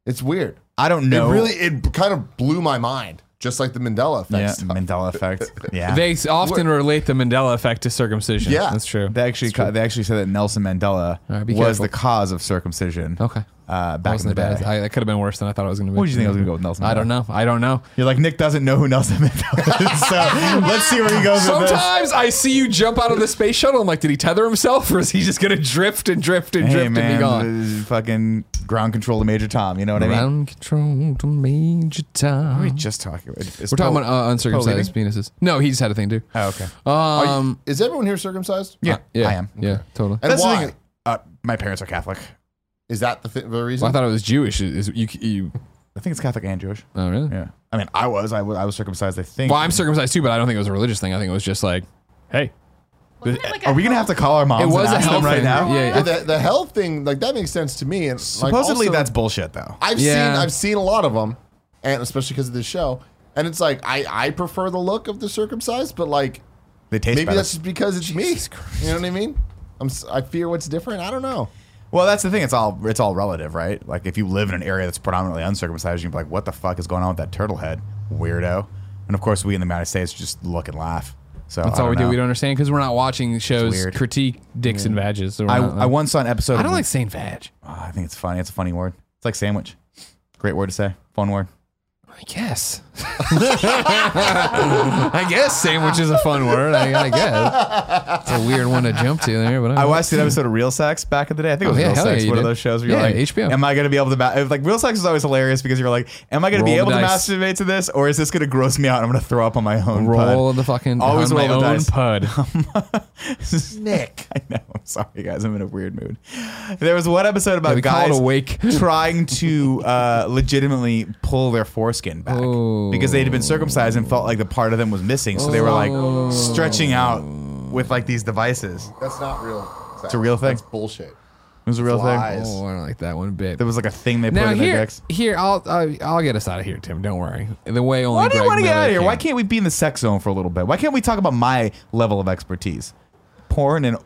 Speaker 3: it's weird.
Speaker 2: I don't know.
Speaker 3: It really it kind of blew my mind, just like the Mandela effect.
Speaker 2: yeah,
Speaker 3: stuff.
Speaker 2: Mandela effect. Yeah.
Speaker 1: They s- often relate the Mandela effect to circumcision.
Speaker 3: Yeah.
Speaker 1: that's true.
Speaker 2: They actually, ca- they actually said that Nelson Mandela
Speaker 1: right, be
Speaker 2: was
Speaker 1: careful.
Speaker 2: the cause of circumcision.
Speaker 1: Okay.
Speaker 2: Uh,
Speaker 1: That
Speaker 2: back in the
Speaker 1: wasn't
Speaker 2: day.
Speaker 1: as bad. as- I, that could have been worse than I thought it was going to be.
Speaker 2: What did you think I was gonna go with Nelson
Speaker 1: I don't know. I don't know.
Speaker 2: You're like Nick doesn't know who Nelson Mandela is, so let's see where he goes with this.
Speaker 1: Sometimes I see you jump out of the space shuttle. I'm like, did he tether himself, or is he just going to drift and drift and
Speaker 2: hey
Speaker 1: drift and be gone?
Speaker 2: man, uh, fucking ground control to Major Tom. You know what I mean?
Speaker 1: control to major time.
Speaker 2: We just talking.
Speaker 1: We're talking about uh, uncircumcised penises. No, he just had a thing too.
Speaker 2: Oh, okay.
Speaker 3: Are you-
Speaker 1: Um,
Speaker 3: is everyone here circumcised?
Speaker 2: yeah,
Speaker 1: yeah,
Speaker 2: I am.
Speaker 1: Yeah, totally.
Speaker 3: And
Speaker 2: That's the
Speaker 3: why
Speaker 2: thing. Uh, my parents are Catholic.
Speaker 3: is that the, th- the reason?
Speaker 1: Well, I thought it was Jewish. Is you? you
Speaker 2: I think it's Catholic and Jewish.
Speaker 1: oh, really?
Speaker 2: Yeah. I mean, I was. I was, I was circumcised. I think.
Speaker 1: Well, I'm circumcised too, but I don't think it was a religious thing. I think it was just like, hey,
Speaker 5: Wasn't
Speaker 1: Uh,
Speaker 5: it like a
Speaker 2: Uh, Are we gonna have to call our moms?
Speaker 1: it was
Speaker 2: and
Speaker 1: a
Speaker 2: ask
Speaker 1: health
Speaker 2: them right
Speaker 1: thing.
Speaker 2: now.
Speaker 1: Yeah,
Speaker 3: Yeah,
Speaker 1: yeah.
Speaker 3: the, the health thing, like that makes sense to me. And like,
Speaker 2: Supposedly
Speaker 3: also,
Speaker 2: that's bullshit though.
Speaker 3: I've
Speaker 1: Yeah.
Speaker 3: seen I've seen a lot of them, and especially because of this show. And it's like I I prefer the look of the circumcised, but like
Speaker 2: They taste
Speaker 3: maybe
Speaker 2: better.
Speaker 3: that's just because it's me. You know what I mean? I'm s- I fear what's different. I don't know.
Speaker 2: well, that's the thing. It's all it's all relative, right? Like if you live in an area that's predominantly uncircumcised, you'd be like, "What the fuck is going on with that turtle head, weirdo?" And of course, we in the United States just look and laugh. So
Speaker 1: that's
Speaker 2: I
Speaker 1: all we
Speaker 2: don't
Speaker 1: do. We
Speaker 2: know.
Speaker 1: don't understand because we're not watching shows
Speaker 2: weird.
Speaker 1: critique dicks and vages. So we're not-
Speaker 2: I, I once saw an episode.
Speaker 1: I don't
Speaker 2: of
Speaker 1: like saying vag.
Speaker 2: Oh, I think it's funny. It's a funny word. It's like sandwich. Great word to say. Fun word.
Speaker 1: I guess. I guess sandwich is a fun word. I, I guess it's a weird one to jump to there, but
Speaker 2: I watched an episode of Real Sex back in the day. I think it was
Speaker 1: Oh, yeah,
Speaker 2: Real
Speaker 1: hell yeah,
Speaker 2: Sex,
Speaker 1: you
Speaker 2: one of
Speaker 1: did.
Speaker 2: those shows where you're
Speaker 1: Yeah,
Speaker 2: like,
Speaker 1: HBO.
Speaker 2: Am I going to be able to, ma- like, Real Sex is always hilarious because you're like, Am I going to be
Speaker 1: Roll
Speaker 2: able
Speaker 1: the
Speaker 2: to
Speaker 1: dice.
Speaker 2: masturbate to this or is this going to gross me out and I'm going to throw up on my own?
Speaker 1: roll
Speaker 2: pud?
Speaker 1: the fucking
Speaker 2: Always
Speaker 1: on my
Speaker 2: roll the
Speaker 1: own
Speaker 2: dice.
Speaker 1: pud.
Speaker 2: Nick. I know. I'm sorry, guys. I'm in a weird mood. There was one episode about
Speaker 1: we call it
Speaker 2: guys
Speaker 1: awake.
Speaker 2: trying to uh, legitimately pull their foreskin back because they had been circumcised and felt like the part of them was missing. So they were like stretching out with like these devices.
Speaker 3: That's not real. It's
Speaker 2: a real thing?
Speaker 3: That's bullshit.
Speaker 2: It was a real
Speaker 3: Lies.
Speaker 2: thing.
Speaker 1: Oh, I don't like that one bit.
Speaker 2: There was like a thing they put
Speaker 1: Now
Speaker 2: in
Speaker 1: here,
Speaker 2: their dicks.
Speaker 1: here, I'll I, I'll get us out of here, Tim. Don't worry. The way only.
Speaker 2: Why do you
Speaker 1: Greg
Speaker 2: want to get
Speaker 1: Miller
Speaker 2: out of here?
Speaker 1: can.
Speaker 2: Why can't we be in the sex zone for a little bit? Why can't we talk about my level of expertise? Porn and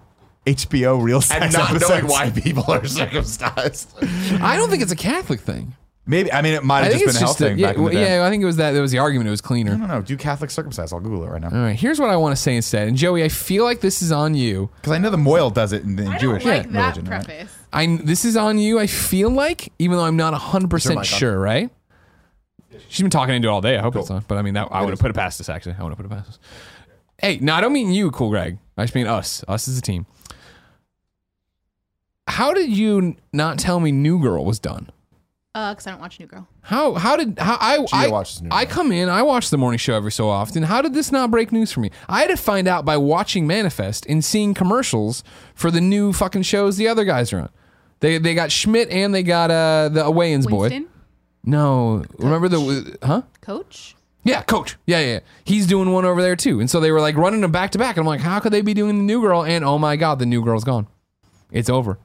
Speaker 2: HBO real sex
Speaker 3: And not
Speaker 2: episodes.
Speaker 3: knowing why people are circumcised.
Speaker 1: I don't think it's a Catholic thing.
Speaker 2: Maybe I mean it might
Speaker 1: I
Speaker 2: have
Speaker 1: think
Speaker 2: just been
Speaker 1: it's
Speaker 2: a health
Speaker 1: just a-
Speaker 2: thing
Speaker 1: yeah,
Speaker 2: back in the
Speaker 1: well,
Speaker 2: day.
Speaker 1: yeah. I think it was that. That was the argument. It was cleaner.
Speaker 2: No, no, do Catholic circumcised. I'll Google it right now.
Speaker 1: All right. Here's what I want to say instead. And Joey, I feel like this is on you.
Speaker 2: Because I know the Moyle does it in, in
Speaker 5: I don't
Speaker 2: Jewish
Speaker 5: like that
Speaker 2: religion. right?
Speaker 5: preface.
Speaker 1: I this is on you. I feel like, even though I'm not 100
Speaker 3: mic
Speaker 1: percent
Speaker 3: on?
Speaker 1: sure, right? She's been talking into it all day. I hope it's on. But I mean, that I would have put it past us. Actually, I would have put it past us. Hey, no, I don't mean you, Cool Greg. I just mean us, us as a team. How did you n- not tell me New Girl was done?
Speaker 5: Uh, because I don't watch New Girl.
Speaker 1: How how did how I I,
Speaker 3: watches New
Speaker 1: I
Speaker 3: Girl.
Speaker 1: come in I watch the morning show every so often. How did this not break news for me? I had to find out by watching Manifest and seeing commercials for the new fucking shows the other guys are on. They they got Schmidt and they got uh the Wayans boy.
Speaker 5: Winston,
Speaker 1: No, remember the huh?
Speaker 5: Coach.
Speaker 1: Yeah, coach. Yeah, yeah, yeah. He's doing one over there too. And so they were like running them back to back. And I'm like, how could they be doing the new girl? And oh my god, the new girl's gone. It's over.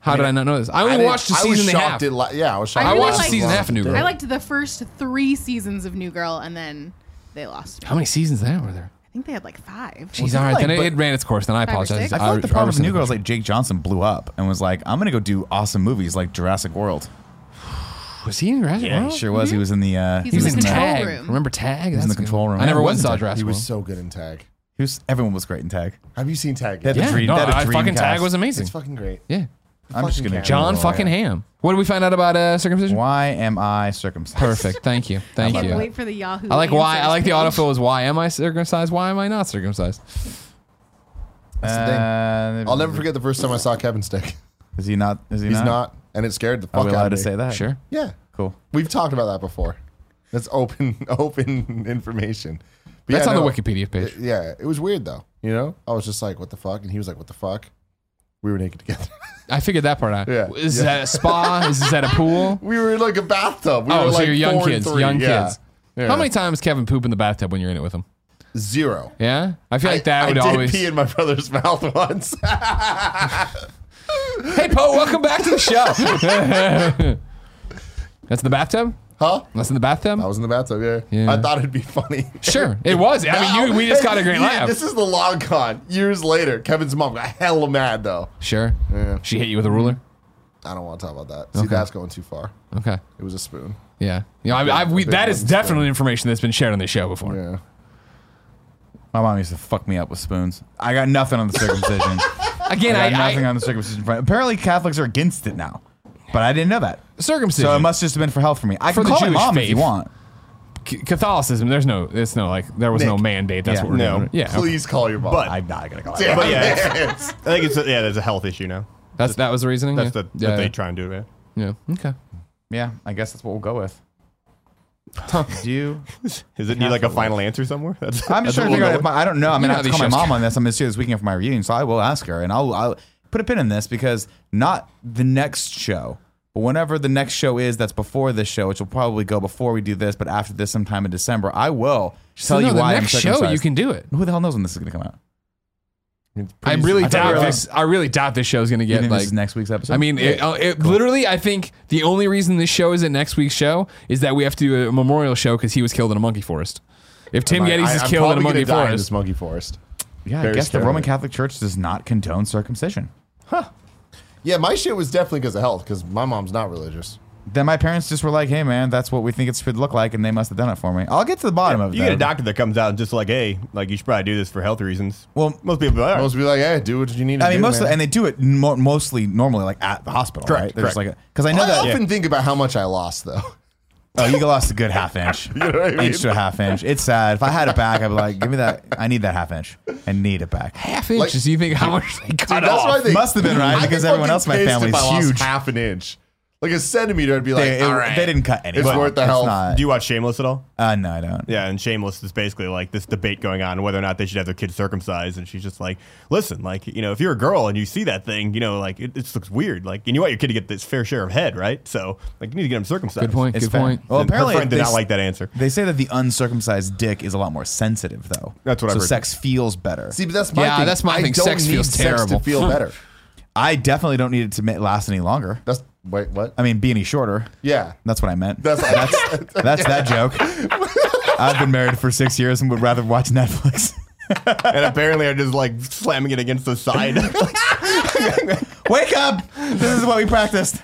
Speaker 1: How did I not know this? I only
Speaker 3: didn't-
Speaker 1: watched a
Speaker 3: I was
Speaker 1: season and a half.
Speaker 3: shocked. It la- yeah, I was shocked.
Speaker 1: I
Speaker 5: really
Speaker 1: watched
Speaker 5: liked-
Speaker 1: season half of New Girl.
Speaker 5: I liked the first three seasons of New Girl, and then they lost. me.
Speaker 1: How many seasons of that were there?
Speaker 5: I think they had like five.
Speaker 1: Jeez, all right,
Speaker 2: like,
Speaker 1: then it,
Speaker 2: but-
Speaker 1: it ran its course. Then I
Speaker 5: Five or
Speaker 1: apologize.
Speaker 5: six?
Speaker 2: I feel like the problem with
Speaker 1: resent
Speaker 2: New
Speaker 1: the
Speaker 2: Girl is like Jake Johnson blew up and was like, I'm gonna go do awesome movies like Jurassic World.
Speaker 1: question. was he in Jurassic
Speaker 2: Yeah,
Speaker 1: World?
Speaker 2: he sure was. He was in the uh,
Speaker 5: He's
Speaker 1: He was in
Speaker 5: in the
Speaker 1: Tag.
Speaker 5: control room.
Speaker 1: Remember Tag? He
Speaker 2: was in the control room.
Speaker 1: I never
Speaker 2: Yeah,
Speaker 1: once
Speaker 2: wasn't
Speaker 1: saw
Speaker 2: he?
Speaker 1: Jurassic
Speaker 3: He was
Speaker 1: World.
Speaker 3: so good in tag.
Speaker 2: He was, everyone was great in tag.
Speaker 3: Have you seen tag?
Speaker 2: They had
Speaker 3: yet?
Speaker 2: the
Speaker 1: Yeah,
Speaker 2: dream-
Speaker 1: no,
Speaker 2: they had a
Speaker 1: I-
Speaker 2: dream
Speaker 1: fucking Tag
Speaker 2: cast.
Speaker 1: was amazing.
Speaker 3: It's fucking great.
Speaker 1: yeah,
Speaker 2: I'm just
Speaker 3: fucking
Speaker 2: gonna
Speaker 3: cat.
Speaker 1: John
Speaker 2: Oh,
Speaker 1: fucking
Speaker 2: yeah.
Speaker 1: Ham. What did we find out about uh, circumcision?
Speaker 2: Why am I circumcised? Uh,
Speaker 1: Perfect. Thank you. Thank
Speaker 5: Can't
Speaker 1: you.
Speaker 5: wait for the Yahoo.
Speaker 1: I like why. I
Speaker 5: answers
Speaker 1: like the
Speaker 5: page.
Speaker 1: autofill is why am I circumcised? Why am I not circumcised?
Speaker 3: That's the thing.
Speaker 2: Uh,
Speaker 3: I'll never forget the first time I saw Kevin Stick.
Speaker 2: Is he not? Is he
Speaker 3: He's
Speaker 2: not?
Speaker 3: not, and it scared the
Speaker 2: Are
Speaker 3: fuck
Speaker 2: we
Speaker 3: out
Speaker 2: allowed
Speaker 3: of
Speaker 2: to
Speaker 3: me.
Speaker 2: say that?
Speaker 1: Sure.
Speaker 3: Yeah,
Speaker 2: Cool.
Speaker 3: we've talked about that before. That's open, open information. But
Speaker 1: That's
Speaker 3: yeah,
Speaker 1: on the
Speaker 3: no,
Speaker 1: Wikipedia page.
Speaker 3: it- yeah, it was weird though. You know, I was just like, "What the fuck," and he was like, "What the fuck." We were naked together.
Speaker 1: I figured that part out.
Speaker 3: Yeah.
Speaker 1: Is
Speaker 3: Yeah.
Speaker 1: that a spa? is that a pool?
Speaker 3: we were in like a bathtub. We
Speaker 1: Oh,
Speaker 3: were
Speaker 1: so
Speaker 3: like
Speaker 1: you're young
Speaker 3: four and
Speaker 1: kids.
Speaker 3: three.
Speaker 1: Young
Speaker 3: Yeah.
Speaker 1: kids.
Speaker 3: Yeah.
Speaker 1: How many times Kevin poop in the bathtub when you're in it with him?
Speaker 3: Zero.
Speaker 1: Yeah, I feel like that
Speaker 3: I
Speaker 1: would
Speaker 3: did
Speaker 1: always.
Speaker 3: pee in my brother's mouth once.
Speaker 1: Hey, Poe, welcome back to the show. That's the bathtub.
Speaker 3: huh?
Speaker 1: That's in the bathtub.
Speaker 3: I was in the bathtub. Yeah.
Speaker 1: Yeah.
Speaker 3: I thought it'd be funny.
Speaker 1: Sure, it was. I mean, you, we just got a great
Speaker 3: Yeah,
Speaker 1: laugh.
Speaker 3: This is the long con. Years later, Kevin's mom got hella mad though.
Speaker 1: Sure. She hit you with a ruler.
Speaker 3: I don't want to talk about that. See, that's going too far.
Speaker 1: Okay.
Speaker 3: It was a spoon.
Speaker 1: Yeah. You know, I, I, we,
Speaker 3: Mm-hmm. big
Speaker 1: that is
Speaker 3: one's good.
Speaker 1: definitely information that's been shared on this show before.
Speaker 3: Yeah.
Speaker 2: My mom used to fuck me up with spoons. I got nothing on the circumcision.
Speaker 1: Again,
Speaker 2: I
Speaker 1: I,
Speaker 2: got
Speaker 1: I,
Speaker 2: nothing on the circumcision front. Apparently, Catholics are against it now, but I didn't know that.
Speaker 1: circumcision.
Speaker 2: So it must just have been for health for me. I
Speaker 1: For
Speaker 2: can
Speaker 1: the
Speaker 2: call my
Speaker 1: Jewish
Speaker 2: mom if you
Speaker 1: faith.
Speaker 2: want.
Speaker 1: C- Catholicism. There's no. It's no like there was no
Speaker 3: Nick.
Speaker 1: mandate. That's
Speaker 2: Yeah.
Speaker 1: what we're
Speaker 4: No.
Speaker 1: doing. Yeah. okay.
Speaker 3: Please call your mom.
Speaker 4: But-
Speaker 2: I'm not gonna call. it.
Speaker 3: Damn
Speaker 4: But yeah,
Speaker 3: it.
Speaker 4: it's- I think it's a, yeah, there's a health issue now.
Speaker 1: That's that was the reasoning.
Speaker 4: That's
Speaker 1: yeah.
Speaker 4: the
Speaker 1: yeah.
Speaker 4: that they try and do. Yeah.
Speaker 1: yeah. Okay.
Speaker 2: Yeah, I guess that's what we'll go with. Do you?
Speaker 4: Is it need like a final answer somewhere? That's,
Speaker 2: I'm just trying to figure out. If my, I don't know. I'm
Speaker 1: You know
Speaker 2: gonna
Speaker 1: how
Speaker 2: have to
Speaker 1: these
Speaker 2: call my
Speaker 1: shows
Speaker 2: mom
Speaker 1: go.
Speaker 2: on this. I'm gonna see this weekend for my reunion, so I will ask her, and I'll, I'll put a pin in this because not the next show, but whenever the next show is that's before this show, which will probably go before we do this, but after this, sometime in December, I will tell
Speaker 1: so no,
Speaker 2: you
Speaker 1: the
Speaker 2: why
Speaker 1: next
Speaker 2: I'm
Speaker 1: show you
Speaker 2: circumcised.
Speaker 1: can do it.
Speaker 2: Who the hell knows when this is gonna come out?
Speaker 1: I really
Speaker 2: I thought we
Speaker 1: doubt
Speaker 2: were
Speaker 1: this. I really doubt this show's gonna
Speaker 2: You
Speaker 1: get
Speaker 2: think
Speaker 1: like.
Speaker 2: this is next week's episode?
Speaker 1: I mean, it, uh, it, literally, I think the only reason this show isn't next week's show is that we have to do a memorial show because he was killed in a monkey forest. If Tim
Speaker 3: I-
Speaker 1: Geddes is
Speaker 3: I'm
Speaker 1: killed in a
Speaker 3: probably gonna
Speaker 1: monkey
Speaker 3: die in
Speaker 1: forest,
Speaker 3: this monkey forest.
Speaker 2: yeah, I
Speaker 3: very
Speaker 2: guess the
Speaker 3: scary.
Speaker 2: Roman Catholic Church does not condone circumcision.
Speaker 3: Yeah, my shit was definitely because of health. Because my mom's not religious.
Speaker 2: Then my parents just were like, "Hey, man, that's what we think it should look like," and they must have done it for me. I'll get to the bottom of it.
Speaker 4: you get a
Speaker 2: though.
Speaker 4: doctor that comes out and just like, hey, like you should probably do this for health reasons.
Speaker 2: Well,
Speaker 4: most people, are,
Speaker 3: Most be like, hey, do what you need to
Speaker 2: I mean,
Speaker 3: do.
Speaker 2: mostly,
Speaker 3: man."
Speaker 2: and they do it mo- mostly normally like at the hospital.
Speaker 4: Correct,
Speaker 2: Right? They're just
Speaker 4: correct.
Speaker 2: like, because I know
Speaker 3: I
Speaker 2: that.
Speaker 3: often think about how much I lost though.
Speaker 2: Oh, you lost a good half inch,
Speaker 3: know what I
Speaker 2: inch to a half inch. It's sad. If I had it back, I'd be like, give me that. I need that half inch. I need it back.
Speaker 1: half inches. you think how much they cut
Speaker 3: that's
Speaker 1: off?
Speaker 3: why they
Speaker 2: Must have been right
Speaker 3: I'd be
Speaker 2: because everyone
Speaker 3: fucking
Speaker 2: else in my
Speaker 3: pissed if
Speaker 2: family's
Speaker 3: I lost
Speaker 2: huge.
Speaker 3: half an inch, like a centimeter. I'd be like,
Speaker 2: They, it-
Speaker 3: all right,
Speaker 2: they didn't cut any.
Speaker 3: It's
Speaker 2: Well,
Speaker 3: worth the health.
Speaker 2: not-
Speaker 4: do you watch Shameless at all?
Speaker 2: uh, no, I don't.
Speaker 4: Yeah, and Shameless is basically like this debate going on whether or not they should have their kids circumcised, and she's just like, "Listen, like you know, if you're a girl and you see that thing, you know, like it, it just looks weird. Like, and you want your kid to get this fair share of head, right? So, like, you need to get them circumcised."
Speaker 1: Good point.
Speaker 2: It's
Speaker 1: Good
Speaker 2: fair.
Speaker 1: point.
Speaker 2: Well,
Speaker 4: Her
Speaker 2: apparently,
Speaker 4: friend did
Speaker 2: they
Speaker 4: not
Speaker 2: s-
Speaker 4: like that answer.
Speaker 2: They say that the uncircumcised dick is a lot more sensitive, though.
Speaker 4: That's what
Speaker 2: so
Speaker 4: I've heard.
Speaker 2: sex feels better.
Speaker 3: See, but that's my
Speaker 1: Yeah,
Speaker 3: thing.
Speaker 1: that's my
Speaker 3: I
Speaker 1: thing.
Speaker 3: don't
Speaker 1: Sex
Speaker 3: need
Speaker 1: feels terrible.
Speaker 3: to feel better.
Speaker 2: I definitely don't need it to ma- last any longer.
Speaker 3: That's wait, what?
Speaker 2: I mean, be any shorter.
Speaker 3: yeah,
Speaker 2: That's what I meant.
Speaker 3: that's that's
Speaker 2: That's that joke. I've been married for six years and would rather watch Netflix.
Speaker 4: and apparently, I'm just like slamming it against the side.
Speaker 2: Wake up! This is what we practiced.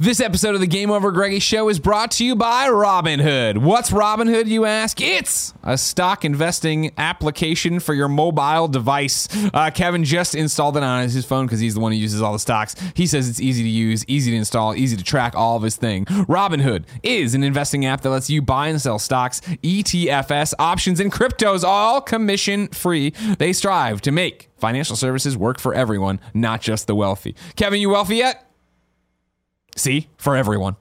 Speaker 1: This episode of the Game Over Greggy Show is brought to you by Robinhood. What's Robinhood, you ask? It's a stock investing application for your mobile device. Uh, Kevin just installed it on his phone because he's the one who uses all the stocks. He says it's easy to use, easy to install, easy to track all of his thing. Robinhood is an investing app that lets you buy and sell stocks, E ETFs, options, and cryptos, all commission free. They strive to make financial services work for everyone, not just the wealthy. Kevin, you wealthy yet? See for everyone.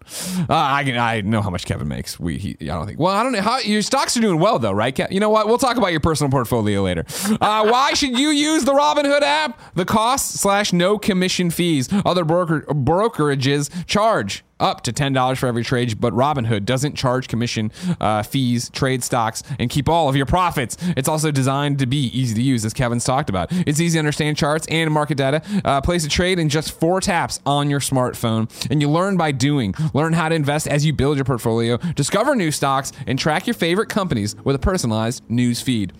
Speaker 1: Uh, I can, I know how much Kevin makes. We he, I don't think. Well, I don't know how your stocks are doing well though, right? Kev? You know what? We'll talk about your personal portfolio later. Uh, why should you use the Robinhood app? The cost slash no commission fees other broker brokerages charge. up to $10 for every trade, but Robinhood doesn't charge commission uh, fees, trade stocks, and keep all of your profits. It's also designed to be easy to use, as Kevin's talked about. It's easy to understand charts and market data. Uh, place a trade in just four taps on your smartphone, and you learn by doing. Learn how to invest as you build your portfolio, discover new stocks, and track your favorite companies with a personalized news feed.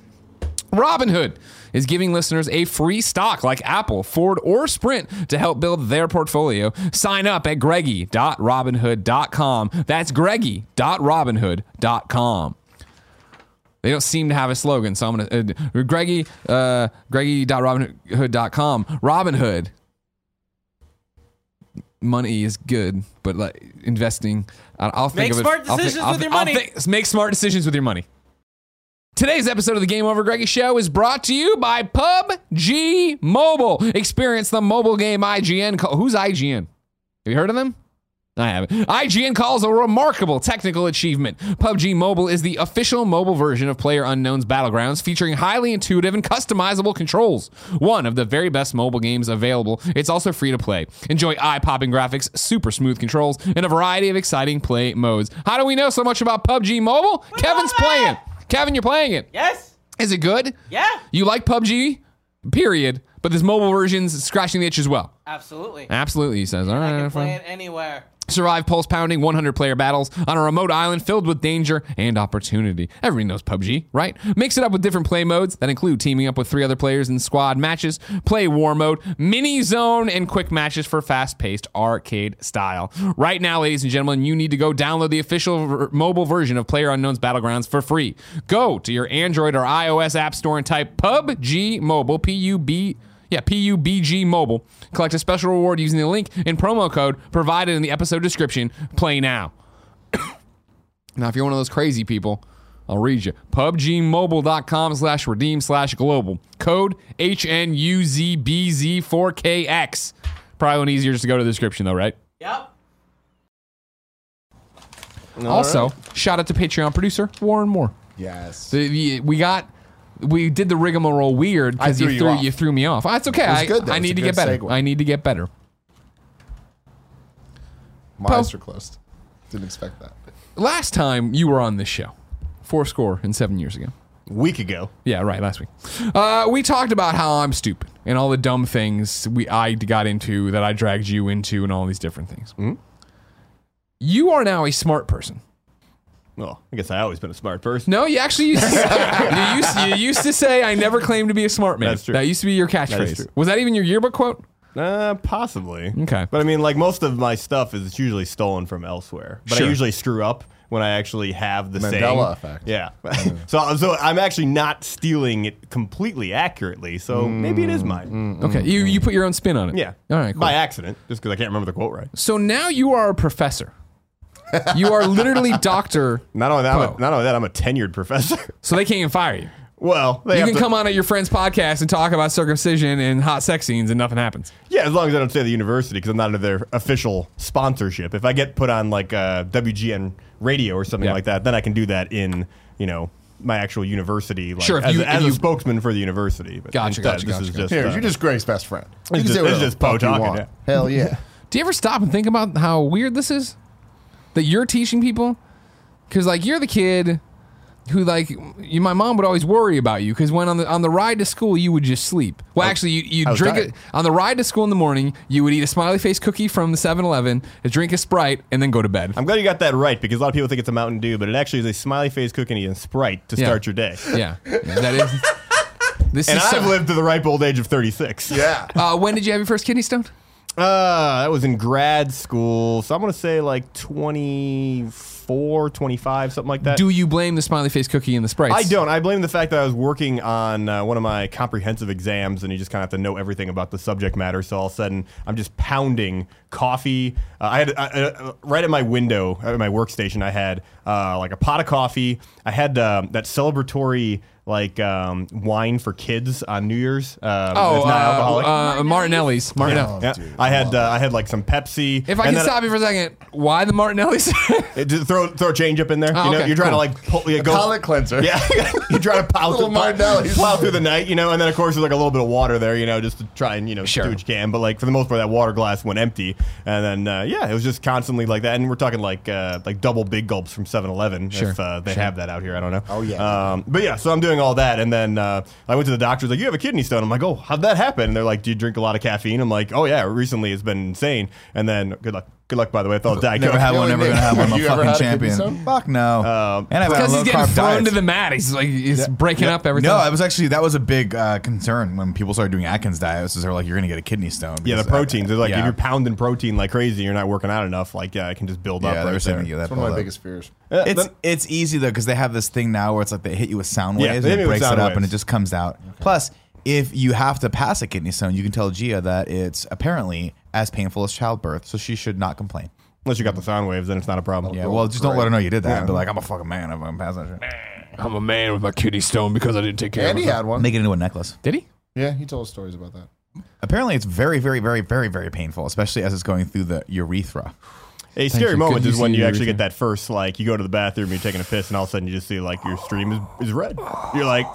Speaker 1: Robinhood is giving listeners a free stock like Apple, Ford, or Sprint to help build their portfolio. Sign up at greggy.robinhood.com. That's greggy.robinhood.com. They don't seem to have a slogan, so I'm going to. Uh, Greggy, uh, greggy.robinhood.com. Robinhood. Money is good, but like investing, I- I'll think
Speaker 8: Make
Speaker 1: of it-
Speaker 8: smart
Speaker 1: I'll think-
Speaker 8: decisions
Speaker 1: I'll
Speaker 8: with
Speaker 1: thi-
Speaker 8: your
Speaker 1: I'll
Speaker 8: money.
Speaker 1: thi- make smart decisions with your money. Today's episode of the Game Over Greggy Show is brought to you by PUBG Mobile. Experience the mobile game IGN. Call- Who's IGN? Have you heard of them? I haven't. IGN calls a remarkable technical achievement. PUBG Mobile is the official mobile version of Player Unknown's Battlegrounds, featuring highly intuitive and customizable controls. One of the very best mobile games available. It's also free to play. Enjoy eye-popping graphics, super smooth controls, and a variety of exciting play modes. How do we know so much about PUBG Mobile? Kevin's
Speaker 8: love
Speaker 1: playing.
Speaker 8: it!
Speaker 1: it. Kevin, you're playing it.
Speaker 8: Yes.
Speaker 1: Is it good?
Speaker 8: Yeah.
Speaker 1: You like PUBG? Period. But this mobile version's scratching the itch as well.
Speaker 8: Absolutely.
Speaker 1: Absolutely, he says. All
Speaker 8: I
Speaker 1: right,
Speaker 8: can
Speaker 1: fine.
Speaker 8: play it anywhere.
Speaker 1: Survive pulse pounding 100 player battles on a remote island filled with danger and opportunity. Everybody knows PUBG, right? Mix it up with different play modes that include teaming up with three other players in squad matches, play war mode, mini zone, and quick matches for fast paced arcade style. Right now, ladies and gentlemen, you need to go download the official ver- mobile version of Player Unknown's Battlegrounds for free. Go to your Android or iOS app store and type PUBG Mobile, P U B. Yeah, PUBG Mobile. Collect a special reward using the link and promo code provided in the episode description. Play now. now, if you're one of those crazy people, I'll read you. PUBGMobile.com slash redeem slash global. Code HNUZBZ4KX. Probably one easier just to go to the description, though, right?
Speaker 8: Yep.
Speaker 1: also, shout out to Patreon producer Warren Moore.
Speaker 3: Yes.
Speaker 1: The- the- we got. We did the rigmarole weird because
Speaker 3: I
Speaker 1: you
Speaker 3: threw you
Speaker 1: threw
Speaker 3: off.
Speaker 1: you threw me off. That's okay.
Speaker 3: was
Speaker 1: I,
Speaker 3: good, though.
Speaker 1: I
Speaker 3: It was a
Speaker 1: need to
Speaker 3: good
Speaker 1: get better.
Speaker 3: segue.
Speaker 1: I need to get better.
Speaker 3: My eyes are closed. Didn't expect that.
Speaker 1: last time you were on this show, four score and seven years ago.
Speaker 4: Week ago.
Speaker 1: Yeah, right, last week. Uh, we talked about how I'm stupid and all the dumb things we I got into that I dragged you into and all these different things.
Speaker 4: Hmm?
Speaker 1: You are now a smart person.
Speaker 4: Well, I guess I always been a smart person.
Speaker 1: No, you actually used to, you used, you used to say I never claimed to be a smart man.
Speaker 4: That's true.
Speaker 1: That used to be your
Speaker 4: is
Speaker 1: catchphrase.
Speaker 4: true.
Speaker 1: Was that even your yearbook quote?
Speaker 4: Uh, possibly.
Speaker 1: Okay.
Speaker 4: But I mean, like most of my stuff is usually stolen from elsewhere. But
Speaker 1: Sure.
Speaker 4: I usually screw up when I actually have the saying.
Speaker 3: Mandela effect.
Speaker 4: Yeah. so uh, so I'm actually not stealing it completely accurately. So maybe it is mine.
Speaker 1: Okay, you you put your own spin on it.
Speaker 4: Yeah.
Speaker 1: Mm. All right. Cool.
Speaker 4: By accident, just because I can't remember the quote right.
Speaker 1: So now you are a professor. you are literally doctor.
Speaker 4: Not only that, I'm
Speaker 1: Poe.
Speaker 4: a, not only that, I'm a tenured professor.
Speaker 1: So they can't even fire you.
Speaker 4: well, they
Speaker 1: you
Speaker 4: have
Speaker 1: can
Speaker 4: to-
Speaker 1: come on at your friend's podcast and talk about circumcision and hot sex scenes, and nothing happens.
Speaker 4: Yeah, as long as I don't say the university because I'm not under their official sponsorship. If I get put on like uh, WGN radio or something
Speaker 1: Yeah.
Speaker 4: like that, then I can do that in you know my actual university. Like,
Speaker 1: Sure, if
Speaker 4: as,
Speaker 1: you-
Speaker 4: as
Speaker 1: if you-
Speaker 4: a spokesman for the university. But
Speaker 1: Gotcha, gotcha,
Speaker 4: this
Speaker 1: gotcha,
Speaker 4: is
Speaker 1: gotcha.
Speaker 4: just
Speaker 3: Here,
Speaker 4: uh,
Speaker 3: you're just Greg's best friend. You
Speaker 4: It's
Speaker 3: can
Speaker 4: just-
Speaker 3: say whatever
Speaker 4: it's
Speaker 3: the
Speaker 4: just Poe
Speaker 3: fuck you
Speaker 4: talking,
Speaker 3: want.
Speaker 4: yeah.
Speaker 3: Hell yeah.
Speaker 1: Do you ever stop and think about how weird this is? That you're teaching people? Because like you're the kid who like you, my mom would always worry about you because when on the on the ride to school you would just sleep. Well, actually you you
Speaker 3: was
Speaker 1: drink
Speaker 3: tired.
Speaker 1: it on the ride to school in the morning. You would eat a smiley face cookie from the 7-Eleven, a drink a Sprite, and then go to bed.
Speaker 4: I'm glad you got that right because a lot of people think it's a Mountain Dew, but it actually is a smiley face cookie and Sprite to
Speaker 1: Yeah.
Speaker 4: start your day.
Speaker 1: yeah, Yeah, that is. This
Speaker 4: And
Speaker 1: is.
Speaker 4: I've
Speaker 1: so-
Speaker 4: lived to the ripe old age of 36.
Speaker 3: Yeah.
Speaker 1: uh, when did you have your first kidney stone?
Speaker 4: Uh, that was in grad school. So I'm going to say like 24, 25, something like that.
Speaker 1: Do you blame the smiley face cookie and the sprites?
Speaker 4: Uh, I don't. I blame the fact that I was working on uh, one of my comprehensive exams, and you just kind of have to know everything about the subject matter. So all of a sudden, I'm just pounding coffee. Uh, I had I, uh, right at my uh, window, at my workstation, I had uh, like a pot of coffee. I had um that celebratory like um, wine for kids on New Year's. Um,
Speaker 1: Oh,
Speaker 4: it's not alcoholic.
Speaker 1: uh, uh, Martinelli's. Martinelli.
Speaker 4: Yeah, I had uh, I had like some Pepsi.
Speaker 1: If I can
Speaker 4: and then-
Speaker 1: stop you for a second, why the Martinelli's?
Speaker 4: Uh, just throw throw a change up in there.
Speaker 1: Oh,
Speaker 4: you know,
Speaker 1: okay,
Speaker 4: you're trying
Speaker 1: cool.
Speaker 4: to like pull, yeah, go
Speaker 3: Palate cleanser.
Speaker 4: Yeah, you try to plow
Speaker 3: Little
Speaker 4: through, plow,
Speaker 3: Martinelli's.
Speaker 4: plow through the night, you know, and then of course there's like a little bit of water there, you know, just to try and you know
Speaker 1: Sure.
Speaker 4: do what you can. But like for the most part, that water glass went empty, and then uh, yeah, it was just constantly like that. And we're talking like uh, like double big gulps from 7-Eleven
Speaker 1: Sure.
Speaker 4: if uh, they
Speaker 1: Sure.
Speaker 4: have that out here. I don't know.
Speaker 8: Oh, yeah.
Speaker 4: Um, but yeah, so I'm doing all that, and then uh, I went to the doctor's like, "You have a kidney stone." I'm like, "Oh, how'd that happen?" And they're like, "Do you drink a lot of caffeine?" I'm like, "Oh yeah, recently it's been insane." And then good luck, good luck. By the way, I thought Diet
Speaker 2: Never
Speaker 4: Coke.
Speaker 2: had
Speaker 3: You
Speaker 2: one,
Speaker 3: only
Speaker 2: never
Speaker 3: did-
Speaker 2: gonna have one. I'm
Speaker 3: you
Speaker 2: a Um,
Speaker 3: ever
Speaker 2: fucking
Speaker 3: had a kidney
Speaker 2: champion.
Speaker 3: stone?
Speaker 2: Fuck no. and I've had a
Speaker 1: Because
Speaker 2: low
Speaker 1: he's getting
Speaker 2: carb
Speaker 1: thrown
Speaker 2: diet.
Speaker 1: to the mat. He's like, he's breaking up everything.
Speaker 2: No, it was actually that was a big uh, concern when people started doing Atkins diets. Is they're like, you're gonna get a kidney stone.
Speaker 4: Yeah, the
Speaker 2: because- uh,
Speaker 4: proteins. They're like
Speaker 2: Yeah.
Speaker 4: if you're pounding protein like crazy, you're not working out enough. Like yeah, it can just build
Speaker 2: Yeah,
Speaker 4: up.
Speaker 2: they were
Speaker 4: right
Speaker 2: saying
Speaker 4: there.
Speaker 2: to you that
Speaker 3: That's one of
Speaker 2: build
Speaker 3: my
Speaker 2: up.
Speaker 3: biggest fears.
Speaker 4: Yeah,
Speaker 2: It's
Speaker 4: then-
Speaker 2: it's easy though because they have this thing now where it's like they hit you with sound
Speaker 4: Yeah,
Speaker 2: waves
Speaker 4: they
Speaker 2: and
Speaker 4: hit me
Speaker 2: it
Speaker 4: with
Speaker 2: breaks it
Speaker 4: sound
Speaker 2: up and it
Speaker 4: waves.
Speaker 2: just comes out. Plus, if you have to pass a kidney stone, you can tell Gia that it's apparently as painful as childbirth, so she should not complain.
Speaker 4: unless you got the sound waves, then it's not a problem.
Speaker 2: Yeah, well, just don't let her know you did that. Be like, I'm a fucking man. I'm gonna pass that shit.
Speaker 1: I'm a man with my kidney stone because I didn't take care
Speaker 3: And he
Speaker 1: of it.
Speaker 3: had one.
Speaker 2: Make it into a necklace.
Speaker 1: Did he?
Speaker 3: Yeah, he told us stories about that.
Speaker 2: Apparently, it's very, very, very, very, very painful, especially as it's going through the urethra.
Speaker 4: a scary
Speaker 1: you.
Speaker 4: moment
Speaker 1: Couldn't
Speaker 4: is
Speaker 1: you
Speaker 4: when
Speaker 1: see
Speaker 4: you
Speaker 1: the
Speaker 4: actually
Speaker 1: urethra?
Speaker 4: get that first like you go to the bathroom, you're taking a piss, and all of a sudden you just see like your stream is, is red. You're like,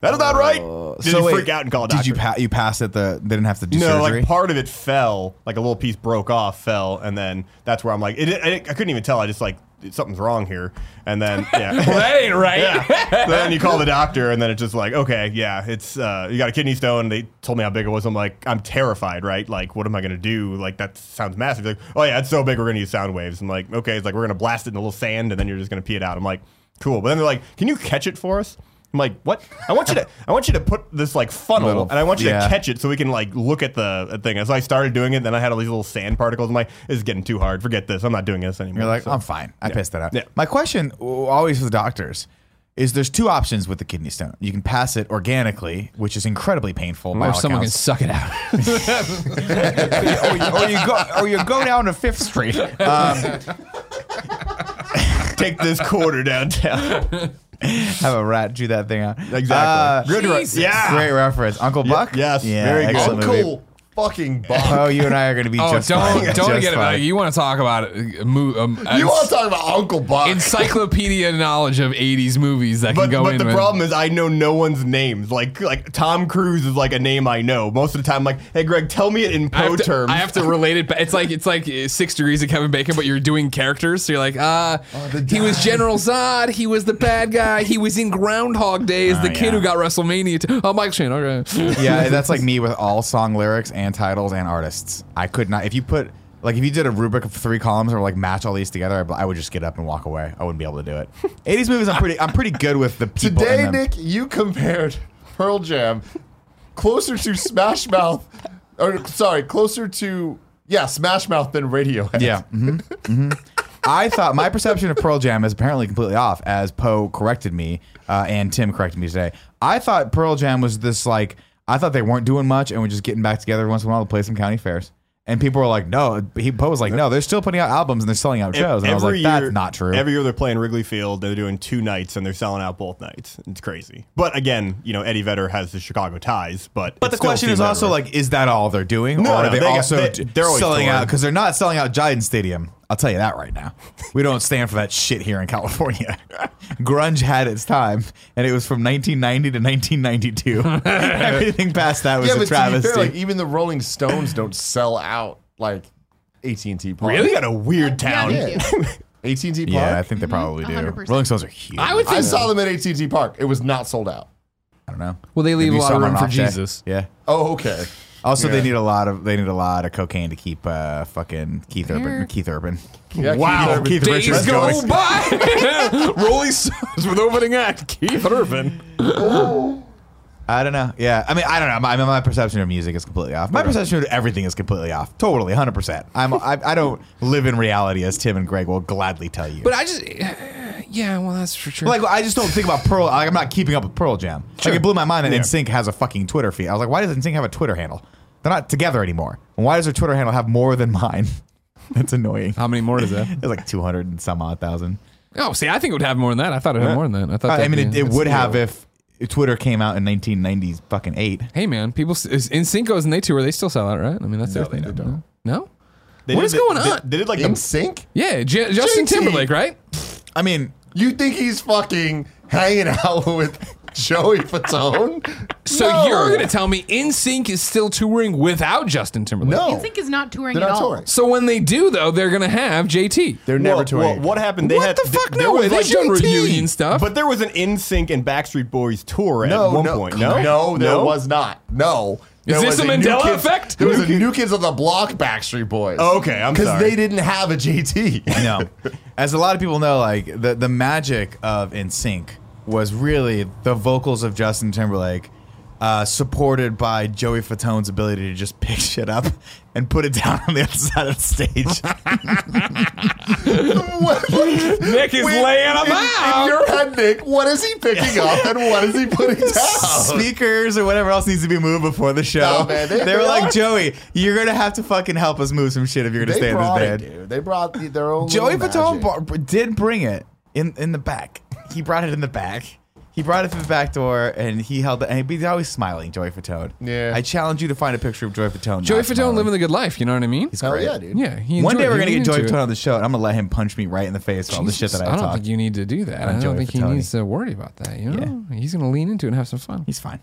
Speaker 4: that is not right. Did you
Speaker 2: Uh, wait,
Speaker 4: freak out and call a
Speaker 2: Did
Speaker 4: doctor?
Speaker 2: you pa- you pass it? The they didn't have to do
Speaker 4: no,
Speaker 2: surgery.
Speaker 4: like part of it fell, like a little piece broke off, fell, and then that's where I'm like, it, I, I couldn't even tell. I just like something's wrong here, and then yeah.
Speaker 1: Well, that ain't right.
Speaker 4: yeah. So then you call the doctor, and then it's just like, okay, yeah, it's uh, you got a kidney stone. They told me how big it was. I'm like, I'm terrified, right? Like, what am I gonna do? Like, that sounds massive. They're like, oh yeah, it's so big, we're gonna use sound waves. I'm like, okay, it's like we're gonna blast it in a little sand, and then you're just gonna pee it out. I'm like, cool. But then they're like, can you catch it for us? I'm like, what? I want you to, I want you to put this like funnel,
Speaker 2: Little-
Speaker 4: and I want you
Speaker 2: yeah.
Speaker 4: to catch it so we can like look at the uh, thing. And so I started doing it. Then I had all these little sand particles. I'm like, this is getting too hard. Forget this. I'm not doing this anymore.
Speaker 2: You're like,
Speaker 4: So-
Speaker 2: I'm fine. I pissed that out.
Speaker 4: Yeah.
Speaker 2: My question, w- always for the doctors, is there's two options with the kidney stone. You can pass it organically, which is incredibly painful. by
Speaker 1: Or
Speaker 2: all
Speaker 1: someone can
Speaker 2: accounts.
Speaker 1: suck it out.
Speaker 2: or, you, or you go, or you go down to Fifth Street. Um,
Speaker 4: take this quarter downtown.
Speaker 2: have a rat chew that thing out.
Speaker 4: Exactly.
Speaker 2: Uh,
Speaker 4: Good re-
Speaker 1: Jesus.
Speaker 4: Yeah.
Speaker 2: Great reference, Uncle Buck.
Speaker 4: yes, very good.
Speaker 2: excellent movie.
Speaker 3: Uncle fucking Bob.
Speaker 2: Oh, you and I are going to be
Speaker 1: Oh,
Speaker 2: just
Speaker 1: don't
Speaker 2: fine.
Speaker 1: don't
Speaker 2: Just
Speaker 1: get it. uh,
Speaker 2: fine.
Speaker 1: Like, you want to talk about uh, mo- um,
Speaker 3: you want
Speaker 1: ens-
Speaker 3: to talk about Uncle Bob?
Speaker 1: encyclopedia knowledge of '80s movies that
Speaker 4: But,
Speaker 1: can go
Speaker 4: but
Speaker 1: in.
Speaker 4: the
Speaker 1: with-
Speaker 4: problem is I know no one's names. Like like Tom Cruise is like a name I know. Most of the time, I'm like, hey Greg, tell me it in
Speaker 1: I
Speaker 4: pro
Speaker 1: have, to,
Speaker 4: terms.
Speaker 1: I have to relate it. But it's like it's like uh, six degrees of Kevin Bacon, but you're doing characters. So you're like, uh,
Speaker 3: the
Speaker 1: he was
Speaker 3: dad.
Speaker 1: General Zod. He was the bad guy. He was in Groundhog Day as the kid who got WrestleMania. T- oh, Mike Shane. Okay.
Speaker 2: yeah, that's like me with all song lyrics and titles and artists. I could not. If you put like if you did a rubric of three columns or like match all these together, I, I would just get up and walk away. I wouldn't be able to do it. 80s movies, I'm pretty. I'm pretty good with the people. in
Speaker 3: Today,
Speaker 2: them.
Speaker 3: Nick, you compared Pearl Jam closer to Smash Mouth, or sorry, closer to yeah, Smash Mouth than Radiohead.
Speaker 2: Yeah. hmm hmm I thought my perception of Pearl Jam is apparently completely off, as Poe corrected me uh, and Tim corrected me today. I thought Pearl Jam was this like I thought they weren't doing much and were just getting back together once in a while to play some county fairs. And people were like, "No." He Poe was like, "No, they're still putting out albums and they're selling out shows." And I was like, "That's not true."
Speaker 4: E-, Every year they're playing Wrigley Field. They're doing two nights and they're selling out both nights. It's crazy. But again, you know Eddie Vedder has the Chicago ties. But
Speaker 2: But the question is also like, is that all they're doing,
Speaker 4: No,
Speaker 2: or are
Speaker 4: no,
Speaker 2: they,
Speaker 4: they got-
Speaker 2: also
Speaker 4: they-
Speaker 2: d-
Speaker 4: they're always
Speaker 2: selling
Speaker 4: touring.
Speaker 2: out? Because they're not selling out Giant Stadium. I'll tell you that right now. We don't stand for that shit here in California. Grunge had its time, and it was from 1990 to 1992. Everything past that was
Speaker 3: yeah,
Speaker 2: a
Speaker 3: but to be
Speaker 2: travesty.
Speaker 3: fair, like even the Rolling Stones don't sell out like AT and T Park.
Speaker 4: really got a weird town.
Speaker 5: Yeah, they do.
Speaker 3: AT and T Park.
Speaker 2: yeah, I think they probably do.
Speaker 5: 100%.
Speaker 2: Rolling Stones are huge.
Speaker 1: I would
Speaker 3: I
Speaker 1: think.
Speaker 3: saw them at AT and T Park. It was not sold out.
Speaker 2: I don't know.
Speaker 1: Well, they leave a
Speaker 2: If you
Speaker 1: lot
Speaker 2: saw
Speaker 1: of
Speaker 2: them
Speaker 1: room
Speaker 2: on
Speaker 1: for
Speaker 2: off day-
Speaker 1: Jesus.
Speaker 2: Yeah.
Speaker 3: Oh, okay.
Speaker 2: Also, they need a lot of they need a lot of cocaine to keep uh, fucking Keith Urban. Keith Urban.
Speaker 3: Yeah,
Speaker 4: Wow,
Speaker 3: Keith
Speaker 4: Keith
Speaker 3: Urban.
Speaker 1: Days
Speaker 4: Richards
Speaker 1: go
Speaker 4: going-
Speaker 1: by. Rolling Stones with opening act Keith Urban.
Speaker 2: I don't know. Yeah, I mean, I don't know. My, my perception of music is completely off. My perception of everything is completely off. Totally, hundred percent. I'm. I, I don't live in reality, as Tim and Greg will gladly tell you.
Speaker 1: But I just, yeah. Well, that's for sure.
Speaker 2: like, I just don't think about Pearl. Like, I'm not keeping up with Pearl Jam. Like, it blew my mind that NSYNC has a fucking Twitter feed. I was like, why does NSYNC have a Twitter handle? They're not together anymore. And why does their Twitter handle have more than mine? That's annoying.
Speaker 1: how many more is that?
Speaker 2: It's like two hundred and some odd thousand.
Speaker 1: Oh, see, I think it would have more than that. I thought it had more than that. I thought.
Speaker 2: I
Speaker 1: that,
Speaker 2: mean, it,
Speaker 1: yeah,
Speaker 2: it
Speaker 1: it's-
Speaker 2: would have if Twitter came out in 1990s fucking eight.
Speaker 1: Hey man, people is- in Cinco's and they two are they still sell out, right? I mean, that's their
Speaker 3: they
Speaker 1: thing. No?
Speaker 3: don't.
Speaker 1: No?
Speaker 4: They
Speaker 1: What
Speaker 4: did
Speaker 1: is
Speaker 4: the-
Speaker 1: going
Speaker 4: they-
Speaker 1: on?
Speaker 4: They did like
Speaker 3: In
Speaker 4: the,
Speaker 3: sync?
Speaker 1: Yeah, J- Justin
Speaker 3: JT.
Speaker 1: Timberlake, right?
Speaker 2: I mean,
Speaker 3: You think he's fucking hanging out with Joey Fatone?
Speaker 1: So
Speaker 3: No.
Speaker 1: you're gonna tell me InSync is still touring without Justin Timberlake?
Speaker 3: no.
Speaker 5: NSYNC is not touring
Speaker 3: They're
Speaker 5: at
Speaker 3: not
Speaker 5: all.
Speaker 3: touring.
Speaker 1: So when they do though, they're gonna have JT.
Speaker 8: They're
Speaker 4: well,
Speaker 8: never touring.
Speaker 4: well, what happened? They
Speaker 1: What
Speaker 4: had,
Speaker 1: the fuck?
Speaker 4: th- there
Speaker 1: No
Speaker 4: was
Speaker 1: way. They've
Speaker 4: like
Speaker 1: done reunion stuff.
Speaker 4: But there was an In Sync and Backstreet Boys tour at one point. No,
Speaker 3: no, there was not. No. There
Speaker 1: this
Speaker 3: was
Speaker 1: the
Speaker 3: a New
Speaker 1: Mandela
Speaker 3: Kids-
Speaker 1: effect?
Speaker 3: There was a New Kids on the Block Backstreet Boys.
Speaker 4: Okay, I'm
Speaker 3: Because
Speaker 4: sorry.
Speaker 3: they didn't have a JT.
Speaker 2: no. As a lot of people know, like the the magic of NSYNC was really the vocals of Justin Timberlake, uh, supported by Joey Fatone's ability to just pick shit up and put it down on the other side of the stage.
Speaker 1: Nick is laying them
Speaker 3: in,
Speaker 1: out.
Speaker 3: in your head, Nick, what is he picking up and what is he putting down?
Speaker 2: Speakers or whatever else needs to be moved before the show.
Speaker 3: No, man,
Speaker 2: they,
Speaker 3: they-
Speaker 2: were like, Joey, you're gonna have to fucking help us move some shit if you're gonna stay in this
Speaker 3: brought it,
Speaker 2: band.
Speaker 3: dude. They brought the- their own.
Speaker 2: Joey
Speaker 3: little
Speaker 2: Fatone
Speaker 3: magic.
Speaker 2: bar- did bring it in in the back. He brought it in the back. He brought it through the back door, and he held it. And he's always smiling, Joey Fatone.
Speaker 3: Yeah.
Speaker 2: I challenge you to find a picture of Joey Fatone.
Speaker 1: Joey
Speaker 2: not
Speaker 1: Fatone
Speaker 2: smiling.
Speaker 1: living the good life. You know what I mean?
Speaker 3: Hell yeah, dude.
Speaker 1: Yeah. He
Speaker 2: One day
Speaker 1: enjoyed
Speaker 2: we're
Speaker 1: it.
Speaker 2: gonna
Speaker 1: He
Speaker 2: get
Speaker 1: was
Speaker 2: Joey
Speaker 1: into
Speaker 2: Fatone
Speaker 1: it.
Speaker 2: on the show, and I'm gonna let him punch me right in the face for all the shit that I,
Speaker 1: I don't
Speaker 2: talked.
Speaker 1: think you need to do that. I
Speaker 2: I'm
Speaker 1: don't
Speaker 2: Joey
Speaker 1: think he
Speaker 2: Fatone.
Speaker 1: needs to worry about that. You know, he's gonna lean into it and have some fun.
Speaker 2: he's fine.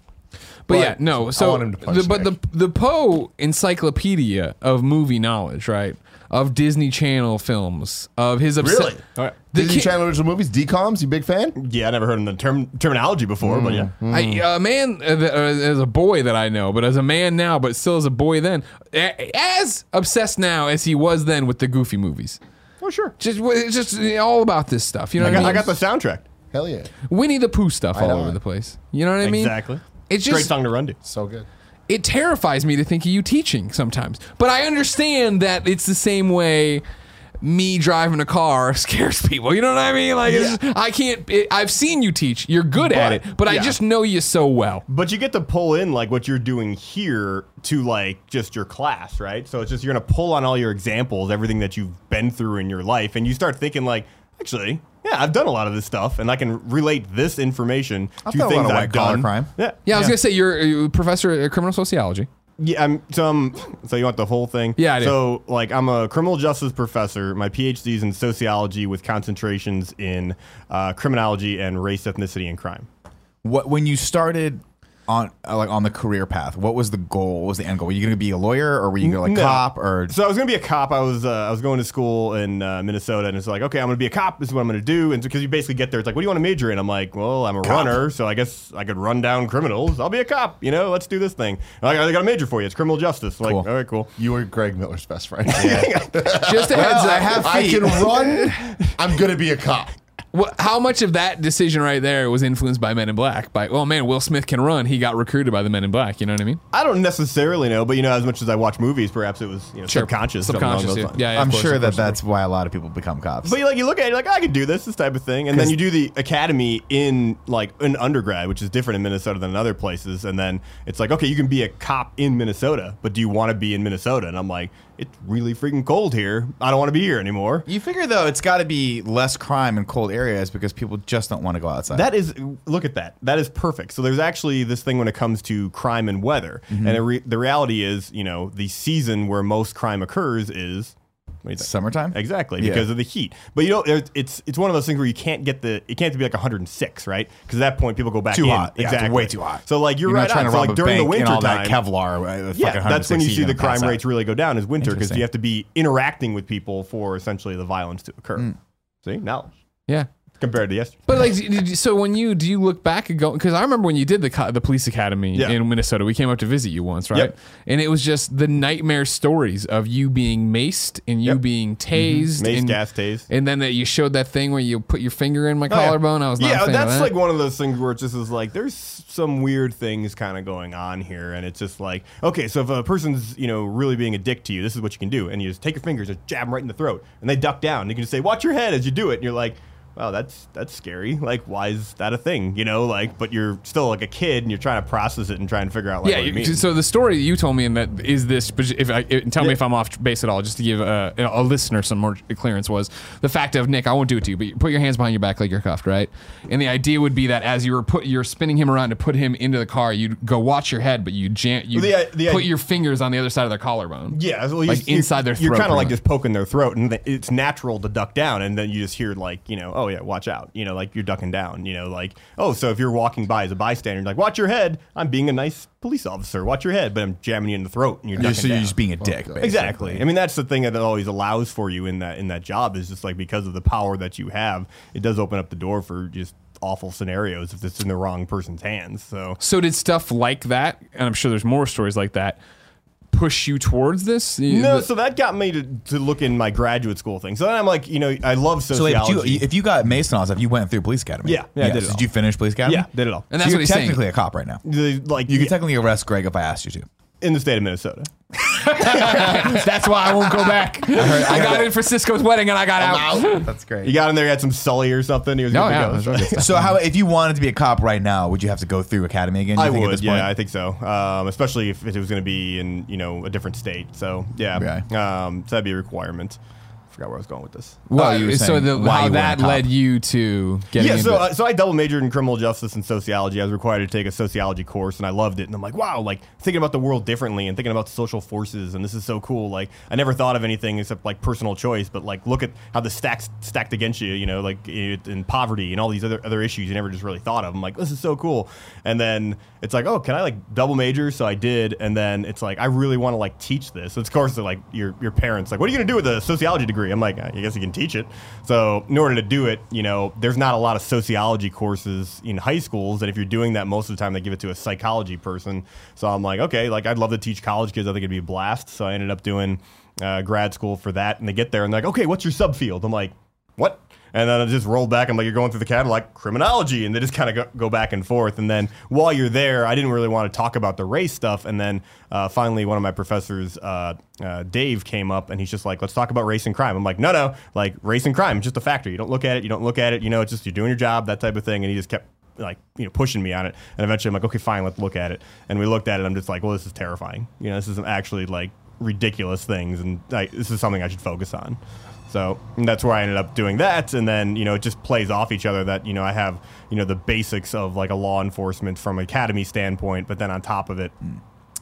Speaker 1: But, yeah, no. So,
Speaker 3: want him to punch
Speaker 1: the, but the the Poe encyclopedia of movie knowledge, right? Of Disney Channel films, of his obs-
Speaker 3: Really?
Speaker 4: All right.
Speaker 1: The
Speaker 3: Disney
Speaker 1: ki-
Speaker 3: Channel original movies, DComs, you big fan?
Speaker 4: Yeah, I never heard of the term terminology before, but yeah.
Speaker 1: I, a man, uh, th- uh, as a boy that I know, but as a man now, but still as a boy then, a- as obsessed now as he was then with the Goofy movies.
Speaker 4: Oh sure.
Speaker 1: Just, w- it's just uh, all about this stuff. You know
Speaker 4: I
Speaker 1: what I
Speaker 4: got,
Speaker 1: mean?
Speaker 4: I got the soundtrack.
Speaker 3: Hell yeah.
Speaker 1: Winnie the Pooh stuff all
Speaker 3: know
Speaker 1: over
Speaker 3: it.
Speaker 1: the place. You know what I mean?
Speaker 4: Exactly.
Speaker 1: It's just
Speaker 4: Great song to run to.
Speaker 3: So good.
Speaker 1: it terrifies me to think of you teaching sometimes. But I understand that it's the same way me driving a car scares people. You know what I mean? Like it's just, I can't. It, I've seen you teach. You're good at
Speaker 4: But-
Speaker 1: it, but I
Speaker 4: yeah.
Speaker 1: just know you so well.
Speaker 4: But you get to pull in like what you're doing here to like just your class, right? So it's just you're gonna pull on all your examples, everything that you've been through in your life, and you start thinking like, actually, yeah, I've done a lot of this stuff, and I can relate this information
Speaker 2: I've
Speaker 4: to
Speaker 2: done a
Speaker 4: things
Speaker 2: lot of
Speaker 4: I've
Speaker 2: white-collar
Speaker 4: done.
Speaker 2: crime.
Speaker 4: Yeah,
Speaker 1: Yeah, I was gonna say you're a professor of criminal sociology.
Speaker 4: Yeah, I'm some. So you want the whole thing?
Speaker 1: Yeah, I do.
Speaker 4: So like, I'm a criminal justice professor. My PhD's in sociology with concentrations in uh, criminology and race, ethnicity, and crime.
Speaker 2: What when you started on uh, like on the career path? What was the goal? What was the end goal? Were you gonna be a lawyer, or were you gonna like
Speaker 4: No.
Speaker 2: cop, or
Speaker 4: So I was gonna be a cop. I was uh, I was going to school in uh, Minnesota, and it's like, okay, I'm gonna be a cop. This is what I'm gonna do. And because you basically get there, it's like, what do you want to major in? I'm like, well, I'm a runner, so I guess I could run down criminals. I'll be a cop. You know, let's do this thing. Like, I got a major for you. It's criminal justice. Like,
Speaker 2: Cool.
Speaker 4: all right, cool.
Speaker 3: You were Greg Miller's best friend.
Speaker 1: Just a heads up.
Speaker 2: Well, I have
Speaker 3: I
Speaker 2: feet.
Speaker 3: can run. I'm going to be a cop.
Speaker 1: Wha- how much of that decision right there was influenced by Men in Black? By oh man, Will Smith can run. He got recruited by the Men in Black. You know what I mean?
Speaker 4: I don't necessarily know, but you know, as much as I watch movies, perhaps it was you know subconscious, something along
Speaker 1: subconscious.
Speaker 4: those
Speaker 1: Yeah,
Speaker 4: lines.
Speaker 1: yeah, of
Speaker 2: I'm
Speaker 1: course,
Speaker 2: sure
Speaker 1: of
Speaker 2: that
Speaker 1: course, of
Speaker 2: that's why a lot of people become cops.
Speaker 4: But you, like you look at it, you're like "Oh, I could do this, this type of thing, and then you do the academy in like an undergrad, which is different in Minnesota than in other places. And then it's like, okay, you can be a cop in Minnesota, but do you want to be in Minnesota? And I'm like, it's really freaking cold here. I don't want to be here anymore.
Speaker 2: You figure though, it's got to be less crime in cold areas because people just don't want to go outside.
Speaker 4: That is, look at that. That is perfect. So there's actually this thing when it comes to crime and weather,
Speaker 1: Mm-hmm.
Speaker 4: and the, re- the reality is, you know, the season where most crime occurs is. what do you think?
Speaker 2: summertime.
Speaker 4: Exactly,
Speaker 2: Yeah.
Speaker 4: because of the heat. But you know, it- it's it's one of those things where you can't get the it can't be like 106, right? Because at that point, people go back
Speaker 2: Too
Speaker 4: in.
Speaker 2: hot. Yeah, it's way too hot.
Speaker 4: So like you're,
Speaker 2: You're
Speaker 4: right
Speaker 2: not trying to
Speaker 4: on. So,
Speaker 2: rob
Speaker 4: like
Speaker 2: a
Speaker 4: during the
Speaker 2: bank
Speaker 4: winter
Speaker 2: and all that
Speaker 4: time,
Speaker 2: Kevlar. uh, fucking
Speaker 4: yeah, that's when
Speaker 2: 160,
Speaker 4: you see the
Speaker 2: you're gonna
Speaker 4: crime
Speaker 2: pass out.
Speaker 4: rates really go down is winter because
Speaker 2: Interesting.
Speaker 4: you have to be interacting with people for essentially the violence to occur.
Speaker 2: Hmm.
Speaker 4: See knowledge
Speaker 1: course. Yeah.
Speaker 4: compared to yesterday.
Speaker 1: But like, did you, so when you do you look back and go? Because I remember when you did the co- the police academy
Speaker 4: Yeah.
Speaker 1: in Minnesota. We came up to visit you once, right?
Speaker 4: Yep.
Speaker 1: And it was just the nightmare stories of you being maced and you
Speaker 4: Yep.
Speaker 1: being tased,
Speaker 4: Mace,
Speaker 1: and,
Speaker 4: gas tased.
Speaker 1: and then that you showed that thing where you put your finger in my
Speaker 4: Oh, yeah.
Speaker 1: collarbone. I was not
Speaker 4: yeah,
Speaker 1: a fan
Speaker 4: that's
Speaker 1: of that.
Speaker 4: like one of those things where it's just is like there's some weird things kind of going on here, and it's just like okay, so if a person's you know really being a dick to you, this is what you can do, and you just take your fingers and jab them right in the throat, and they duck down. And you can just say watch your head as you do it, and you're like. wow, that's that's scary. Like, why is that a thing? You know, like, but you're still like a kid and you're trying to process it and try and figure out like
Speaker 1: yeah.
Speaker 4: what it
Speaker 1: You,
Speaker 4: means.
Speaker 1: so the story that you told me in that is this. but If I, it, tell me if I'm off base at all, just to give uh, a listener some more clearance was the fact of Nick. I won't do it to you, but you put your hands behind your back like you're cuffed, right? And the idea would be that as you were put, you're spinning him around to put him into the car. You'd go watch your head, but you jam, you
Speaker 4: The i- the
Speaker 1: put
Speaker 4: i-
Speaker 1: your fingers on the other side of their collarbone.
Speaker 4: Yeah, well,
Speaker 1: Like
Speaker 4: you're-
Speaker 1: inside their
Speaker 4: You're
Speaker 1: throat,
Speaker 4: kind of like
Speaker 1: pretty
Speaker 4: just poking their throat, and th- it's natural to duck down, and then you just hear like, you know, oh yeah, watch out, you know, like you're ducking down, you know, like oh, so if you're walking by as a bystander, like watch your head. I'm being a nice police officer, watch your head, but I'm jamming you in the throat, and you're ducking
Speaker 2: so you're
Speaker 4: down.
Speaker 2: just being a dick. basically.
Speaker 4: Exactly. I mean, that's the thing that always allows for you in that in that job is just like because of the power that you have, it does open up the door for just awful scenarios if it's in the wrong person's hands. So
Speaker 1: So did stuff like that, and I'm sure there's more stories like that, push you towards this?
Speaker 4: no,
Speaker 1: The-
Speaker 4: so that got me to, to look in my graduate school thing. So then I'm like, you know, I love
Speaker 2: So wait, but
Speaker 4: sociology.
Speaker 2: you, if you got Mason on stuff, you went through police academy.
Speaker 4: Yeah, yeah, I did it all.
Speaker 2: you finish police academy?
Speaker 4: yeah, did it all.
Speaker 1: and
Speaker 2: So
Speaker 1: that's
Speaker 2: you're
Speaker 1: what he's saying.
Speaker 2: technically a cop right now.
Speaker 4: The- like
Speaker 2: You could
Speaker 4: yeah,
Speaker 2: technically arrest Greg if I asked you to.
Speaker 4: in the state of Minnesota.
Speaker 1: That's why I won't go back. I got in for Cisco's wedding and I got out.
Speaker 2: That's great.
Speaker 4: You got him there, he had some Sully or something. He was
Speaker 1: No,
Speaker 2: Oh,
Speaker 4: good to
Speaker 1: yeah,
Speaker 4: go.
Speaker 1: that's right.
Speaker 2: so how if you wanted to be a cop right now, would you have to go through academy again? do you
Speaker 4: I
Speaker 2: think,
Speaker 4: would,
Speaker 2: At this
Speaker 4: yeah,
Speaker 2: point?
Speaker 4: I think so. Um, especially if it was going to be in you know a different state. So yeah,
Speaker 2: Okay.
Speaker 4: um, so that'd be a requirement. forgot where I was going with this.
Speaker 1: Well,
Speaker 2: Oh, you were
Speaker 1: Uh, so
Speaker 2: saying
Speaker 1: the,
Speaker 2: why
Speaker 1: how
Speaker 2: you
Speaker 1: that
Speaker 2: weren't a cop.
Speaker 1: led you to getting
Speaker 4: Yeah,
Speaker 1: into
Speaker 4: so uh, so I double majored in criminal justice and sociology. I was required to take a sociology course, and I loved it. And I'm like, wow, like thinking about the world differently and thinking about social forces, and this is so cool. Like I never thought of anything except like personal choice, but like look at how the stacks stacked against you. You know, like it, and poverty and all these other other issues you never just really thought of. I'm like, this is so cool. And then it's like, oh, can I like double major? So I did, and then it's like I really want to like teach this. It's of course they're like your your parents like, what are you gonna do with a sociology degree? I'm like, I guess you can teach it. So in order to do it, you know, there's not a lot of sociology courses in high schools, and if you're doing that, most of the time they give it to a psychology person. So I'm like, okay, like I'd love to teach college kids. I think it'd be a blast. So I ended up doing uh, grad school for that, and they get there and they're like, okay, what's your subfield? I'm like, what? And then I just rolled back. I'm like, you're going through the catalog, criminology. And they just kind of go, go back and forth. And then while you're there, I didn't really want to talk about the race stuff. And then uh, finally, one of my professors, uh, uh, Dave, came up and he's just like, let's talk about race and crime. I'm like, no, no, like race and crime, is just a factor. You don't look at it. You don't look at it. You know, it's just you're doing your job, that type of thing. And he just kept like you know pushing me on it and eventually i'm like okay fine let's look at it and we looked at it i'm just like well this is terrifying you know this is actually like ridiculous things and like this is something i should focus on so and that's where i ended up doing that and then you know it just plays off each other that you know i have you know the basics of like a law enforcement from academy standpoint but then on top of it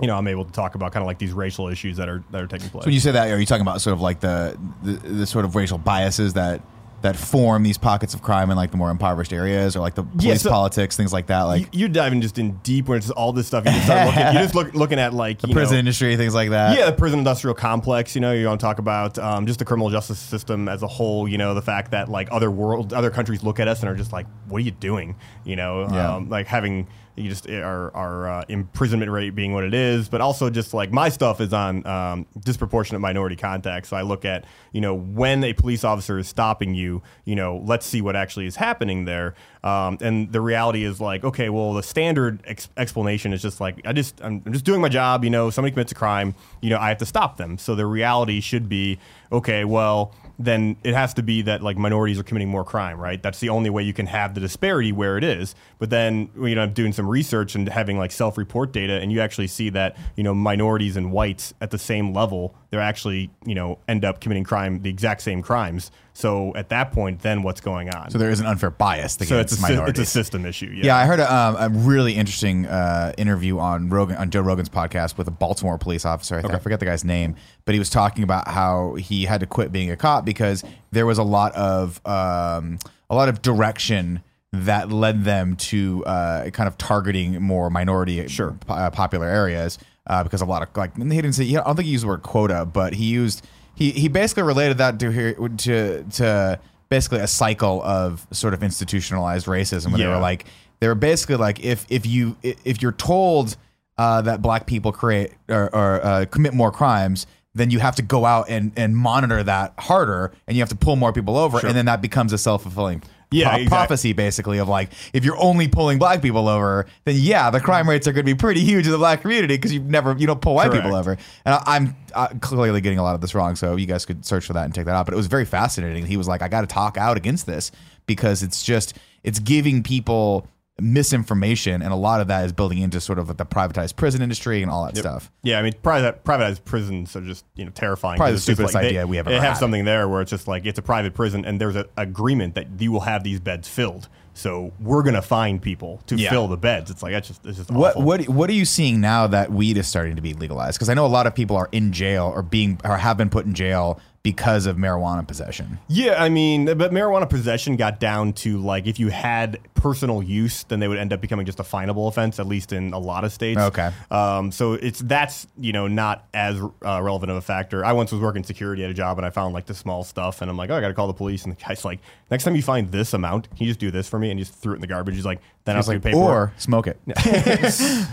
Speaker 4: you know i'm able to talk about kind of like these racial issues that are that are taking place
Speaker 2: When you say that, are you talking about sort of like the the, the sort of racial biases that that form these pockets of crime in like the more impoverished areas, or like the police
Speaker 4: so-
Speaker 2: politics, things like that, like
Speaker 4: You- you're diving just in deep when it's all this stuff. You just start looking, you're just look, looking at like you know,
Speaker 2: prison industry, things like that.
Speaker 4: Yeah, the prison industrial complex. You know, you want to talk about um, just the criminal justice system as a whole. You know, the fact that like other world, other countries look at us and are just like, "What are you doing?" You know,
Speaker 2: Yeah.
Speaker 4: um, like having you just our our uh, imprisonment rate being what it is, but also just like my stuff is on um, disproportionate minority contacts. So I look at you know when a police officer is stopping you, you know, let's see what actually is happening there. Um, and the reality is like, okay, well, the standard ex- explanation is just like, I just, I'm, I'm just doing my job. You know, somebody commits a crime, you know, I have to stop them. So the reality should be, okay, well, then it has to be that like minorities are committing more crime, right? That's the only way you can have the disparity where it is. But then, you know, I'm doing some research and having like self report data, and you actually see that, you know, minorities and whites at the same level, they're actually, you know, end up committing crime, the exact same crimes. So at that point, then what's going on?
Speaker 2: So there is an unfair bias
Speaker 4: So
Speaker 2: against
Speaker 4: it's a, sy-
Speaker 2: minorities.
Speaker 4: it's a system issue. Yeah.
Speaker 2: Yeah, I heard a, um, a really interesting uh, interview on Rogan on Joe Rogan's podcast with a Baltimore police officer. I, think, I forget the guy's name, but he was talking about how he had to quit being a cop because there was a lot of um, a lot of direction that led them to uh, kind of targeting more minority sure. uh, popular areas uh, because a lot of like he didn't say I don't think he used the word quota, but he used he he basically related that to here to to basically a cycle of sort of institutionalized racism where they were
Speaker 4: Yeah.
Speaker 2: like like they were basically like if if you if you're told uh, that black people create or, or uh, commit more crimes then you have to go out and, and monitor that harder and you have to pull more people over and then that becomes a self-fulfilling
Speaker 4: Yeah,
Speaker 2: pro-
Speaker 4: exact-
Speaker 2: prophecy basically of like if you're only pulling black people over, then yeah, the crime rates are going to be pretty huge in the black community because you've never you don't pull white people
Speaker 4: Correct.
Speaker 2: over. And I, I'm uh, clearly getting a lot of this wrong, so you guys could search for that and take that out. But it was very fascinating. He was like, I got to talk out against this because it's just it's giving people misinformation, and a lot of that is building into sort of the privatized prison industry and all that stuff.
Speaker 4: Yeah, I mean, private, privatized prisons are just you know terrifying.
Speaker 2: Probably
Speaker 4: 'cause
Speaker 2: the
Speaker 4: it's just
Speaker 2: stupidest
Speaker 4: like
Speaker 2: idea
Speaker 4: they,
Speaker 2: we ever
Speaker 4: They have
Speaker 2: had.
Speaker 4: something there where it's just like it's a private prison, and there's an agreement that you will have these beds filled. So we're gonna find people to
Speaker 2: Yeah.
Speaker 4: fill the beds. It's like that's just it's just
Speaker 2: What
Speaker 4: awful.
Speaker 2: what what are you seeing now that weed is starting to be legalized? Because I know a lot of people are in jail or being or have been put in jail because of marijuana possession.
Speaker 4: Yeah, I mean, but marijuana possession got down to like if you had personal use, then they would end up becoming just a finable offense, at least in a lot of states.
Speaker 2: Okay.
Speaker 4: Um, so it's that's you know not as uh, relevant of a factor. I once was working security at a job and I found like the small stuff and I'm like, oh, I got to call the police. And the guy's like, next time you find this amount, can you just do this for me? And he just threw it in the garbage. He's like, then I'll
Speaker 2: It's
Speaker 4: do
Speaker 2: like,
Speaker 4: paperwork.
Speaker 2: or smoke it.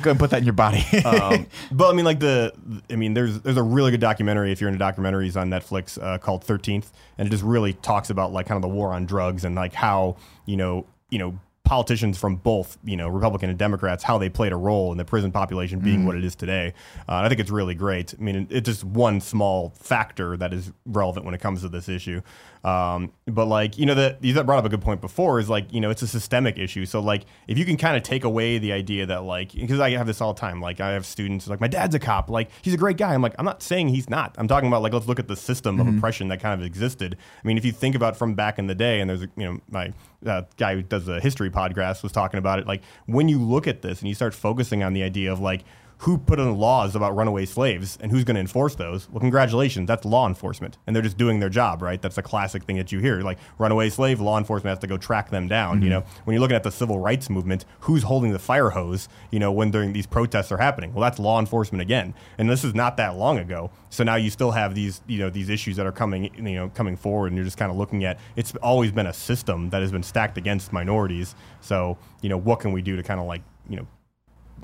Speaker 2: Go and put that in your body.
Speaker 4: um, but I mean, like the, I mean, there's there's a really good documentary if you're into documentaries on Netflix uh, called Thirteenth, and it just really talks about like kind of the war on drugs and like how you know you know politicians from both you know Republican and Democrats how they played a role in the prison population being what it is today. Uh, and I think it's really great. I mean, it- it's just one small factor that is relevant when it comes to this issue. Um, but like you know that you brought up a good point before is like you know it's a systemic issue. So like if you can kind of take away the idea that like because I have this all the time. Like I have students like my dad's a cop. Like he's a great guy. I'm like I'm not saying he's not. I'm talking about like let's look at the system of oppression that kind of existed. I mean if you think about from back in the day and there's a- you know my uh, guy who does the history podcast was talking about it. Like when you look at this and you start focusing on the idea of like who put in laws about runaway slaves and who's going to enforce those? Well, congratulations, that's law enforcement, and they're just doing their job, right? That's a classic thing that you hear, like runaway slave, law enforcement has to go track them down. You know, when you're looking at the civil rights movement, who's holding the fire hose? You know, when during these protests are happening, well, that's law enforcement again, and this is not that long ago. So now you still have these, you know, these issues that are coming, you know, coming forward, and you're just kind of looking at it's always been a system that has been stacked against minorities. So you know, what can we do to kind of like, you know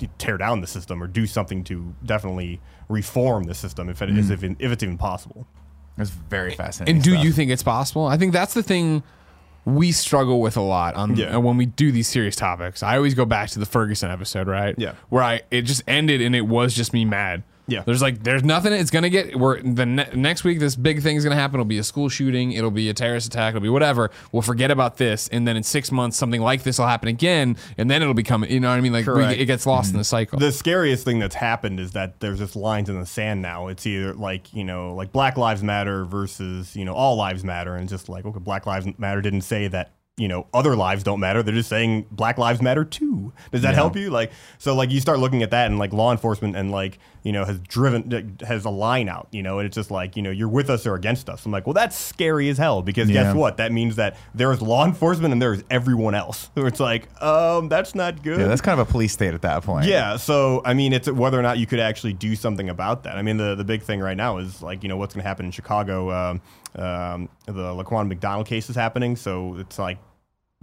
Speaker 4: you tear down the system or do something to definitely reform the system if it is even if it's even possible.
Speaker 2: it's very fascinating.
Speaker 1: And do
Speaker 2: stuff.
Speaker 1: you think it's possible? I think that's the thing we struggle with a lot on
Speaker 4: Yeah.
Speaker 1: uh, when we do these serious topics. I always go back to the Ferguson episode, right?
Speaker 4: Yeah.
Speaker 1: Where I it just ended and it was just me mad.
Speaker 4: Yeah.
Speaker 1: There's like there's nothing it's going to get we're the ne- next week this big thing's going to happen. It'll be a school shooting, it'll be a terrorist attack, it'll be whatever. We'll forget about this and then in 6 months something like this will happen again and then it'll become you know what I mean like we,
Speaker 4: Correct.
Speaker 1: it gets lost in the cycle.
Speaker 4: The scariest thing that's happened is that there's just lines in the sand now. It's either like, you know, like Black Lives Matter versus, you know, all lives matter and it's just like, okay, Black Lives Matter didn't say that you know, other lives don't matter. They're just saying Black Lives Matter too. Does that help you? Like, so like you start looking at that and like law enforcement and like you know has driven has a line out. You know, and it's just like you know you're with us or against us. I'm like, well, that's scary as hell because
Speaker 2: Yeah.
Speaker 4: guess what? That means that there is law enforcement and there is everyone else. So it's like, um, that's not good.
Speaker 2: Yeah, that's kind of a police state at that point.
Speaker 4: Yeah, so I mean, it's whether or not you could actually do something about that. I mean, the the big thing right now is like you know what's going to happen in Chicago. Um, um, the Laquan McDonald case is happening, so it's like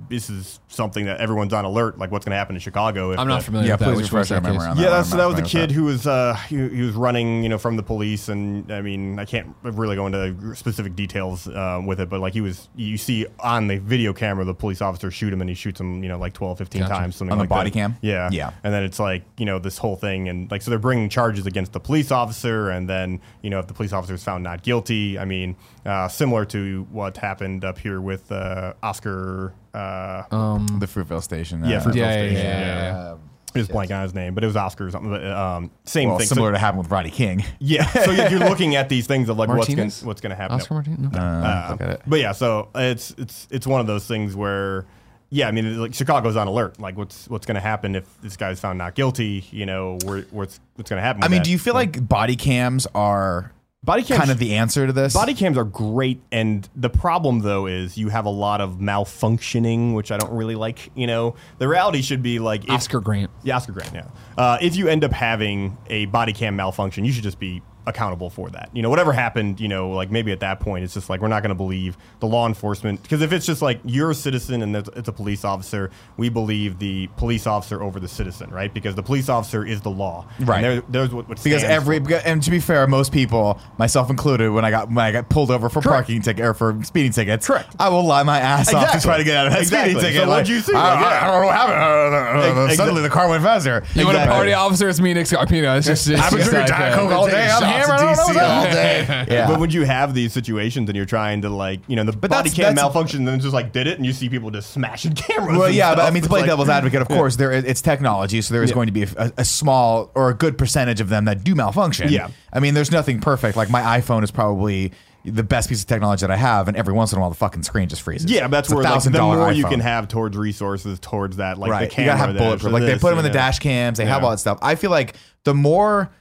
Speaker 4: this is something that everyone's on alert. Like what's going to happen in Chicago? If
Speaker 1: I'm not
Speaker 4: the-
Speaker 1: familiar
Speaker 2: Yeah,
Speaker 1: with that.
Speaker 2: please
Speaker 1: Which
Speaker 2: refresh
Speaker 1: one's
Speaker 2: our
Speaker 1: that
Speaker 2: memory
Speaker 1: case?
Speaker 2: on that.
Speaker 4: Yeah,
Speaker 2: one.
Speaker 4: that's,
Speaker 2: I'm
Speaker 4: that
Speaker 2: not
Speaker 4: was a
Speaker 2: familiar
Speaker 4: kid
Speaker 2: with
Speaker 4: who was uh, he, he was running, you know, from the police, and I mean, I can't really go into specific details uh, with it, but like he was, you see on the video camera, the police officer shoot him, and he shoots him, you know, like 12, 15
Speaker 1: Gotcha.
Speaker 4: times, something
Speaker 2: On the
Speaker 4: like
Speaker 2: body
Speaker 4: that.
Speaker 2: cam?
Speaker 4: Yeah,
Speaker 2: Yeah.
Speaker 4: and then it's like you know this whole thing, and like so they're bringing charges against the police officer, and then you know if the police officer is found not guilty, I mean, uh, similar to what happened up here with uh, Oscar. Uh,
Speaker 2: that. the Fruitvale Station.
Speaker 4: yeah,
Speaker 2: uh,
Speaker 4: Fruitvale
Speaker 1: yeah, yeah,
Speaker 4: Station.
Speaker 1: yeah, yeah, yeah.
Speaker 3: Um,
Speaker 4: I just blank on his name, but it was Oscar or something. But, um, same
Speaker 2: Oh, well,
Speaker 4: thing.
Speaker 2: similar
Speaker 4: So-
Speaker 2: to happened with Roddy King.
Speaker 4: yeah. So you're you're looking at these things of like what's
Speaker 1: Martinez?
Speaker 4: gonna, what's going to happen.
Speaker 1: Oscar Martinez? No.
Speaker 4: Uh,
Speaker 2: Look at it.
Speaker 4: But yeah, so it's it's it's one of those things where, yeah, I mean, it's like Chicago's on alert. Like, what's what's going to happen if this guy's found not guilty? You know, where, what's what's going to happen?
Speaker 2: I
Speaker 4: with
Speaker 2: mean,
Speaker 4: that?
Speaker 2: do you feel like body cams are
Speaker 4: body cams?
Speaker 2: kind of the answer to this?
Speaker 4: Body cams are great, and the problem though is you have a lot of malfunctioning, which I don't really like. You know, the reality should be like if-
Speaker 1: Oscar Grant.
Speaker 4: Yeah, Oscar Grant. Yeah. Uh, if you end up having a body cam malfunction, you should just be accountable for that. You know, whatever happened, you know, like maybe at that point, it's just like we're not going to believe the law enforcement because if it's just like you're a citizen and that's- it's a police officer, we believe the police officer over the citizen, right? Because the police officer is the law,
Speaker 2: Right.
Speaker 4: And there, there's what, what
Speaker 2: Because
Speaker 4: stands
Speaker 2: every because- and to be fair, most people, myself included, when I got when I got pulled over for parking ticket or for speeding tickets,
Speaker 4: Correct.
Speaker 2: I will lie my ass off to
Speaker 4: Exactly.
Speaker 2: try to get out of that speeding
Speaker 4: Exactly.
Speaker 2: ticket.
Speaker 4: So what'd you see?
Speaker 2: I,
Speaker 4: Like,
Speaker 2: I- I don't know what happened. I don't know.
Speaker 4: Ex-
Speaker 2: Suddenly the car went faster.
Speaker 1: You want to
Speaker 2: Exactly.
Speaker 1: party officer? It's me, Nick Scarpino. It's just, it's
Speaker 2: I've been
Speaker 1: just uh,
Speaker 2: drinking
Speaker 1: like
Speaker 2: Diet
Speaker 3: uh,
Speaker 1: that.
Speaker 2: Coke all day. I'm
Speaker 3: Shots
Speaker 2: hammered. I
Speaker 3: to
Speaker 2: don't know what's
Speaker 3: DC all
Speaker 2: up.
Speaker 3: day.
Speaker 2: Yeah.
Speaker 4: But when you have these situations and you're trying to like, you know, the body
Speaker 2: that's-
Speaker 4: cam
Speaker 2: that's-
Speaker 4: malfunction, and then it's just like did it, and you see people just smashing cameras.
Speaker 2: Well,
Speaker 4: and
Speaker 2: yeah, but I
Speaker 4: stuff.
Speaker 2: mean, to
Speaker 4: It's
Speaker 2: play
Speaker 4: like-
Speaker 2: devil's advocate, of course, there it's technology, so there is going to be a, a small or a good percentage of them that do malfunction.
Speaker 4: Yeah.
Speaker 2: I mean, there's nothing perfect. Like my iPhone is probably the best piece of technology that I have, and every once in a while, the fucking screen just freezes.
Speaker 4: Yeah, but that's
Speaker 2: It's a
Speaker 4: where like, the
Speaker 2: $1,000
Speaker 4: more you
Speaker 2: iPhone.
Speaker 4: can have towards resources, towards that, like the
Speaker 2: right. you
Speaker 4: camera.
Speaker 2: gotta have
Speaker 4: the
Speaker 2: bulletproof.
Speaker 4: extra
Speaker 2: Like they
Speaker 4: this,
Speaker 2: put them in the
Speaker 4: you know.
Speaker 2: dash cams. They have
Speaker 4: Yeah.
Speaker 2: all that stuff. I feel like the more.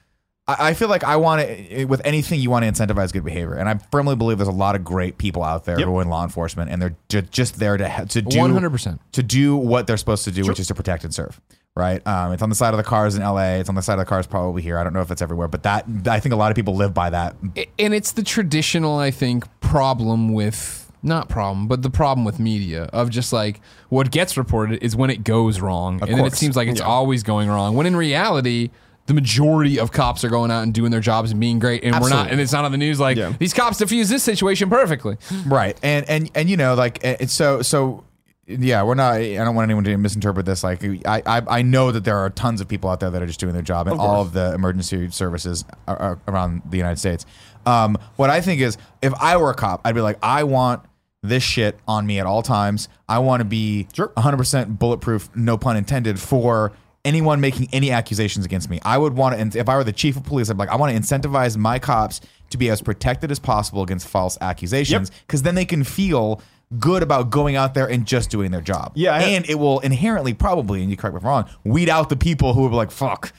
Speaker 2: I I feel like I want to, with anything, you want to incentivize good behavior, and I firmly believe there's a lot of great people out there
Speaker 4: Yep.
Speaker 2: who are in law enforcement, and they're ju- just there to ha- to do
Speaker 1: 100%.
Speaker 2: to do what they're supposed to do, which is to protect and serve. Right? Um, it's on the side of the cars in LA. It's on the side of the cars probably here. I don't know if it's everywhere, but that I think a lot of people live by that.
Speaker 1: and it's the traditional i think problem with not problem but the problem with media of just like what gets reported is when it goes wrong and then it
Speaker 2: course.
Speaker 1: seems like it's always going wrong when in reality the majority of cops are going out and doing their jobs and being great and we're not
Speaker 2: Absolutely.
Speaker 1: and it's not on the news like
Speaker 4: Yeah.
Speaker 1: these cops diffuse this situation perfectly
Speaker 2: right and and and you know like and so so yeah we're not i don't want anyone to misinterpret this like i i, I know that there are tons of people out there that are just doing their job and all of the emergency services are, are around the united states um, what i think is if i were a cop i'd be like i want this shit on me at all times i want to be 100% bulletproof no pun intended for anyone making any accusations against me i would want to and if i were the chief of police i'd be like i want to incentivize my cops to be as protected as possible against false accusations because then they can feel good about going out there and just doing their job.
Speaker 4: Yeah, I-
Speaker 2: and it will inherently probably, and you correct me if I'm wrong, weed out the people who are like, "Fuck,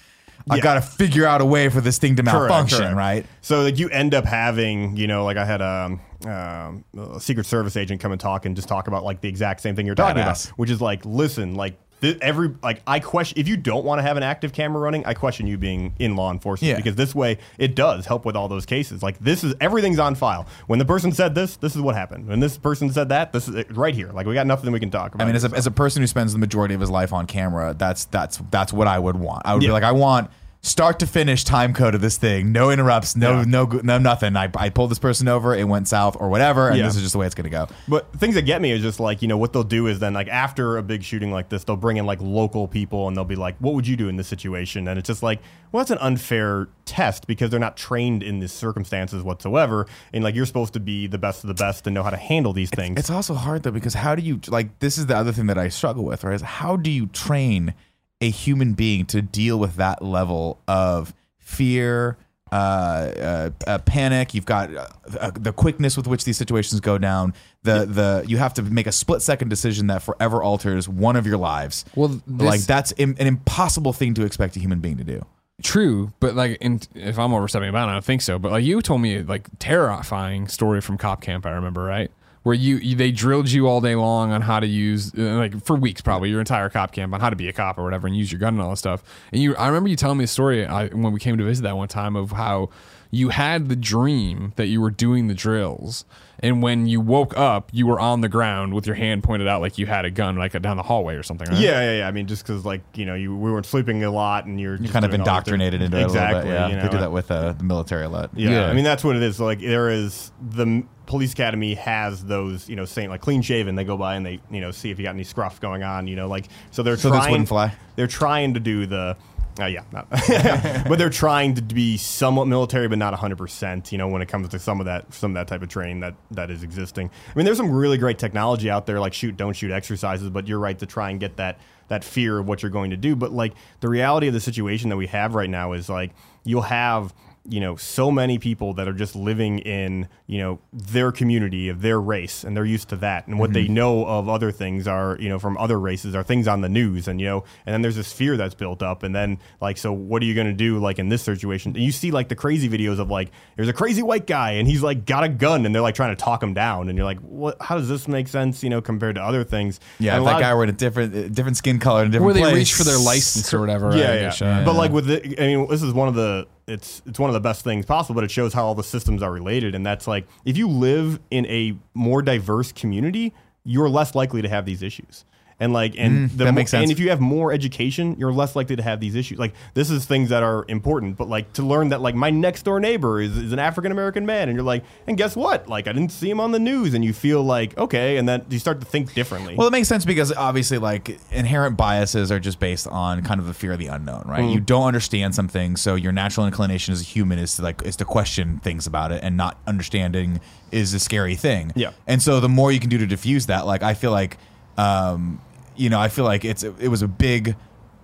Speaker 2: I
Speaker 4: Yeah.
Speaker 2: got to figure out a way for this thing to
Speaker 4: Correct,
Speaker 2: malfunction."
Speaker 4: correct.
Speaker 2: Right?
Speaker 4: So like you end up having, you know, like I had um, um, a Secret Service agent come and talk and just talk about like the exact same thing you're talking
Speaker 2: Badass.
Speaker 4: about, which is like, listen, like. thi- Every like I question if you don't want to have an active camera running, I question you being in law enforcement
Speaker 2: Yeah.
Speaker 4: because this way it does help with all those cases. Like this is everything's on file. When the person said this, this is what happened. When this person said that, this is it right here. Like we got nothing we can talk about.
Speaker 2: I mean, as
Speaker 4: here,
Speaker 2: a, as a person who spends the majority of his life on camera, that's that's that's what I would want. I would be
Speaker 4: Yeah.
Speaker 2: like, I want start to finish time code of this thing, no interrupts, no
Speaker 4: Yeah.
Speaker 2: no go- no nothing. I, I pulled this person over, it went south or whatever, and
Speaker 4: Yeah.
Speaker 2: this is just the way it's gonna go.
Speaker 4: But things that get me is just like, you know, what they'll do is then like after a big shooting like this, they'll bring in like local people and they'll be like, what would you do in this situation? And it's just like, well, that's an unfair test because they're not trained in these circumstances whatsoever. And like, you're supposed to be the best of the best and know how to handle these things.
Speaker 2: It's also hard though because how do you like this is the other thing that I struggle with, right? Is how do you train a human being to deal with that level of fear, uh, uh, uh panic? You've got uh, uh, the quickness with which these situations go down. The the you have to make a split second decision that forever alters one of your lives.
Speaker 1: Well, this-
Speaker 2: like that's Im- an impossible thing to expect a human being to do.
Speaker 1: True, but like, in, if I'm overstepping about, it, I don't think so. But like, you told me like terrifying story from cop camp. I remember right where you, you they drilled you all day long on how to use uh, like for weeks probably your entire cop camp on how to be a cop or whatever and use your gun and all that stuff. And you, I remember you telling me a story I, when we came to visit that one time of how you had the dream that you were doing the drills, and when you woke up, you were on the ground with your hand pointed out like you had a gun like down the hallway or something. Right?
Speaker 4: yeah, yeah, yeah. I mean, just because like, you know, you we weren't sleeping a lot and you're,
Speaker 2: You're kind of indoctrinated into
Speaker 4: exactly,
Speaker 2: it a little bit. Yeah,
Speaker 4: you know,
Speaker 2: they do that with uh, the military a lot.
Speaker 4: Yeah.
Speaker 1: Yeah.
Speaker 4: I mean that's what it is. Like there is the m- police academy has those you know saying like clean shaven. They go by and they you know see if you got any scruff going on. You know like so they're
Speaker 2: So this
Speaker 4: trying.
Speaker 2: wouldn't fly?
Speaker 4: They're trying to do the. Uh, yeah, not, but they're trying to be somewhat military, but not 100. percent You know, when it comes to some of that, some of that type of training that that is existing. I mean, there's some really great technology out there, like shoot, don't shoot exercises. But you're right to try and get that that fear of what you're going to do. But like the reality of the situation that we have right now is like you'll have you know so many people that are just living in you know their community of their race and they're used to that and what
Speaker 2: Mm-hmm.
Speaker 4: they know of other things are you know from other races are things on the news and you know and then there's this fear that's built up and then like so what are you going to do like in this situation and you see like the crazy videos of like there's a crazy white guy and he's like got a gun and they're like trying to talk him down and you're like what how does this make sense you know compared to other things
Speaker 2: Yeah, if
Speaker 4: And a
Speaker 2: that
Speaker 4: lot of-
Speaker 2: guy were in a different, uh, different skin color, in a different
Speaker 1: Where they
Speaker 2: place,
Speaker 1: reach for their license or whatever. I
Speaker 4: yeah,
Speaker 1: guess,
Speaker 4: yeah.
Speaker 1: uh,
Speaker 4: But like with the, I mean, this is one of the it's it's one of the best things possible. But it shows how all the systems are related, and that's like if you live in a more diverse community, you're less likely to have these issues. And like, and the
Speaker 2: Mm, that
Speaker 4: mo-
Speaker 2: makes sense.
Speaker 4: And if you have more education, you're less likely to have these issues. Like, this is things that are important. But like, to learn that like my next door neighbor is, is an African American man, and you're like, and guess what? Like, I didn't see him on the news, and you feel like okay, and that you start to think differently.
Speaker 2: Well, it makes sense because obviously, like inherent biases are just based on kind of the fear of the unknown, right? You
Speaker 1: Mm.
Speaker 2: don't understand something, so your natural inclination as a human is to like is to question things about it, and not understanding is a scary thing.
Speaker 4: Yeah.
Speaker 2: And so the more you can do to diffuse that, like I feel like, um, you know, I feel like it's it was a big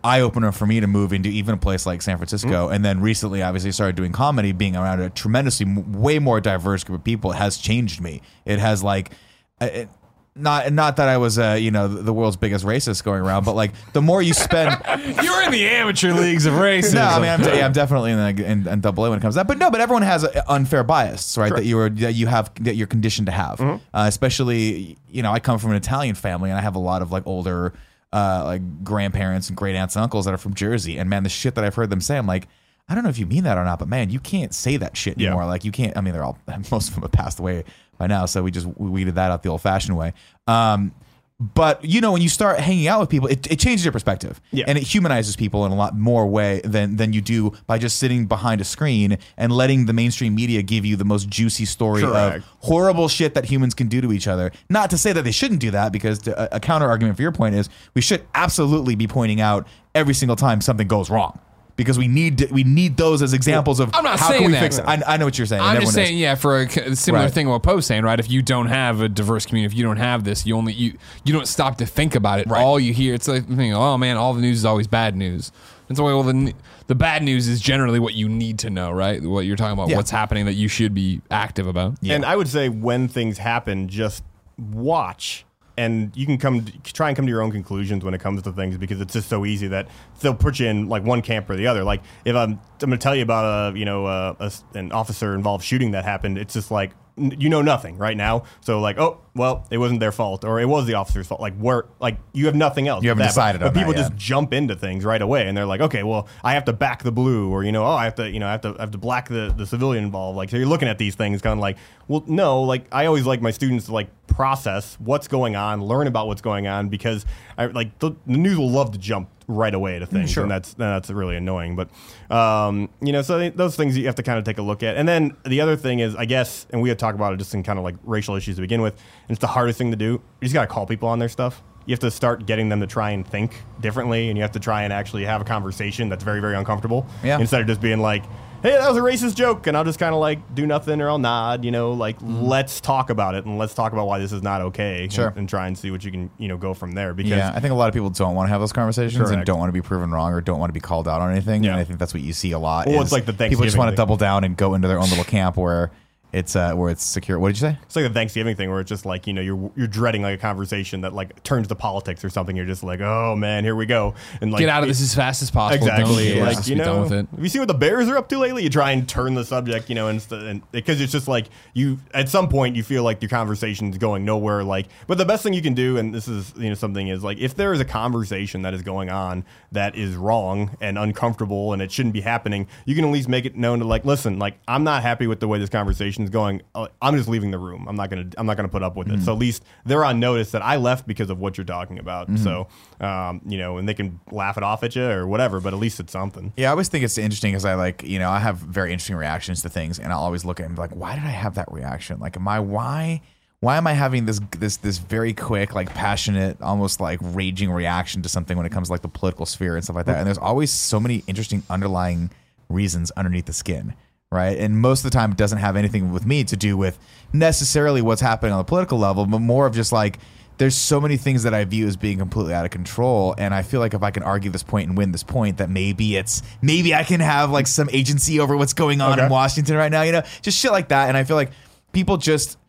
Speaker 2: eye opener for me to move into even a place like San Francisco, and then recently, obviously, started doing comedy, being around a tremendously m- way more diverse group of people has changed me. It has like. I- It, not not that I was uh, you know the world's biggest racist going around, but like the more you spend,
Speaker 1: You're in the amateur leagues of racism.
Speaker 2: no, I mean, I'm, yeah, I'm definitely in, like, in, in double A when it comes to that. But no, but everyone has an unfair bias, right? That you are that you have that you're conditioned to have. Uh, especially, you know, I come from an Italian family, and I have a lot of like older, uh, like grandparents and great aunts and uncles that are from Jersey. And man, the shit that I've heard them say, I'm like. I don't know if you mean that or not, but man, you can't say that shit
Speaker 4: Yeah.
Speaker 2: anymore. Like you can't. I mean, they're all most of them have passed away by now, so we just we weeded that out the old-fashioned way. Um, but you know, when you start hanging out with people, it, it changes your perspective,
Speaker 4: Yeah.
Speaker 2: and it humanizes people in a lot more way than than you do by just sitting behind a screen and letting the mainstream media give you the most juicy story
Speaker 4: Correct.
Speaker 2: of horrible shit that humans can do to each other. Not to say that they shouldn't do that, because to, a, a counter argument for your point is we should absolutely be pointing out every single time something goes wrong. Because we need to, we need those as examples of
Speaker 1: I'm not
Speaker 2: how
Speaker 1: saying
Speaker 2: can we
Speaker 1: that.
Speaker 2: fix it. I, I know what you're saying. and
Speaker 1: I'm just
Speaker 2: everyone
Speaker 1: saying,
Speaker 2: knows.
Speaker 1: yeah, for a c- similar
Speaker 2: Right.
Speaker 1: thing what Poe's saying, right? If you don't have a diverse community, if you don't have this, you only you you don't stop to think about it. All you hear, it's like thinking, oh man, all the news is always bad news. It's always well, the n- the bad news is generally what you need to know, right? What you're talking about,
Speaker 2: Yeah.
Speaker 1: what's happening that you should be active about.
Speaker 4: And I would say when things happen, just watch. And you can come try and come to your own conclusions when it comes to things because it's just so easy that they'll put you in like one camp or the other. Like if I'm, I'm going to tell you about a you know uh, a s an officer involved shooting that happened, it's just like n- you know nothing right now. So like oh well it wasn't their fault or it was the officer's fault. Like where like you have nothing else.
Speaker 2: You haven't
Speaker 4: That-
Speaker 2: decided
Speaker 4: But
Speaker 2: on that
Speaker 4: people
Speaker 2: yet.
Speaker 4: just jump into things right away and they're like okay well i have to back the blue or you know oh i have to you know i have to I have to black the, the civilian involved like so you're looking at these things kind of like well no like i always like my students to like process what's going on learn about what's going on because i like the, the news will love to jump right away to things and that's and that's really annoying but um you know so they, those things you have to kind of take a look at and then the other thing is i guess and we had talked about it just in kind of like racial issues to begin with and it's the hardest thing to do you just got to call people on their stuff you have to start getting them to try and think differently and you have to try and actually have a conversation that's very very uncomfortable
Speaker 2: Yeah.
Speaker 4: instead of just being like hey that was a racist joke and i'll just kind of like do nothing or i'll nod you know like let's talk about it and let's talk about why this is not okay
Speaker 2: Mm-hmm. Sure.
Speaker 4: and, and try and see what you can you know go from there because
Speaker 2: Yeah, I think a lot of people don't want to have those conversations and
Speaker 4: Correct.
Speaker 2: don't want to be proven wrong or don't want to be called out on anything.
Speaker 4: Yeah.
Speaker 2: And I think that's what you see a lot.
Speaker 4: Well,
Speaker 2: is
Speaker 4: it's like the
Speaker 2: people just
Speaker 4: Thanksgiving
Speaker 2: want to
Speaker 4: thing.
Speaker 2: double down and go into their own little camp where it's uh, where it's secure. What did you say?
Speaker 4: it's like the Thanksgiving thing where it's just like you know you're you're dreading like a conversation that like turns to politics or something. You're just like, oh man, here we go, and like
Speaker 1: Get out of this as fast as possible. Don't
Speaker 4: Exactly.
Speaker 1: care.
Speaker 4: Like
Speaker 1: Just
Speaker 4: you
Speaker 1: be done
Speaker 4: know,
Speaker 1: with it.
Speaker 4: have you seen what the Bears are up to lately? You try and turn the subject, you know, and because it's just like you at some point you feel like your conversation's going nowhere. Like, but the best thing you can do, and this is you know something is like if there is a conversation that is going on that is wrong and uncomfortable and it shouldn't be happening, you can at least make it known to like, listen, like I'm not happy with the way this conversation is going. Uh, I'm just leaving the room. I'm not gonna I'm not gonna put up with it. So at least they're on notice that I left because of what you're talking about. So um, you know, and they can laugh it off at you or whatever, but at least it's something.
Speaker 2: Yeah, I always think it's interesting because I like, you know, I have very interesting reactions to things, and I always look at them like, why did I have that reaction? Like, am I why? Why am I having this this this very quick, like passionate, almost like raging reaction to something when it comes to, like the political sphere and stuff like that? And there's always so many interesting underlying reasons underneath the skin, right? And most of the time, it doesn't have anything with me to do with necessarily what's happening on the political level, but more of just like there's so many things that I view as being completely out of control, and I feel like if I can argue this point and win this point, that maybe it's maybe I can have like some agency over what's going on in Washington right now, you know, just shit like that. And I feel like people just,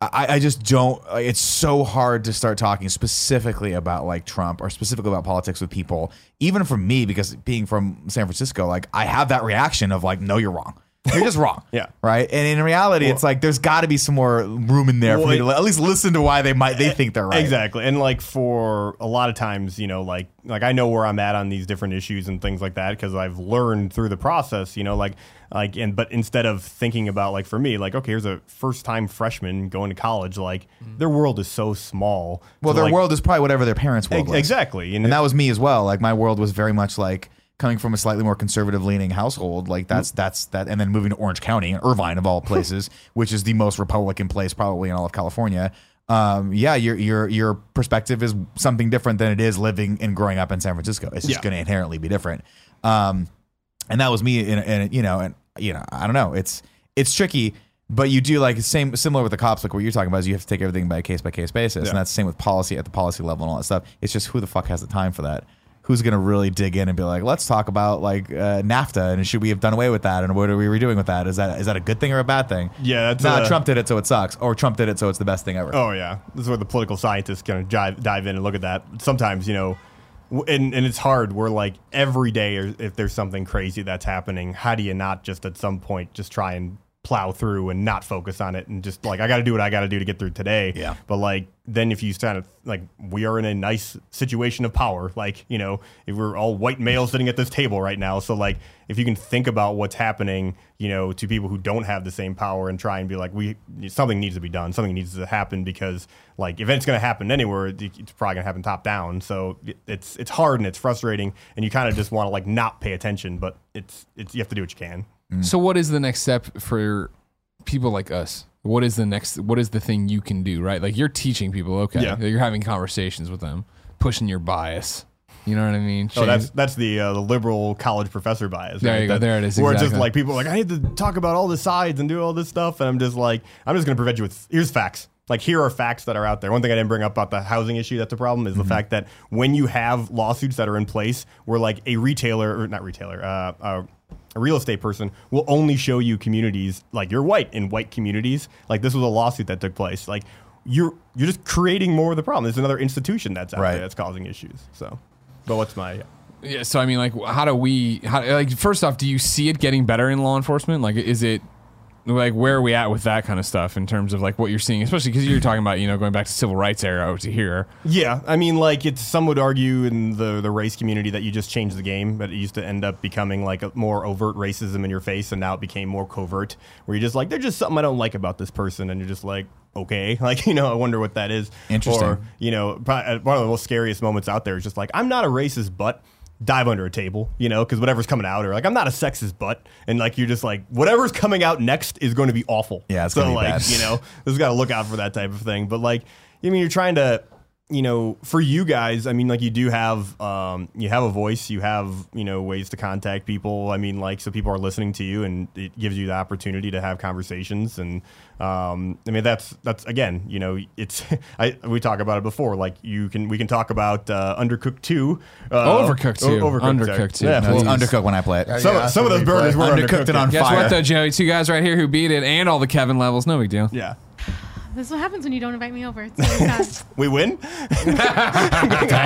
Speaker 2: I, I just don't. Like, it's so hard to start talking specifically about like Trump or specifically about politics with people, even from me because being from San Francisco, like I have that reaction of like, no, you're wrong. You're just wrong.
Speaker 4: Yeah.
Speaker 2: Right. And in reality, it's like there's got to be some more room in there for
Speaker 4: Well,
Speaker 2: me
Speaker 4: it-
Speaker 2: to li- at least listen to why they might they think they're right.
Speaker 4: Exactly. And like for a lot of times, you know, like like I know where I'm at on these different issues and things like that because I've learned through the process, you know, like like and but instead of thinking about like for me, like okay, here's a first time freshman going to college, like their world is so small.
Speaker 2: Mm. Well,
Speaker 4: to,
Speaker 2: their
Speaker 4: like-
Speaker 2: world is probably whatever their parents' world
Speaker 4: Ex-
Speaker 2: was.
Speaker 4: exactly. And,
Speaker 2: And that was me as well. Like my world was very much like coming from a slightly more conservative leaning household. Like that's that's that, and then moving to Orange County and Irvine of all places, which is the most Republican place probably in all of California. Um, yeah, your your your perspective is something different than it is living and growing up in San Francisco. It's just
Speaker 4: Yeah.
Speaker 2: going to inherently be different. Um, and that was me in, in you know and you know i don't know it's it's tricky but you do like same similar with the cops like what you're talking about is you have to take everything by a case by case basis and that's the same with policy at the policy level and all that stuff it's just who the fuck has the time for that who's going to really dig in and be like let's talk about like uh, nafta and should we have done away with that and what are we redoing with that is that is that a good thing or a bad thing
Speaker 4: Yeah, that's,
Speaker 2: nah,
Speaker 4: uh,
Speaker 2: trump did it so it sucks or trump did it so it's the best thing ever
Speaker 4: Oh yeah, this is where the political scientists kind of dive dive in and look at that. Sometimes you know, w- and and it's hard. We're like every day, or if there's something crazy that's happening, how do you not just at some point just try and plow through and not focus on it and just like I got to do what I got to do to get through today.
Speaker 2: Yeah.
Speaker 4: But like then if you kind of like we are in a nice situation of power, like you know if we're all white males sitting at this table right now, so like if you can think about what's happening, you know, to people who don't have the same power and try and be like we something needs to be done, something needs to happen because like if it's going to happen anywhere, it- it's probably going to happen top down. So it- it's it's hard and it's frustrating, and you kind of just want to like not pay attention, but it's it's you have to do what you can.
Speaker 1: So what is the next step for people like us? What is the next what is the thing you can do, right? Like you're teaching people, okay.
Speaker 4: Yeah.
Speaker 1: You're having conversations with them, pushing your bias. You know what I mean?
Speaker 4: Oh,
Speaker 1: Change-
Speaker 4: that's that's the uh, the liberal college professor bias.
Speaker 1: There
Speaker 4: right?
Speaker 1: you go.
Speaker 4: That-
Speaker 1: There it is.
Speaker 4: Where it's just
Speaker 1: Exactly.
Speaker 4: like people are like I need to talk about all the sides and do all this stuff, and I'm just like I'm just going to prevent you with here's facts. Like here are facts that are out there. One thing I didn't bring up about the housing issue that's a problem is the fact that when you have lawsuits that are in place, where like a retailer or not retailer, uh, uh, a real estate person will only show you communities like you're white in white communities. Like this was a lawsuit that took place. Like you're you're just creating more of the problem. There's another institution that's out
Speaker 2: Right.
Speaker 4: there that's causing issues. So, but what's my
Speaker 1: yeah, so I mean like how do we how like first off, do you see it getting better in law enforcement? Like is it like where are we at with that kind of stuff in terms of like what you're seeing, especially because you're talking about you know going back to civil rights era to here.
Speaker 4: Yeah, I mean, like it's some would argue in the the race community that you just changed the game, but it used to end up becoming like a more overt racism in your face, and now it became more covert, where you're just like, there's just something I don't like about this person, and you're just like, okay, like you know, I wonder what that is.
Speaker 2: Interesting.
Speaker 4: Or you know, probably, uh, one of the most scariest moments out there is just like, I'm not a racist, but dive under a table, you know, because whatever's coming out, or like, I'm not a sexist, but, and like you're just like, whatever's coming out next is going to be awful.
Speaker 2: Yeah, it's
Speaker 4: so
Speaker 2: gonna be
Speaker 4: like
Speaker 2: bad.
Speaker 4: you know, there's got to look out for that type of thing. But like, I mean, you're trying to, you know, for you guys, I mean, like you do have, um, you have a voice, you have, you know, ways to contact people. I mean, like, so people are listening to you, and it gives you the opportunity to have conversations. And um, I mean, that's that's again, you know, it's I we talked about it before. Like, you can we can talk about uh, Undercooked Two, uh,
Speaker 1: Overcooked
Speaker 4: o-
Speaker 1: 2,
Speaker 4: sorry.
Speaker 1: Undercooked 2.
Speaker 4: Yeah,
Speaker 1: No,
Speaker 2: No, it's
Speaker 1: Please.
Speaker 2: undercooked when i play it
Speaker 4: some,
Speaker 3: Yeah,
Speaker 4: some of
Speaker 3: that's
Speaker 4: those
Speaker 3: what we
Speaker 4: burgers were
Speaker 3: play.
Speaker 4: undercooked.
Speaker 2: undercooked and on
Speaker 1: Guess
Speaker 2: fire
Speaker 1: what though, Joey? Two guys right here who beat it and all the Kevin levels, no big deal.
Speaker 4: Yeah,
Speaker 5: This is what happens when you don't invite me over. It's really sad.
Speaker 4: we win.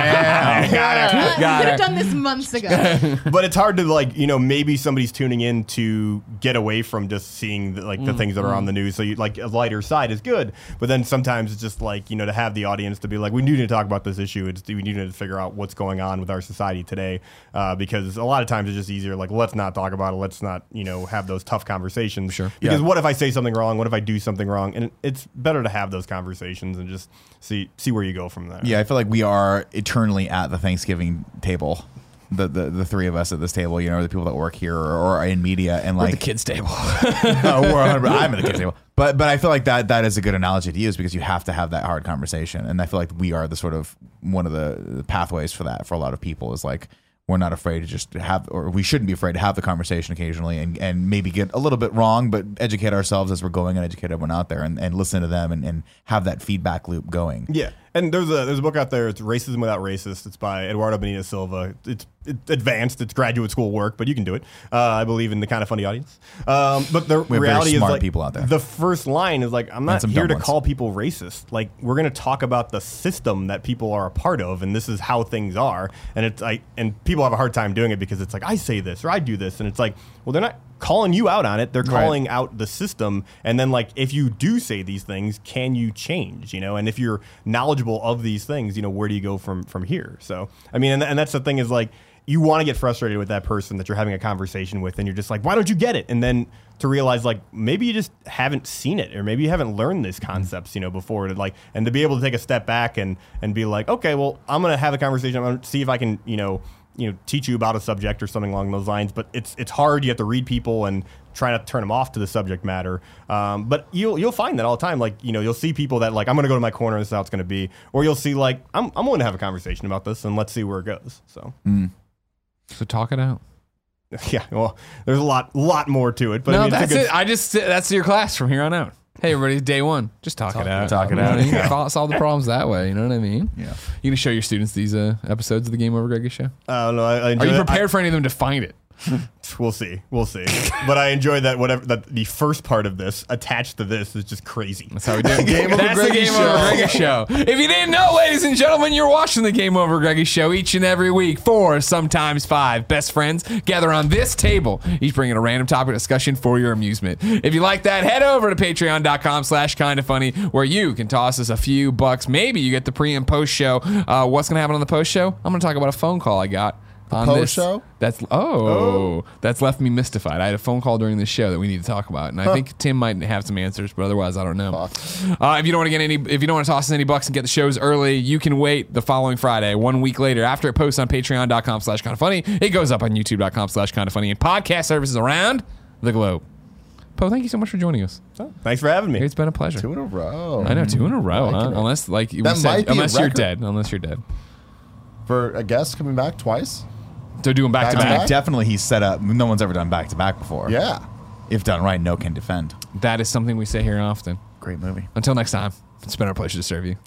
Speaker 5: But
Speaker 1: Got
Speaker 5: we could
Speaker 1: it.
Speaker 5: have done this months ago.
Speaker 4: but it's hard to like you know maybe somebody's tuning in to get away from just seeing the, like the things that are on the news so you like a lighter side is good but then sometimes it's just like you know to have the audience to be like we need to talk about this issue it's, we need to figure out what's going on with our society today uh, because a lot of times it's just easier like let's not talk about it let's not you know have those tough conversations sure because
Speaker 2: Yeah.
Speaker 4: what if i say something wrong what if i do something wrong and it's better to have those conversations and just see see where you go from there
Speaker 2: Yeah, I feel like we are eternally at the Thanksgiving table. The, the, the three of us at this table, you know, the people that work here or, or are in media and like
Speaker 1: Kids table.
Speaker 2: no, we're 100 I'm at the kids table, but but I feel like that that is a good analogy to use because you have to have that hard conversation, and I feel like we are the sort of one of the, the pathways for that for a lot of people is like we're not afraid to just have or we shouldn't be afraid to have the conversation occasionally and, and maybe get a little bit wrong but educate ourselves as we're going and educate everyone out there and, and listen to them and, and have that feedback loop going
Speaker 4: Yeah, and there's a there's a book out there. It's Racism Without Racist. It's by Eduardo Benito Silva. It's it's advanced. It's graduate school work, but you can do it. Uh, I believe in the kind of funny audience. Um, but the
Speaker 2: very
Speaker 4: reality
Speaker 2: smart
Speaker 4: is like
Speaker 2: people out there.
Speaker 4: The first line is like, I'm not
Speaker 2: some
Speaker 4: here
Speaker 2: dumb
Speaker 4: to
Speaker 2: ones.
Speaker 4: call people racist. Like we're gonna talk about the system that people are a part of, and this is how things are. And it's like, and people have a hard time doing it because it's like I say this or I do this, and it's like, well, they're not calling you out on it. They're
Speaker 2: Right.
Speaker 4: calling out the system. And then, like, if you do say these things, can you change? You know, and if you're knowledgeable of these things, you know, where do you go from from here? So, I mean, and, and that's the thing is like, you want to get frustrated with that person that you're having a conversation with, and you're just like, why don't you get it? And then to realize like maybe you just haven't seen it, or maybe you haven't learned these concepts, you know, before. To like, and to be able to take a step back and and be like, okay, well, I'm gonna have a conversation. I'm gonna see if I can, you know, you know teach you about a subject or something along those lines but it's it's hard you have to read people and try not to turn them off to the subject matter um, but you'll you'll find that all the time like you know you'll see people that like i'm gonna go to my corner and this is how it's gonna be or you'll see like i'm, I'm willing to have a conversation about this and let's see where it goes so
Speaker 1: So talk it out.
Speaker 4: yeah well there's a lot lot more to it but
Speaker 1: no,
Speaker 4: I mean, it's a
Speaker 1: that's
Speaker 4: good-
Speaker 1: it. I just that's your class from here on out. Hey, everybody, day one. Just talk, it out.
Speaker 2: Talk it out.
Speaker 1: You can sol- solve the problems that way. You know what I mean?
Speaker 2: Yeah.
Speaker 1: You gonna show your students these uh, episodes of the Game Over Greggy show?
Speaker 4: I don't know, I- I
Speaker 1: Are
Speaker 4: enjoy
Speaker 1: you
Speaker 4: that. Uh, I-
Speaker 1: prepared for any of them to find it?
Speaker 4: We'll see. We'll see. but I enjoy that whatever that the first part of this attached to this is just crazy.
Speaker 1: That's how we do it.
Speaker 3: Game Over
Speaker 1: That's the
Speaker 3: Greggy
Speaker 1: Game Over
Speaker 3: Show.
Speaker 1: Greggy show. If you didn't know, ladies and gentlemen, you're watching the Game Over Greggy show each and every week. Four, sometimes five best friends gather on this table, each bringing a random topic of discussion for your amusement. If you like that, head over to patreon.com slash kind of funny, where you can toss us a few bucks. Maybe you get the pre and post show. Uh, what's going to happen on the post show? I'm going to talk about a phone call I got. on
Speaker 3: post
Speaker 1: this-
Speaker 3: show?
Speaker 1: That's oh, that's left me mystified. I had a phone call during this show that we need to talk about, and I think Tim might have some answers, but otherwise, I don't know. Uh, if you don't want to get any, if you don't want to toss us any bucks and get the shows early, you can wait the following Friday, one week later, after it posts on Patreon.com/slash Kind of Funny. It goes up on YouTube.com/slash Kind of Funny and podcast services around the globe. Poe, thank you so much for joining us.
Speaker 4: Thanks for having me.
Speaker 1: It's been a pleasure.
Speaker 3: Two Mm, in a row.
Speaker 1: I know two in a row, huh? unless like we
Speaker 3: That
Speaker 1: said-
Speaker 3: might be a
Speaker 1: unless you're
Speaker 3: record.
Speaker 1: dead, unless you're dead.
Speaker 3: For a guest coming back twice?
Speaker 1: So do them back, to
Speaker 3: Back-to-back?
Speaker 1: back.
Speaker 2: Back, definitely, he's set up. No one's ever done back to back before.
Speaker 3: Yeah.
Speaker 2: If done right, no can defend.
Speaker 1: That is something we say here often.
Speaker 2: Great movie.
Speaker 1: Until next time, it's been our pleasure to serve you.